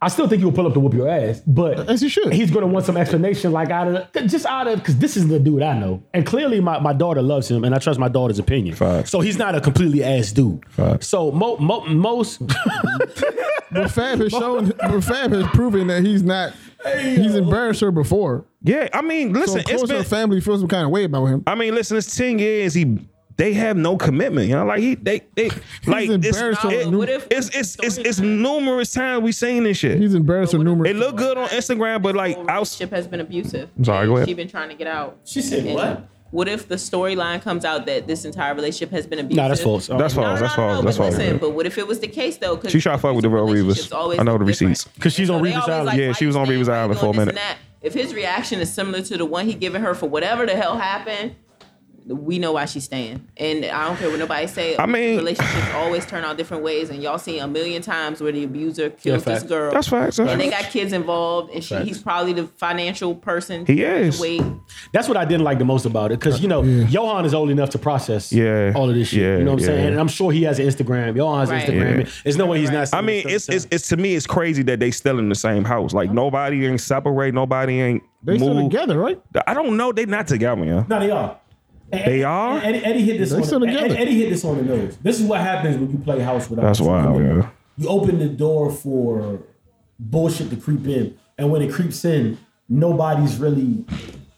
[SPEAKER 4] I still think he will pull up to whoop your ass, but
[SPEAKER 2] As he should.
[SPEAKER 4] he's gonna want some explanation, like out of just out of because this is the dude I know, and clearly my, my daughter loves him, and I trust my daughter's opinion.
[SPEAKER 3] Facts.
[SPEAKER 4] So he's not a completely ass dude.
[SPEAKER 3] Facts.
[SPEAKER 4] So mo, mo, most
[SPEAKER 2] But Fab has shown, but Fab has proven that he's not. He's embarrassed her before.
[SPEAKER 3] Yeah, I mean,
[SPEAKER 2] So
[SPEAKER 3] listen,
[SPEAKER 2] of course
[SPEAKER 3] it's
[SPEAKER 2] her
[SPEAKER 3] been.
[SPEAKER 2] family feels some kind of way about him.
[SPEAKER 3] I mean, listen, it's ten years. He they have no commitment. You know, like he they they like it's
[SPEAKER 2] embarrassed on
[SPEAKER 3] it-
[SPEAKER 2] the new-
[SPEAKER 5] What if-
[SPEAKER 3] it's it's it's, it's numerous times we seen this shit.
[SPEAKER 2] He's embarrassed her numerous.
[SPEAKER 3] It look good on Instagram, but like
[SPEAKER 5] Whole
[SPEAKER 3] out.
[SPEAKER 5] relationship has been abusive.
[SPEAKER 3] sorry, go ahead.
[SPEAKER 5] She's been trying to get out.
[SPEAKER 4] She said
[SPEAKER 5] And
[SPEAKER 4] what?
[SPEAKER 5] What if the storyline comes out that this entire relationship has been abusive?
[SPEAKER 4] nah, that's false.
[SPEAKER 3] That's
[SPEAKER 5] No, no,
[SPEAKER 3] false. That's
[SPEAKER 5] no, no,
[SPEAKER 3] false. That's
[SPEAKER 5] but
[SPEAKER 3] false.
[SPEAKER 5] listen, But what if it was the case though? 'Cause
[SPEAKER 3] She tried to fuck with the real
[SPEAKER 5] relationships
[SPEAKER 3] Reeves.
[SPEAKER 5] always
[SPEAKER 3] I know the
[SPEAKER 5] look different.
[SPEAKER 3] receipts.
[SPEAKER 4] 'Cause she's
[SPEAKER 5] So
[SPEAKER 4] on
[SPEAKER 5] they
[SPEAKER 4] Reeves
[SPEAKER 5] always
[SPEAKER 4] Island.
[SPEAKER 5] like,
[SPEAKER 3] Yeah,
[SPEAKER 5] why
[SPEAKER 3] she
[SPEAKER 5] you
[SPEAKER 3] was on
[SPEAKER 5] staying?
[SPEAKER 3] Reeves
[SPEAKER 5] Why you
[SPEAKER 3] Island
[SPEAKER 5] doing
[SPEAKER 3] for a
[SPEAKER 5] this and
[SPEAKER 3] minute.
[SPEAKER 5] that? If his reaction is similar to the one he giving her for whatever the hell happened, we know why she's staying. And I don't care what nobody say.
[SPEAKER 3] I mean-
[SPEAKER 5] relationships always turn out different ways, and y'all seen a million times where the abuser killed
[SPEAKER 4] Yeah,
[SPEAKER 5] this
[SPEAKER 4] fact.
[SPEAKER 5] girl.
[SPEAKER 3] That's facts. That's
[SPEAKER 5] And they
[SPEAKER 3] facts.
[SPEAKER 5] got kids involved, and she, he's probably the financial person.
[SPEAKER 3] He is.
[SPEAKER 5] Wait,
[SPEAKER 4] That's what I didn't like the most about it because you know
[SPEAKER 2] Yeah.
[SPEAKER 4] Johan is old enough to process
[SPEAKER 3] Yeah.
[SPEAKER 4] all of this shit.
[SPEAKER 3] Yeah,
[SPEAKER 4] you know what I'm
[SPEAKER 3] yeah.
[SPEAKER 4] saying? And I'm sure he has an Instagram. Johan's
[SPEAKER 5] Right.
[SPEAKER 4] Instagram.
[SPEAKER 3] Yeah.
[SPEAKER 4] There's no way he's not.
[SPEAKER 3] I
[SPEAKER 4] seeing
[SPEAKER 3] mean,
[SPEAKER 4] stuff
[SPEAKER 3] it's,
[SPEAKER 4] that's
[SPEAKER 3] it's it's to me, it's crazy that they still in the same house. Like nobody ain't separate. Nobody ain't
[SPEAKER 2] They still
[SPEAKER 3] moved.
[SPEAKER 2] together, right?
[SPEAKER 3] I don't know. They not together, yeah.
[SPEAKER 7] No, they are. And-
[SPEAKER 3] They
[SPEAKER 7] and-
[SPEAKER 3] are?
[SPEAKER 7] and Eddie, Eddie hit this.
[SPEAKER 2] They
[SPEAKER 7] on,
[SPEAKER 2] still
[SPEAKER 7] the-
[SPEAKER 2] together.
[SPEAKER 7] Eddie, Eddie hit this on the nose. This is what happens when you play house without.
[SPEAKER 3] That's wild, yeah.
[SPEAKER 7] You open the door for bullshit to creep in, and when it creeps in, nobody's really.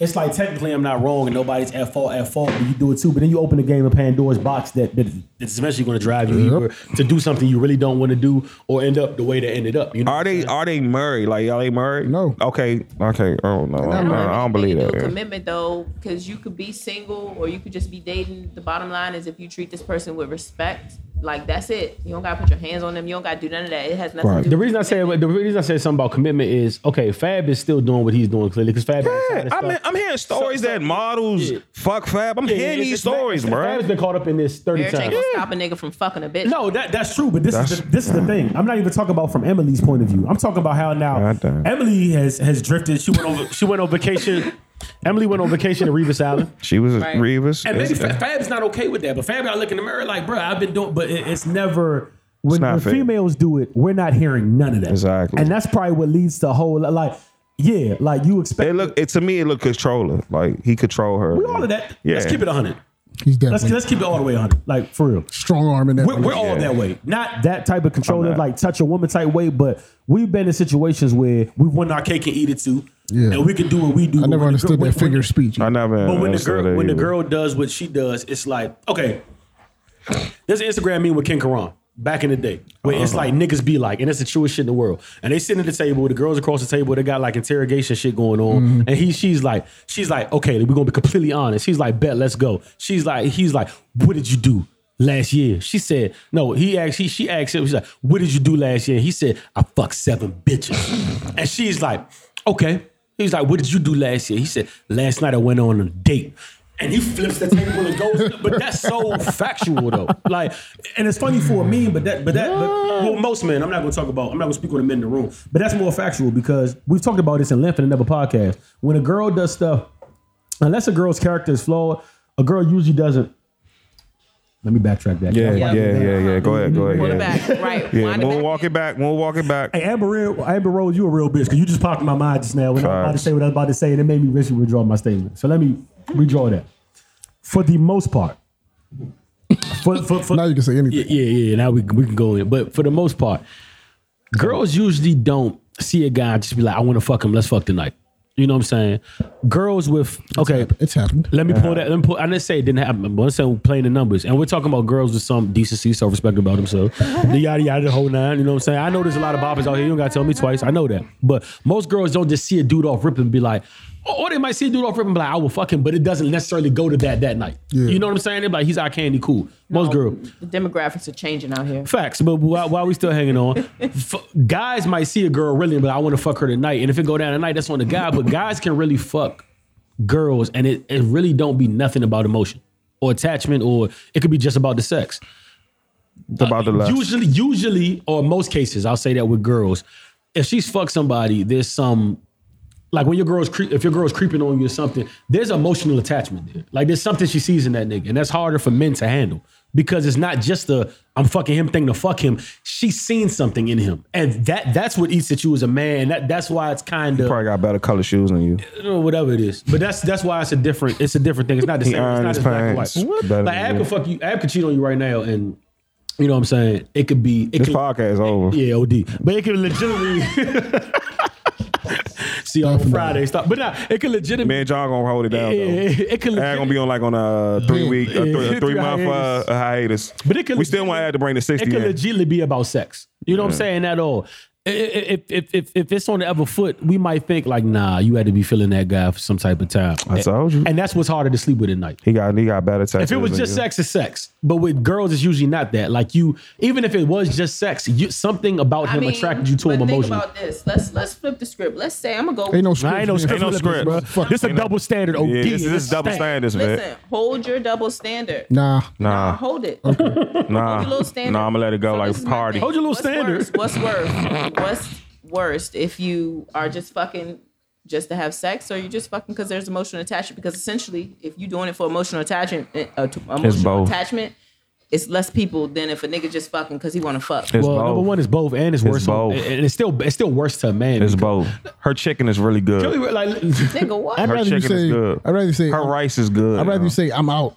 [SPEAKER 7] It's like technically I'm not wrong, and nobody's at fault. At fault, but you do it too. But then you open the game of Pandora's box that that that's eventually going to drive you
[SPEAKER 2] Yep.
[SPEAKER 7] either to do something you really don't want to do, or end up the way they ended up. You know,
[SPEAKER 3] Are they are they married? Like y'all ain't married?
[SPEAKER 2] No.
[SPEAKER 3] Okay. Okay. Oh no. I don't,
[SPEAKER 2] married.
[SPEAKER 3] I don't believe
[SPEAKER 5] no
[SPEAKER 3] that. yeah.
[SPEAKER 5] commitment though, because you could be single or you could just be dating. The bottom line is if you treat this person with respect, like that's it. You don't gotta put your hands on them. You don't gotta do none of that. It has nothing.
[SPEAKER 3] Right.
[SPEAKER 5] To do
[SPEAKER 4] The reason I said the reason I said something about commitment is okay. Fab is still doing what he's doing clearly because Fab.
[SPEAKER 3] Yeah, I'm, I'm hearing stories
[SPEAKER 4] so-
[SPEAKER 3] that models
[SPEAKER 4] yeah.
[SPEAKER 3] fuck Fab. I'm hearing these stories, bro.
[SPEAKER 4] Fab's been caught up in this thirty
[SPEAKER 5] marriage ain't
[SPEAKER 4] times.
[SPEAKER 5] gonna stop a nigga from fucking a bitch.
[SPEAKER 7] No, that, that's true, but this is
[SPEAKER 3] That's-
[SPEAKER 7] the, this is the thing. I'm not even talking about from Emily's point of view. I'm talking about how now
[SPEAKER 3] God damn.
[SPEAKER 7] Emily has has drifted. She went over.
[SPEAKER 4] She went on vacation. Emily went on vacation to Revis Island.
[SPEAKER 3] She was a
[SPEAKER 5] Right.
[SPEAKER 3] Reeves.
[SPEAKER 7] And maybe
[SPEAKER 3] It's-
[SPEAKER 7] Fa- Fab's not okay with that, but Fab got to look in the mirror like, bro, I've been doing, but it, it's never. When,
[SPEAKER 3] not
[SPEAKER 7] when
[SPEAKER 3] fair.
[SPEAKER 7] females do it, we're not hearing none of that.
[SPEAKER 3] Exactly.
[SPEAKER 7] And that's probably what leads to a whole lot. Like,
[SPEAKER 4] Yeah, like you expect.
[SPEAKER 3] It look it to me. It look controller. Like he control her.
[SPEAKER 4] we all of that.
[SPEAKER 3] Yeah.
[SPEAKER 4] Let's keep it hundred.
[SPEAKER 2] He's
[SPEAKER 4] Let's
[SPEAKER 2] definitely
[SPEAKER 4] let's keep it all the way hundred. Like for real.
[SPEAKER 2] strong arm in that.
[SPEAKER 4] We're,
[SPEAKER 2] one.
[SPEAKER 4] we're all
[SPEAKER 3] Yeah.
[SPEAKER 4] that way. Not that type of controller,
[SPEAKER 3] not.
[SPEAKER 4] like touch a woman type way, but we've been in situations where we want our cake and eat it too.
[SPEAKER 2] Yeah.
[SPEAKER 4] And we can do what we do.
[SPEAKER 2] I
[SPEAKER 4] but
[SPEAKER 2] never
[SPEAKER 4] when the
[SPEAKER 2] understood
[SPEAKER 4] girl-
[SPEAKER 2] that
[SPEAKER 4] when-
[SPEAKER 2] figure of speech.
[SPEAKER 3] I never.
[SPEAKER 4] But when the
[SPEAKER 3] understood
[SPEAKER 4] girl
[SPEAKER 3] that
[SPEAKER 4] when the
[SPEAKER 3] either.
[SPEAKER 4] girl does what she does, it's like okay. There's an Instagram meme with Ken Karan back in the day where it's
[SPEAKER 3] Uh-huh.
[SPEAKER 4] like niggas be like, and it's the truest shit in the world. And they sitting at the table, the girls across the table, they got like interrogation shit going on,
[SPEAKER 3] Mm-hmm.
[SPEAKER 4] and he she's like, she's like, okay, we're gonna be completely honest. He's like, bet, let's go. She's like, he's like, what did you do? Last year, she said, no, he asked, he, she asked him, she's like, what did you do last year? He said, I fucked seven bitches. and she's like, okay. He's like, "What did you do last year?" He said, "Last night I went on a date." And he flips the table and goes. But that's so factual though. Like, and it's funny for a meme, but that, but that, but, well, most men. I'm not gonna talk about. I'm not gonna speak on the men in the room. But that's more factual because we've talked about this in length in another podcast. When a girl does stuff, unless a girl's character is flawed, a girl usually doesn't. Let me backtrack that.
[SPEAKER 3] Yeah,
[SPEAKER 5] Yeah.
[SPEAKER 3] yeah, yeah, yeah, Go ahead, go ahead.
[SPEAKER 5] Pull it
[SPEAKER 3] Yeah,
[SPEAKER 5] back. Right.
[SPEAKER 3] yeah.
[SPEAKER 5] Wind it
[SPEAKER 3] we'll
[SPEAKER 5] back
[SPEAKER 3] walk
[SPEAKER 5] in.
[SPEAKER 3] it back. We'll walk it back.
[SPEAKER 4] Hey, Amber, Re- Amber Rose, you a real bitch because you just popped in my mind just now when I was about to
[SPEAKER 3] Facts.
[SPEAKER 4] say what I was about to say, and it made me wish you withdraw my statement. So let me redraw that. For the most part, for, for, for,
[SPEAKER 2] Now you can say anything.
[SPEAKER 4] yeah, yeah, yeah. Now we, we can go in. But for the most part, girls usually don't see a guy and just be like, I want to fuck him. Let's fuck tonight. You know what I'm saying? Girls with, okay,
[SPEAKER 2] It's happened.
[SPEAKER 4] let me pull that. Let me pull, I didn't say it didn't happen. But I'm saying we're playing the numbers, and we're talking about girls with some decency, self respect about themselves. the yada yada, the whole nine. You know what I'm saying? I know there's a lot of boppers out here. You don't gotta tell me twice. I know that. But most girls don't just see a dude off rip and be like, or or they might see a dude off rip and be like, I will fuck him, but it doesn't necessarily go to that that night.
[SPEAKER 2] Yeah.
[SPEAKER 4] You know what I'm saying? They're like, he's our candy, cool. Most girls.
[SPEAKER 5] The demographics are changing out here.
[SPEAKER 4] Facts, but while, while we still hanging on, f- guys might see a girl really, but I want to fuck her tonight. And if it go down tonight, that's on the guy. But guys can really fuck girls, and it, it really don't be nothing about emotion or attachment, or it could be just about the sex.
[SPEAKER 3] It's
[SPEAKER 4] uh,
[SPEAKER 3] about the last.
[SPEAKER 4] Usually, usually, or most cases, I'll say that with girls, if she's fucked somebody, there's some like when your girl's creep, if your girl's creeping on you or something, there's emotional attachment there. Like there's something she sees in that nigga, and that's harder for men to handle because it's not just the I'm fucking him thing to fuck him. She's seen something in him, and that that's what eats at you as a man. That that's why it's kind of
[SPEAKER 3] Probably got better color shoes than you.
[SPEAKER 4] or whatever it is. But that's that's why it's a different it's a different thing. It's not the
[SPEAKER 3] He
[SPEAKER 4] same. It's
[SPEAKER 3] ironed
[SPEAKER 4] not
[SPEAKER 3] his
[SPEAKER 4] as black and
[SPEAKER 3] pants
[SPEAKER 4] white.
[SPEAKER 3] better
[SPEAKER 4] Like
[SPEAKER 3] than
[SPEAKER 4] Ab
[SPEAKER 3] you.
[SPEAKER 4] could fuck you. Ab could cheat on you right now, and you know what I'm saying. It could be. It
[SPEAKER 3] This
[SPEAKER 4] could,
[SPEAKER 3] podcast over.
[SPEAKER 4] yeah, OD. But it could legitimately. See you on Friday. Stop. But nah, it could
[SPEAKER 3] Me
[SPEAKER 4] legitimately.
[SPEAKER 3] and John gonna hold it down.
[SPEAKER 4] Yeah,
[SPEAKER 3] though.
[SPEAKER 4] it could
[SPEAKER 3] I
[SPEAKER 4] legit-
[SPEAKER 3] gonna be on like on a three week, a three,
[SPEAKER 4] Yeah.
[SPEAKER 3] a three month uh, a hiatus.
[SPEAKER 4] But it could
[SPEAKER 3] we still want to
[SPEAKER 4] legitimately-
[SPEAKER 3] have to bring the
[SPEAKER 4] It
[SPEAKER 3] sixty
[SPEAKER 4] could
[SPEAKER 3] in.
[SPEAKER 4] legitimately be about sex. You know what I'm saying at all. I- I- If, if if if it's on the other foot, we might think like, nah, you had to be feeling that guy for some type of time.
[SPEAKER 3] I told you.
[SPEAKER 4] And that's what's harder to sleep with at night.
[SPEAKER 3] He got he got better tattoos.
[SPEAKER 4] If it was
[SPEAKER 3] than
[SPEAKER 4] just
[SPEAKER 3] you.
[SPEAKER 4] sex, it's sex. But with girls, it's usually not that. Like you, even if it was just sex, you something about him attracted you to
[SPEAKER 5] but
[SPEAKER 4] him
[SPEAKER 5] think
[SPEAKER 4] emotionally.
[SPEAKER 5] about this. Let's let's flip the script. Let's say I'm gonna go.
[SPEAKER 2] Ain't no script.
[SPEAKER 4] I ain't no
[SPEAKER 2] man.
[SPEAKER 4] script,
[SPEAKER 3] no
[SPEAKER 4] for
[SPEAKER 3] script.
[SPEAKER 4] bro.
[SPEAKER 2] Fuck
[SPEAKER 4] This is a
[SPEAKER 3] Ain't no-
[SPEAKER 4] double standard. OD.
[SPEAKER 3] yeah, this, this is double
[SPEAKER 4] stank.
[SPEAKER 3] standards,
[SPEAKER 5] listen,
[SPEAKER 3] man.
[SPEAKER 5] hold your double standard.
[SPEAKER 2] Nah.
[SPEAKER 3] Nah,
[SPEAKER 5] Hold it.
[SPEAKER 3] nah,
[SPEAKER 5] Hold your little standard.
[SPEAKER 3] Uh, nah. I'm gonna let it go
[SPEAKER 5] So
[SPEAKER 3] like
[SPEAKER 5] this is my
[SPEAKER 3] party.
[SPEAKER 5] thing.
[SPEAKER 4] Hold your little
[SPEAKER 5] What's
[SPEAKER 4] standard.
[SPEAKER 5] worse- What's worse? What's worst if you are just fucking just to have sex, or you just fucking because there's emotional attachment? Because essentially, if you're doing it for emotional attachment, uh, to- emotional
[SPEAKER 3] both.
[SPEAKER 5] attachment, it's less people than if a nigga just fucking because he want to fuck.
[SPEAKER 3] It's
[SPEAKER 4] Well,
[SPEAKER 3] both.
[SPEAKER 4] number one is both, and it's, worse.
[SPEAKER 3] both.
[SPEAKER 4] And it's still it's still worse to a man.
[SPEAKER 3] It's both. Her chicken is really good.
[SPEAKER 4] Really, like,
[SPEAKER 5] Nigga, what?
[SPEAKER 2] I'd
[SPEAKER 3] Her
[SPEAKER 2] rather you
[SPEAKER 3] chicken
[SPEAKER 2] say.
[SPEAKER 3] is good.
[SPEAKER 2] I'd rather you say.
[SPEAKER 3] her rice is good.
[SPEAKER 2] I'd rather
[SPEAKER 3] yo.
[SPEAKER 2] you say I'm out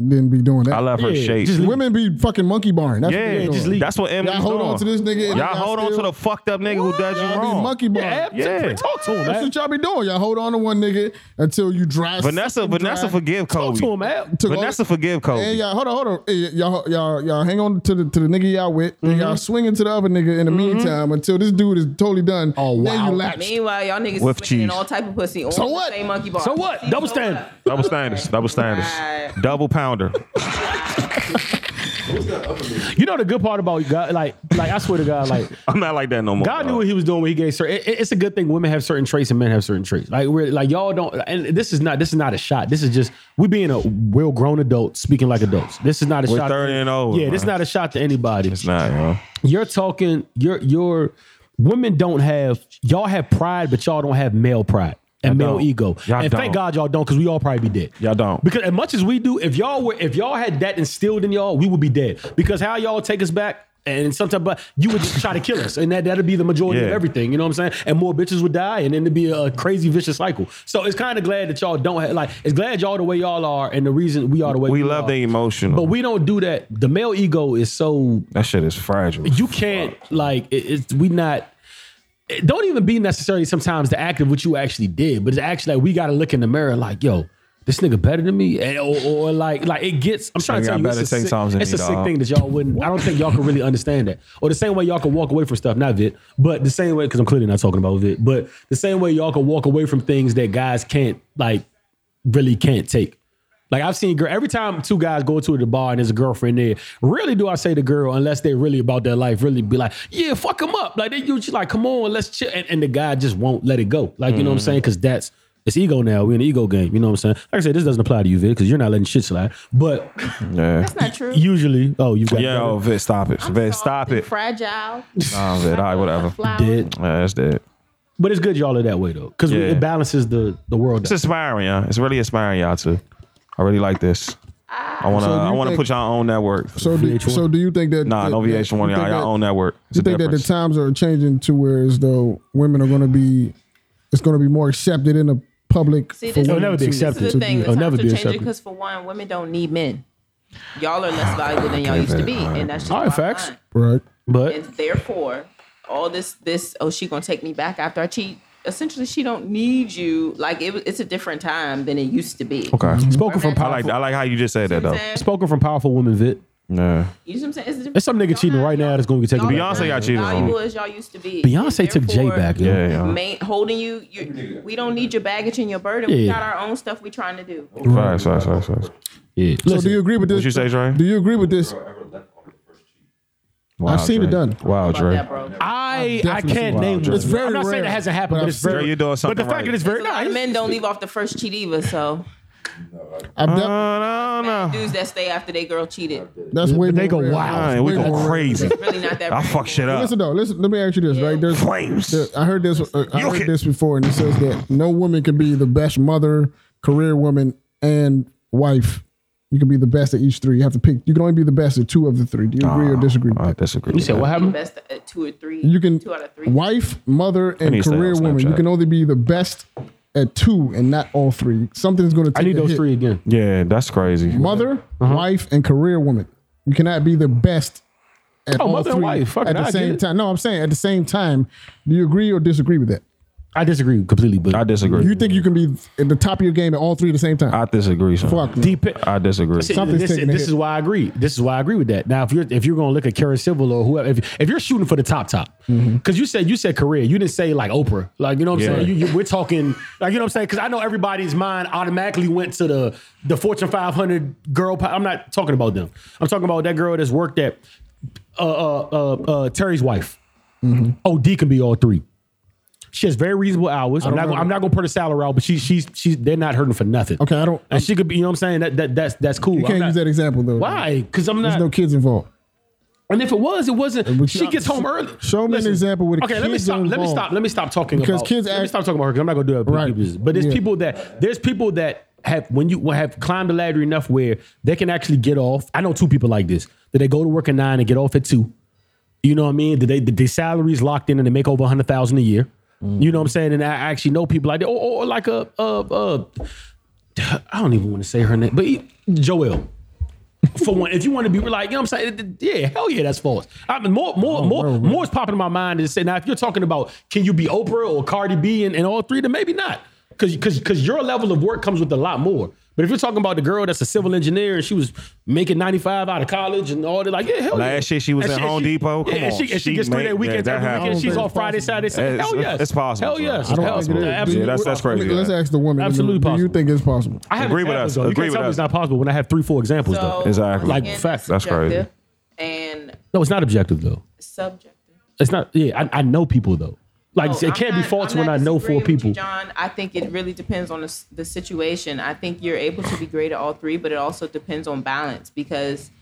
[SPEAKER 2] than be doing that.
[SPEAKER 3] I love her
[SPEAKER 4] Yeah,
[SPEAKER 3] shape.
[SPEAKER 4] just leave-
[SPEAKER 2] Women be fucking monkey barn. That's what
[SPEAKER 3] yeah,
[SPEAKER 2] they
[SPEAKER 4] just
[SPEAKER 2] doing.
[SPEAKER 4] leave.
[SPEAKER 3] that's what Emily's
[SPEAKER 2] Y'all hold
[SPEAKER 3] doing.
[SPEAKER 2] on to this nigga. and
[SPEAKER 3] Y'all hold on
[SPEAKER 2] still-
[SPEAKER 3] to the fucked up nigga who does you
[SPEAKER 2] Y'all be
[SPEAKER 3] wrong.
[SPEAKER 2] monkey barn.
[SPEAKER 4] yeah,
[SPEAKER 3] Yeah.
[SPEAKER 4] talk to him,
[SPEAKER 2] That's
[SPEAKER 4] man.
[SPEAKER 2] what y'all be doing. Y'all hold on to one nigga until you dry.
[SPEAKER 3] Vanessa,
[SPEAKER 2] suck him
[SPEAKER 3] Vanessa,
[SPEAKER 2] dry.
[SPEAKER 3] forgive
[SPEAKER 4] Talk to him,
[SPEAKER 3] Kobe.
[SPEAKER 4] man.
[SPEAKER 2] Took all-
[SPEAKER 3] Vanessa, forgive Kobe.
[SPEAKER 2] And y'all hold on, hold on. Hey, y'all, y'all, y'all hang on to the to the nigga y'all with. And
[SPEAKER 4] Mm-hmm.
[SPEAKER 2] y'all swinging to the other nigga in the meantime until this dude is totally done. Oh Then
[SPEAKER 4] wow.
[SPEAKER 2] you latch.
[SPEAKER 5] Meanwhile, y'all niggas
[SPEAKER 3] With
[SPEAKER 5] is swinging in
[SPEAKER 3] cheese.
[SPEAKER 5] all type of pussy on
[SPEAKER 2] So
[SPEAKER 5] the
[SPEAKER 2] what?
[SPEAKER 5] same monkey bar.
[SPEAKER 4] So what?
[SPEAKER 5] See,
[SPEAKER 4] Double
[SPEAKER 5] so
[SPEAKER 4] standard.
[SPEAKER 5] what?
[SPEAKER 3] Double standards. Double standards.
[SPEAKER 5] Right.
[SPEAKER 3] Double pounder.
[SPEAKER 4] You know the good part about God, like like I swear to God, like
[SPEAKER 3] I'm not like that no more.
[SPEAKER 4] God
[SPEAKER 3] bro.
[SPEAKER 4] knew what he was doing when he gave certain. It, it's a good thing women have certain traits and men have certain traits. Like we're like y'all don't. And this is not this is not a shot. This is just we being a well grown adult speaking like adults. This is not a
[SPEAKER 3] We're
[SPEAKER 4] shot.
[SPEAKER 3] 30 and over,
[SPEAKER 4] Yeah, this is
[SPEAKER 3] man.
[SPEAKER 4] not a shot to anybody.
[SPEAKER 3] It's not, yo.
[SPEAKER 4] You're talking. You're you're. Women don't have y'all have pride, but y'all don't have male pride and
[SPEAKER 3] Y'all
[SPEAKER 4] male
[SPEAKER 3] don't.
[SPEAKER 4] ego.
[SPEAKER 3] Y'all
[SPEAKER 4] and
[SPEAKER 3] don't.
[SPEAKER 4] thank God y'all don't, because we all probably be dead.
[SPEAKER 3] Y'all don't.
[SPEAKER 4] Because as much as we do, if y'all were, if y'all had that instilled in y'all, we would be dead. Because how y'all take us back And sometimes, but you would just try to kill us, and that that'd be the majority of
[SPEAKER 3] Yeah.
[SPEAKER 4] everything. You know what I'm saying? And more bitches would die, and then it'd be a crazy vicious cycle. So it's kind of glad that y'all don't have, like. It's glad y'all the way y'all are, and the reason we are the way
[SPEAKER 3] We
[SPEAKER 4] we
[SPEAKER 3] love
[SPEAKER 4] are.
[SPEAKER 3] the emotional.
[SPEAKER 4] But we don't do that. The male ego is so
[SPEAKER 3] that shit is fragile.
[SPEAKER 4] you can't like it, it's we not. It don't even be necessarily sometimes the act of what you actually did, but it's actually like we got to look in the mirror like yo. This nigga better than me, And- or, or like, like it gets. I'm trying to
[SPEAKER 3] Nigga
[SPEAKER 4] tell
[SPEAKER 3] got
[SPEAKER 4] you, it's
[SPEAKER 3] better
[SPEAKER 4] a, sick,
[SPEAKER 3] taste times than
[SPEAKER 4] it's
[SPEAKER 3] me,
[SPEAKER 4] a sick
[SPEAKER 3] dog.
[SPEAKER 4] thing that y'all wouldn't. I don't think y'all can really understand that. Or the same way y'all can walk away from stuff, not Vit, but the same way because I'm clearly not talking about Vit, but the same way y'all can walk away from things that guys can't like really can't take. Like I've seen girl every time two guys go to the bar and there's a girlfriend there. Rarely do I say the girl unless they really about their life. Really be like, yeah, fuck them up. Like they usually like, come on, let's chill. And, and the guy just won't let it go. Like you know what I'm
[SPEAKER 3] Mm-hmm.
[SPEAKER 4] saying? Because that's it's ego now. We're in the ego game. You know what I'm saying? Like I said, this doesn't apply to you, Vic, because you're not letting shit slide. But
[SPEAKER 3] Yeah.
[SPEAKER 5] That's not true.
[SPEAKER 4] usually, oh, you got
[SPEAKER 3] Yeah, oh, Vid, stop it.
[SPEAKER 5] I'm
[SPEAKER 3] Vid,
[SPEAKER 5] soft
[SPEAKER 3] stop
[SPEAKER 5] and
[SPEAKER 3] it.
[SPEAKER 5] Fragile.
[SPEAKER 3] Nah, Vid, all right,
[SPEAKER 5] I'm a
[SPEAKER 3] whatever.
[SPEAKER 5] flower.
[SPEAKER 4] dead.
[SPEAKER 3] Yeah, that's dead.
[SPEAKER 4] But it's good y'all are that way though, because
[SPEAKER 3] Yeah.
[SPEAKER 4] it balances the the world.
[SPEAKER 3] It's
[SPEAKER 4] Out.
[SPEAKER 3] inspiring, yeah. It's really inspiring, y'all, too. I really like this. I wanna,
[SPEAKER 2] So do you
[SPEAKER 3] I wanna
[SPEAKER 2] think-
[SPEAKER 3] put y'all on network.
[SPEAKER 2] So do,
[SPEAKER 4] VH1?
[SPEAKER 2] so do you think that
[SPEAKER 3] nah,
[SPEAKER 2] that,
[SPEAKER 3] no VH1, y'all,
[SPEAKER 2] you think
[SPEAKER 3] y'all
[SPEAKER 2] that-
[SPEAKER 3] own network. It's
[SPEAKER 2] You
[SPEAKER 3] a
[SPEAKER 2] think that the
[SPEAKER 3] difference.
[SPEAKER 2] times are changing to where as though women are going to be, it's going to be more accepted in the public.
[SPEAKER 5] See,
[SPEAKER 2] for
[SPEAKER 5] this-
[SPEAKER 2] women
[SPEAKER 4] It'll never be
[SPEAKER 2] to-
[SPEAKER 5] This
[SPEAKER 4] accepted.
[SPEAKER 5] is the thing.
[SPEAKER 4] It'll
[SPEAKER 5] It's
[SPEAKER 4] never
[SPEAKER 5] time
[SPEAKER 4] be
[SPEAKER 5] to change it
[SPEAKER 4] accepted.
[SPEAKER 5] because for one, women don't need men. Y'all are less valuable than y'all used to be, and that's just
[SPEAKER 4] All right,
[SPEAKER 5] bottom
[SPEAKER 4] facts.
[SPEAKER 5] line.
[SPEAKER 2] Right.
[SPEAKER 4] But
[SPEAKER 5] And therefore, all this this oh she gonna take me back after I cheat. Essentially, she don't need you. Like it, it's a different time than it used to be.
[SPEAKER 3] Okay.
[SPEAKER 4] spoken from
[SPEAKER 3] I
[SPEAKER 4] powerful,
[SPEAKER 3] like, I like how you just said that,
[SPEAKER 5] You know
[SPEAKER 3] though.
[SPEAKER 5] what I'm saying?
[SPEAKER 4] spoken from powerful women, Vit.
[SPEAKER 3] Yeah.
[SPEAKER 5] You see what I'm saying? It's, a different-
[SPEAKER 4] There's some nigga
[SPEAKER 5] y'all
[SPEAKER 4] cheating
[SPEAKER 5] not-
[SPEAKER 4] right now that's gonna get
[SPEAKER 5] y'all
[SPEAKER 4] taken. back.
[SPEAKER 5] not
[SPEAKER 3] Beyonce got
[SPEAKER 5] as
[SPEAKER 3] cheated on.
[SPEAKER 5] Valuable as y'all used to be.
[SPEAKER 4] Beyonce took Jay
[SPEAKER 5] Therefore,
[SPEAKER 4] back. yo.
[SPEAKER 3] Yeah, yeah.
[SPEAKER 5] Main, holding you, you, we don't need your baggage and your burden. We
[SPEAKER 4] Yeah.
[SPEAKER 5] got our own stuff we trying to do.
[SPEAKER 3] Right, right, right, right.
[SPEAKER 4] Yeah.
[SPEAKER 2] So do you agree with this?
[SPEAKER 3] What'd you say, Dre?
[SPEAKER 2] Do you agree with this?
[SPEAKER 3] Wow,
[SPEAKER 2] I've seen it
[SPEAKER 3] Dre.
[SPEAKER 2] done.
[SPEAKER 3] Wow,
[SPEAKER 5] About
[SPEAKER 3] Dre.
[SPEAKER 5] that, bro.
[SPEAKER 4] I I
[SPEAKER 2] definitely
[SPEAKER 4] can't
[SPEAKER 2] wild,
[SPEAKER 4] name
[SPEAKER 3] Dre.
[SPEAKER 4] one.
[SPEAKER 3] It's
[SPEAKER 2] very
[SPEAKER 4] I'm not
[SPEAKER 2] rare.
[SPEAKER 4] saying it hasn't happened,
[SPEAKER 2] But
[SPEAKER 4] but
[SPEAKER 2] I've
[SPEAKER 4] it's
[SPEAKER 2] seen-
[SPEAKER 4] very.
[SPEAKER 3] Dre, you're doing
[SPEAKER 4] but the
[SPEAKER 3] something
[SPEAKER 4] fact
[SPEAKER 3] right.
[SPEAKER 4] that it's very.
[SPEAKER 5] A
[SPEAKER 4] Nah,
[SPEAKER 5] lot of
[SPEAKER 4] it's-
[SPEAKER 5] men don't leave off the first cheat either. So
[SPEAKER 2] I've def-
[SPEAKER 3] Uh, No, no, no.
[SPEAKER 5] dudes that stay after they girl cheated,
[SPEAKER 2] that's way.
[SPEAKER 4] They
[SPEAKER 2] more
[SPEAKER 4] go
[SPEAKER 2] rare.
[SPEAKER 4] wild.
[SPEAKER 2] Way
[SPEAKER 3] Man, we
[SPEAKER 2] more
[SPEAKER 3] go
[SPEAKER 2] rare.
[SPEAKER 3] crazy.
[SPEAKER 5] really not that.
[SPEAKER 3] I
[SPEAKER 5] rare
[SPEAKER 3] fuck shit
[SPEAKER 5] anymore.
[SPEAKER 3] up.
[SPEAKER 2] Listen though. Listen. Let me ask you this. Right. There's.
[SPEAKER 3] Flames.
[SPEAKER 2] I heard this. uh, I
[SPEAKER 3] You
[SPEAKER 2] heard
[SPEAKER 3] can-
[SPEAKER 2] this before, and it says that no woman can be the best mother, career woman, and wife. You can be the best at each three. You have to pick. You can only be the best at two of the three. Do you
[SPEAKER 3] Ah,
[SPEAKER 2] agree or disagree? with
[SPEAKER 3] I
[SPEAKER 2] that?
[SPEAKER 3] disagree.
[SPEAKER 4] You said what
[SPEAKER 5] The
[SPEAKER 4] happened?
[SPEAKER 5] best at two or three.
[SPEAKER 2] You can
[SPEAKER 5] two out of three.
[SPEAKER 2] wife, mother, and
[SPEAKER 3] need to stay on
[SPEAKER 2] career woman. You
[SPEAKER 3] Snapchat.
[SPEAKER 2] can only be the best at two and not all three. Something's going to
[SPEAKER 4] I
[SPEAKER 2] take.
[SPEAKER 4] need
[SPEAKER 2] a
[SPEAKER 4] those
[SPEAKER 2] hit.
[SPEAKER 4] three again. Uh-huh.
[SPEAKER 3] Yeah, that's crazy.
[SPEAKER 2] Mother, wife, and career woman. You cannot be the best at
[SPEAKER 4] Oh,
[SPEAKER 2] all
[SPEAKER 4] mother and
[SPEAKER 2] three
[SPEAKER 4] wife. Fuck it,
[SPEAKER 2] at
[SPEAKER 4] I
[SPEAKER 2] the
[SPEAKER 4] get
[SPEAKER 2] same
[SPEAKER 4] it.
[SPEAKER 2] time. No, I'm saying at the same time. Do you agree or disagree with that?
[SPEAKER 4] I disagree completely, but
[SPEAKER 3] I disagree.
[SPEAKER 2] You think you can be at the top of your game at all three at the same time?
[SPEAKER 3] I disagree. Son.
[SPEAKER 2] Fuck. no.
[SPEAKER 4] deep.
[SPEAKER 3] I disagree.
[SPEAKER 4] See,
[SPEAKER 2] Something's
[SPEAKER 4] this,
[SPEAKER 2] taking a
[SPEAKER 4] this
[SPEAKER 2] hit.
[SPEAKER 4] is why I agree. This is why I agree with that. Now, if you're if you're gonna look at Karen Civil or whoever, if, if you're shooting for the top top, because
[SPEAKER 2] Mm-hmm.
[SPEAKER 4] you said you said career, you didn't say like Oprah, like you know what I'm
[SPEAKER 3] Yeah.
[SPEAKER 4] saying. You, you, we're talking like you know what I'm saying because I know everybody's mind automatically went to the the Fortune 500 girl. po- I'm not talking about them. I'm talking about that girl that's worked at uh, uh, uh, uh, Terry's wife.
[SPEAKER 2] Mm-hmm.
[SPEAKER 4] OD can be all three. She has very reasonable hours. I'm not. Gonna, I'm not gonna put a salary out, but she, she's she's they're not hurting for nothing.
[SPEAKER 2] Okay, I don't-
[SPEAKER 4] And she could be. You know what I'm saying? That, that that's that's cool.
[SPEAKER 2] you can't use that example though.
[SPEAKER 4] Why? Because I'm
[SPEAKER 2] There's
[SPEAKER 4] not.
[SPEAKER 2] no kids involved.
[SPEAKER 4] and if it was, it wasn't.
[SPEAKER 2] But
[SPEAKER 4] She
[SPEAKER 2] you-
[SPEAKER 4] gets home early.
[SPEAKER 2] show me an example with
[SPEAKER 4] Okay, let me
[SPEAKER 2] kids
[SPEAKER 4] stop. Let me
[SPEAKER 2] involved.
[SPEAKER 4] stop. Let me stop talking
[SPEAKER 2] Because
[SPEAKER 4] about
[SPEAKER 2] kids
[SPEAKER 4] Let me
[SPEAKER 2] act-
[SPEAKER 4] stop talking about her because I'm not gonna do that.
[SPEAKER 2] Right.
[SPEAKER 4] Right. But there's
[SPEAKER 2] Yeah.
[SPEAKER 4] people that there's people that have when you have climbed the ladder enough where they can actually get off. I know two people like this that they go to work at nine and get off at two. You know what I mean? That they that their salaries locked in and they make over a hundred thousand a year. You know what I'm saying? And I actually know people like that, or, or, or like a, a, a I don't even want to say her name, but e- Joel. For one, if you want to be like, you know what I'm saying? Th- th- Yeah, hell yeah, that's false. I mean, more, more,
[SPEAKER 3] Oh,
[SPEAKER 4] more,
[SPEAKER 2] bro, bro.
[SPEAKER 4] more is popping in my mind is saying, now, if you're talking about can you be Oprah or Cardi B and, and all three, then maybe not. Cause, cause, cause your level of work comes with a lot more. But if you're talking about the girl that's a civil engineer and she was making 95 out of college and all that, like, yeah, hell yeah.
[SPEAKER 3] Last year she was
[SPEAKER 4] And
[SPEAKER 3] at
[SPEAKER 4] and
[SPEAKER 3] Home Depot. Come
[SPEAKER 4] yeah, and
[SPEAKER 3] on.
[SPEAKER 4] she, and she
[SPEAKER 3] She
[SPEAKER 4] gets three
[SPEAKER 3] made-
[SPEAKER 4] day
[SPEAKER 3] yeah,
[SPEAKER 4] weekends
[SPEAKER 3] that
[SPEAKER 4] every
[SPEAKER 3] happened.
[SPEAKER 4] weekend. She's
[SPEAKER 2] I don't
[SPEAKER 4] off Friday,
[SPEAKER 2] think-
[SPEAKER 4] Saturday, Sunday.
[SPEAKER 3] It's-
[SPEAKER 4] Hell yes.
[SPEAKER 3] it's possible,
[SPEAKER 4] Hell
[SPEAKER 3] son.
[SPEAKER 4] yes.
[SPEAKER 3] I don't
[SPEAKER 4] Hell,
[SPEAKER 3] think it is.
[SPEAKER 4] yeah,
[SPEAKER 3] Dude,
[SPEAKER 4] absolutely.
[SPEAKER 3] that's- that's crazy,
[SPEAKER 2] Let's
[SPEAKER 3] yeah.
[SPEAKER 2] ask the woman.
[SPEAKER 4] Absolutely
[SPEAKER 2] Do you
[SPEAKER 4] possible.
[SPEAKER 2] think it's possible?
[SPEAKER 4] I have
[SPEAKER 3] Agree with
[SPEAKER 4] examples,
[SPEAKER 3] us.
[SPEAKER 4] though. You
[SPEAKER 3] Agree
[SPEAKER 4] can't
[SPEAKER 3] with
[SPEAKER 4] tell me
[SPEAKER 3] us.
[SPEAKER 4] It's not possible when I have three, four examples
[SPEAKER 5] So,
[SPEAKER 4] though.
[SPEAKER 3] Exactly.
[SPEAKER 5] once
[SPEAKER 4] Like,
[SPEAKER 5] again,
[SPEAKER 4] facts.
[SPEAKER 3] That's crazy.
[SPEAKER 5] subjective And
[SPEAKER 4] No, it's not objective though.
[SPEAKER 5] subjective.
[SPEAKER 4] It's not. Yeah, I, I know people though. Like
[SPEAKER 5] No,
[SPEAKER 4] it can't
[SPEAKER 5] Oh, I'm
[SPEAKER 4] be
[SPEAKER 5] not-
[SPEAKER 4] false
[SPEAKER 5] I'm
[SPEAKER 4] when
[SPEAKER 5] not
[SPEAKER 4] I know
[SPEAKER 5] disagreeing
[SPEAKER 4] four
[SPEAKER 5] with you,
[SPEAKER 4] people.
[SPEAKER 5] John, I think it really depends on the, s- the situation. I think you're able to be great at all three, but it also depends on balance because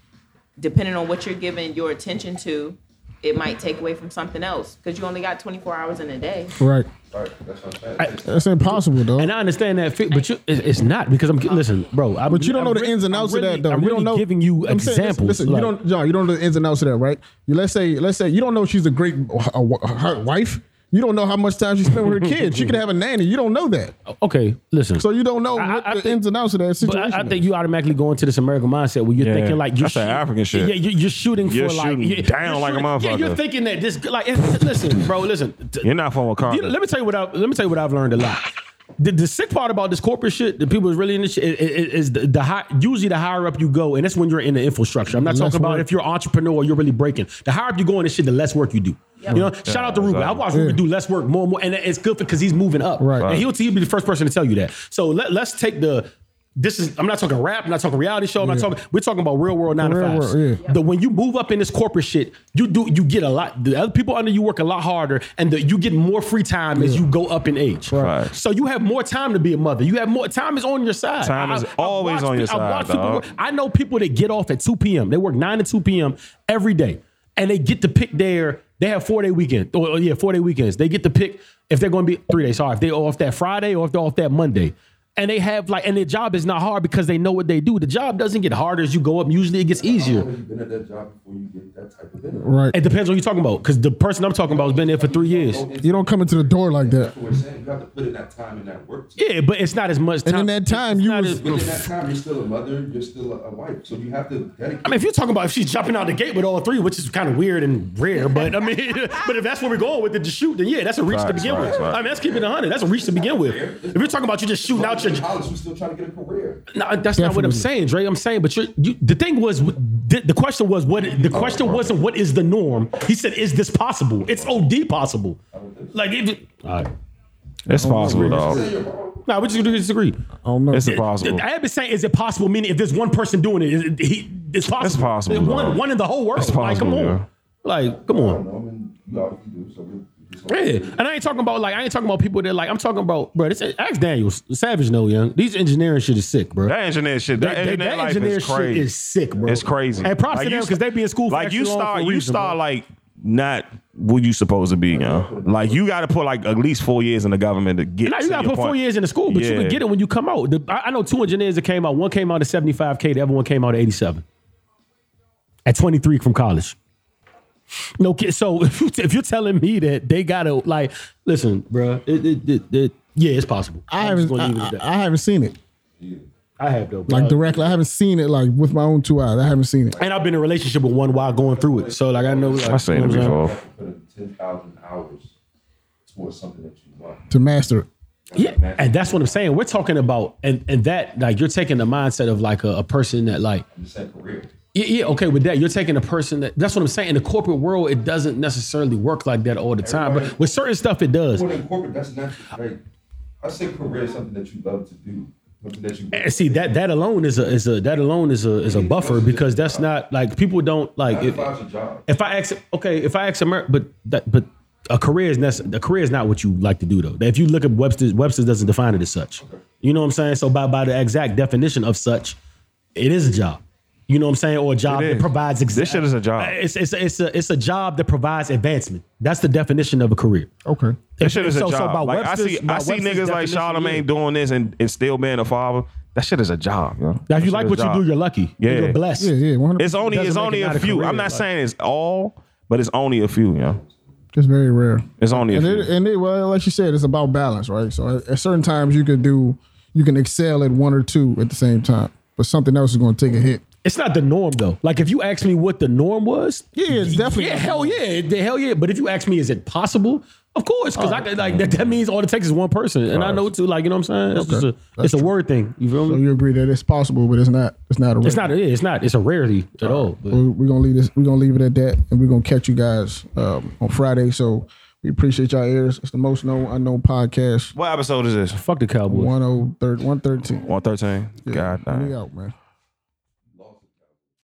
[SPEAKER 5] depending on what you're giving your attention to it might take away from something else because you only got 24 hours in a day.
[SPEAKER 2] Right.
[SPEAKER 8] Right, that's what I'm saying.
[SPEAKER 2] That's impossible, though.
[SPEAKER 4] And I understand that, fit, but you, it's, it's not because I'm listen, bro. I,
[SPEAKER 2] But you don't know the ins and outs of that, though.
[SPEAKER 4] I'm
[SPEAKER 2] you
[SPEAKER 4] really
[SPEAKER 2] don't know.
[SPEAKER 4] Giving you
[SPEAKER 2] I'm saying, listen,
[SPEAKER 4] examples.
[SPEAKER 2] Listen,
[SPEAKER 4] like-
[SPEAKER 2] you don't, John. You don't know the ins and outs of that, right? You, let's say, let's say you don't know she's a great uh, uh, her wife. You don't know how much time she spent with her kids. She could have a nanny. You don't know that,
[SPEAKER 4] Okay, listen.
[SPEAKER 2] so you don't know
[SPEAKER 4] I-
[SPEAKER 2] what
[SPEAKER 4] I
[SPEAKER 2] the
[SPEAKER 4] think-
[SPEAKER 2] ins and outs of that
[SPEAKER 4] But
[SPEAKER 2] situation.
[SPEAKER 4] I, I
[SPEAKER 2] is.
[SPEAKER 4] think you automatically go into this American mindset where you're
[SPEAKER 3] Yeah.
[SPEAKER 4] thinking like you're
[SPEAKER 3] That's that African shit.
[SPEAKER 4] Yeah, you're, you're shooting
[SPEAKER 3] You're
[SPEAKER 4] for
[SPEAKER 3] shooting
[SPEAKER 4] like you're-
[SPEAKER 3] down
[SPEAKER 4] you're
[SPEAKER 3] like a
[SPEAKER 4] shooting- Yeah, you're
[SPEAKER 3] motherfucker.
[SPEAKER 4] thinking that this like it's- listen, bro, listen. T-
[SPEAKER 3] You're not from Wakanda.
[SPEAKER 4] you- let me tell you what I, let me tell you what I've learned a lot. The, the sick part about this corporate shit, the people is really in this shit, i- i- is, the, the high, usually the higher up you go, and that's when you're in the infrastructure. I'm not
[SPEAKER 2] Less
[SPEAKER 4] talking about
[SPEAKER 2] work.
[SPEAKER 4] if you're an entrepreneur, or you're really breaking. The higher up you go in this shit, the less work you do. You know, shout out to Ruben. I watch Ruben
[SPEAKER 2] Yeah.
[SPEAKER 4] do less work more and more, and it's good because he's moving up.
[SPEAKER 2] Right.
[SPEAKER 4] And he'll, he'll be the first person to tell you that. So let, let's take the. This is. I'm not talking rap. I'm not talking reality show. I'm not talking. We're talking about real world nine to
[SPEAKER 2] Real
[SPEAKER 4] fives.
[SPEAKER 2] world, yeah.
[SPEAKER 4] The when you move up in this corporate shit, you do you get a lot. The other people under you work a lot harder, and the, you get more free time as you go up in age.
[SPEAKER 3] Right.
[SPEAKER 4] So you have more time to be a mother. You have more time is on your side.
[SPEAKER 3] Time is
[SPEAKER 4] I've
[SPEAKER 3] always
[SPEAKER 4] watched
[SPEAKER 3] on your
[SPEAKER 4] pe- I've
[SPEAKER 3] side,
[SPEAKER 4] watched people
[SPEAKER 3] dog.
[SPEAKER 4] work- I know people that get off at 2 p.m. They work 9 to 2 p.m. every day. And they get to pick their, they have four day weekend. Or, or, yeah, four day weekends. They get to pick if they're going to be three days. Sorry, if they're off that Friday or if they're off that Monday. And they have like, and their job is not hard because they know what they do. The job doesn't get harder as you go up. Usually it gets easier.
[SPEAKER 8] You've been at that job before you get that type of benefit.
[SPEAKER 2] right.
[SPEAKER 4] It depends on who you're talking about. Because the person I'm talking about has been there for three years.
[SPEAKER 2] You don't come into the door like that.
[SPEAKER 8] That's what we're saying. You have to put in that time and that work.
[SPEAKER 4] Yeah, but it's not as much
[SPEAKER 2] And
[SPEAKER 4] time.
[SPEAKER 2] in that time,
[SPEAKER 4] it's
[SPEAKER 2] you
[SPEAKER 4] not
[SPEAKER 2] was-
[SPEAKER 4] as-
[SPEAKER 8] But in that time, you're still a mother, you're still a, a wife. So you have to dedicate.
[SPEAKER 4] I mean, if you're talking about if she's jumping out the gate with all three, which is kind of weird and rare, but I mean, but if that's where we're going with it, to shoot, then yeah, that's a reach to
[SPEAKER 3] Facts,
[SPEAKER 4] begin
[SPEAKER 3] facts,
[SPEAKER 4] with.
[SPEAKER 3] facts.
[SPEAKER 4] I mean, that's keeping it hundred. That's a reach to begin with. If you're talking about you just shooting out
[SPEAKER 8] you're
[SPEAKER 4] your,
[SPEAKER 8] in college, you're still trying to get a career.
[SPEAKER 4] nah, that's not what I'm
[SPEAKER 2] Definitely.
[SPEAKER 4] saying, Dre. I'm saying, but you're, you, the thing was, the, the question was what? The question wasn't what is the norm. He said, is this possible? It's OD possible. Like, if, all right.
[SPEAKER 3] it's possible, dog.
[SPEAKER 4] Nah, we just disagree.
[SPEAKER 2] I don't know.
[SPEAKER 3] It's impossible.
[SPEAKER 4] I have been saying, is it possible? Meaning, if there's one person doing it, is it he, it's possible.
[SPEAKER 3] possible,
[SPEAKER 4] There's One,
[SPEAKER 3] dog.
[SPEAKER 4] one in the whole world.
[SPEAKER 3] It's
[SPEAKER 4] like, come
[SPEAKER 3] possible,
[SPEAKER 4] on.
[SPEAKER 3] yeah.
[SPEAKER 4] Like, come on.
[SPEAKER 8] I don't know, I mean, you obviously do. So we- we just
[SPEAKER 4] Yeah, and I ain't talking about like I ain't talking about people that like I'm talking about, bro. This ask Daniels, Savage, no young. These engineering shit is sick, bro.
[SPEAKER 3] That engineer shit. That,
[SPEAKER 4] That- that-
[SPEAKER 3] engineer
[SPEAKER 4] that
[SPEAKER 3] life
[SPEAKER 4] engineer
[SPEAKER 3] is
[SPEAKER 4] shit
[SPEAKER 3] crazy.
[SPEAKER 4] is sick, bro.
[SPEAKER 3] It's crazy.
[SPEAKER 4] And props to them
[SPEAKER 3] you-
[SPEAKER 4] 'cause they be in school for
[SPEAKER 3] Like you
[SPEAKER 4] extra long for
[SPEAKER 3] start,
[SPEAKER 4] a
[SPEAKER 3] you
[SPEAKER 4] reason,
[SPEAKER 3] start
[SPEAKER 4] bro.
[SPEAKER 3] like not what you supposed to be, you know? Like you got to put like at least four years in the government to get.
[SPEAKER 4] Now you
[SPEAKER 3] to
[SPEAKER 4] gotta
[SPEAKER 3] your
[SPEAKER 4] put four
[SPEAKER 3] point.
[SPEAKER 4] years in the school, but you
[SPEAKER 3] Yeah.
[SPEAKER 4] can get it when you come out. The- I, I know two engineers that came out. One came out at 75k, the other one came out at 87. At 23 from college. No kid. So if, you, if you're telling me that they gotta like, listen, bro. It, it, it, it- yeah, it's possible.
[SPEAKER 2] I
[SPEAKER 4] I'm just
[SPEAKER 2] haven't.
[SPEAKER 4] gonna leave it
[SPEAKER 2] I,
[SPEAKER 4] at that. Uh,
[SPEAKER 2] I- I haven't seen it
[SPEAKER 4] I have though. bro.
[SPEAKER 2] like directly. I haven't seen it like with my own two eyes. I haven't seen it.
[SPEAKER 4] and I've been in a relationship with one while going through it. So like I know. Like,
[SPEAKER 3] I seen
[SPEAKER 4] you know
[SPEAKER 3] it
[SPEAKER 4] what I'm saying?
[SPEAKER 3] before.
[SPEAKER 8] have to put in 10,000 hours towards something that you want.
[SPEAKER 2] To master it.
[SPEAKER 4] Yeah, and that's what I'm saying. We're talking about and and that like you're taking the mindset of like a, a person that like
[SPEAKER 8] You said career.
[SPEAKER 4] yeah, yeah okay with that you're taking a person that that's what I'm saying. In the corporate world, it doesn't necessarily work like that all the time, but with certain stuff it does.
[SPEAKER 8] Well, in corporate, that's not right. I say career is something that you love to do, something that you.
[SPEAKER 4] And see that that alone is a is a that alone is a is a buffer because that's not like people don't like.
[SPEAKER 8] Nine to
[SPEAKER 4] If,
[SPEAKER 8] five's a job.
[SPEAKER 4] if I ask okay, if I ask Amer- but that but. A career is nec- a career is not what you like to do though. If you look at Webster's, Webster's doesn't define it as such. You know what I'm saying? So by by the exact definition of such, it is a job. You know what I'm saying? Or a job
[SPEAKER 3] It
[SPEAKER 4] that
[SPEAKER 3] is.
[SPEAKER 4] provides exa-
[SPEAKER 3] This shit is a job.
[SPEAKER 4] It's it's it's a it's a job that provides advancement. That's the definition of a career.
[SPEAKER 2] Okay.
[SPEAKER 3] That shit is a
[SPEAKER 4] So- so
[SPEAKER 3] job.
[SPEAKER 4] by
[SPEAKER 3] like, I see,
[SPEAKER 4] Webster's- by
[SPEAKER 3] I see
[SPEAKER 4] Webster's
[SPEAKER 3] niggas like
[SPEAKER 4] definition,
[SPEAKER 3] Charlemagne
[SPEAKER 4] yeah.
[SPEAKER 3] doing this and, and still being a father. That shit is a job. Yo.
[SPEAKER 4] Now,
[SPEAKER 3] That
[SPEAKER 4] if you
[SPEAKER 3] shit
[SPEAKER 4] like
[SPEAKER 3] is
[SPEAKER 4] what
[SPEAKER 3] a
[SPEAKER 4] you
[SPEAKER 3] job.
[SPEAKER 4] do, you're lucky.
[SPEAKER 3] Yeah.
[SPEAKER 4] you're blessed.
[SPEAKER 2] Yeah, yeah. One hundred.
[SPEAKER 3] It's only
[SPEAKER 4] doesn't
[SPEAKER 3] it's
[SPEAKER 4] make
[SPEAKER 3] only
[SPEAKER 4] it
[SPEAKER 3] a
[SPEAKER 4] not a
[SPEAKER 3] few.
[SPEAKER 4] career,
[SPEAKER 3] I'm not
[SPEAKER 4] like-
[SPEAKER 3] saying it's all, but it's only a few. You know,
[SPEAKER 2] It's very rare.
[SPEAKER 3] it's only a
[SPEAKER 2] And
[SPEAKER 3] few.
[SPEAKER 2] it, and it, well, like you said, it's about balance, right? So at, at certain times you can do, you can excel at one or two at the same time, but something else is going to take a hit.
[SPEAKER 4] It's not the norm though. Like if you ask me what the norm was,
[SPEAKER 2] Yeah, it's definitely
[SPEAKER 4] yeah,
[SPEAKER 2] not the
[SPEAKER 4] hell yeah, the hell yeah. But if you ask me, is it possible? Of course,
[SPEAKER 2] Oh.
[SPEAKER 4] because I could like that, that means all it takes is one person, and I know too. Like you know what I'm saying? It's just a it's a word thing. You feel
[SPEAKER 2] So
[SPEAKER 4] me?
[SPEAKER 2] you agree that it's possible, but it's not. It's not a.
[SPEAKER 4] It's not. Yeah, it's not. It's a rarity at all. But
[SPEAKER 2] We're, we're gonna leave this. We're gonna leave it at that, and we're gonna catch you guys um, on Friday. So we appreciate y'all ears. It's the most known unknown podcast.
[SPEAKER 3] What episode is this?
[SPEAKER 4] fuck the Cowboys.
[SPEAKER 2] One oh third. One thirteen.
[SPEAKER 3] One thirteen. God damn.
[SPEAKER 2] We out, man.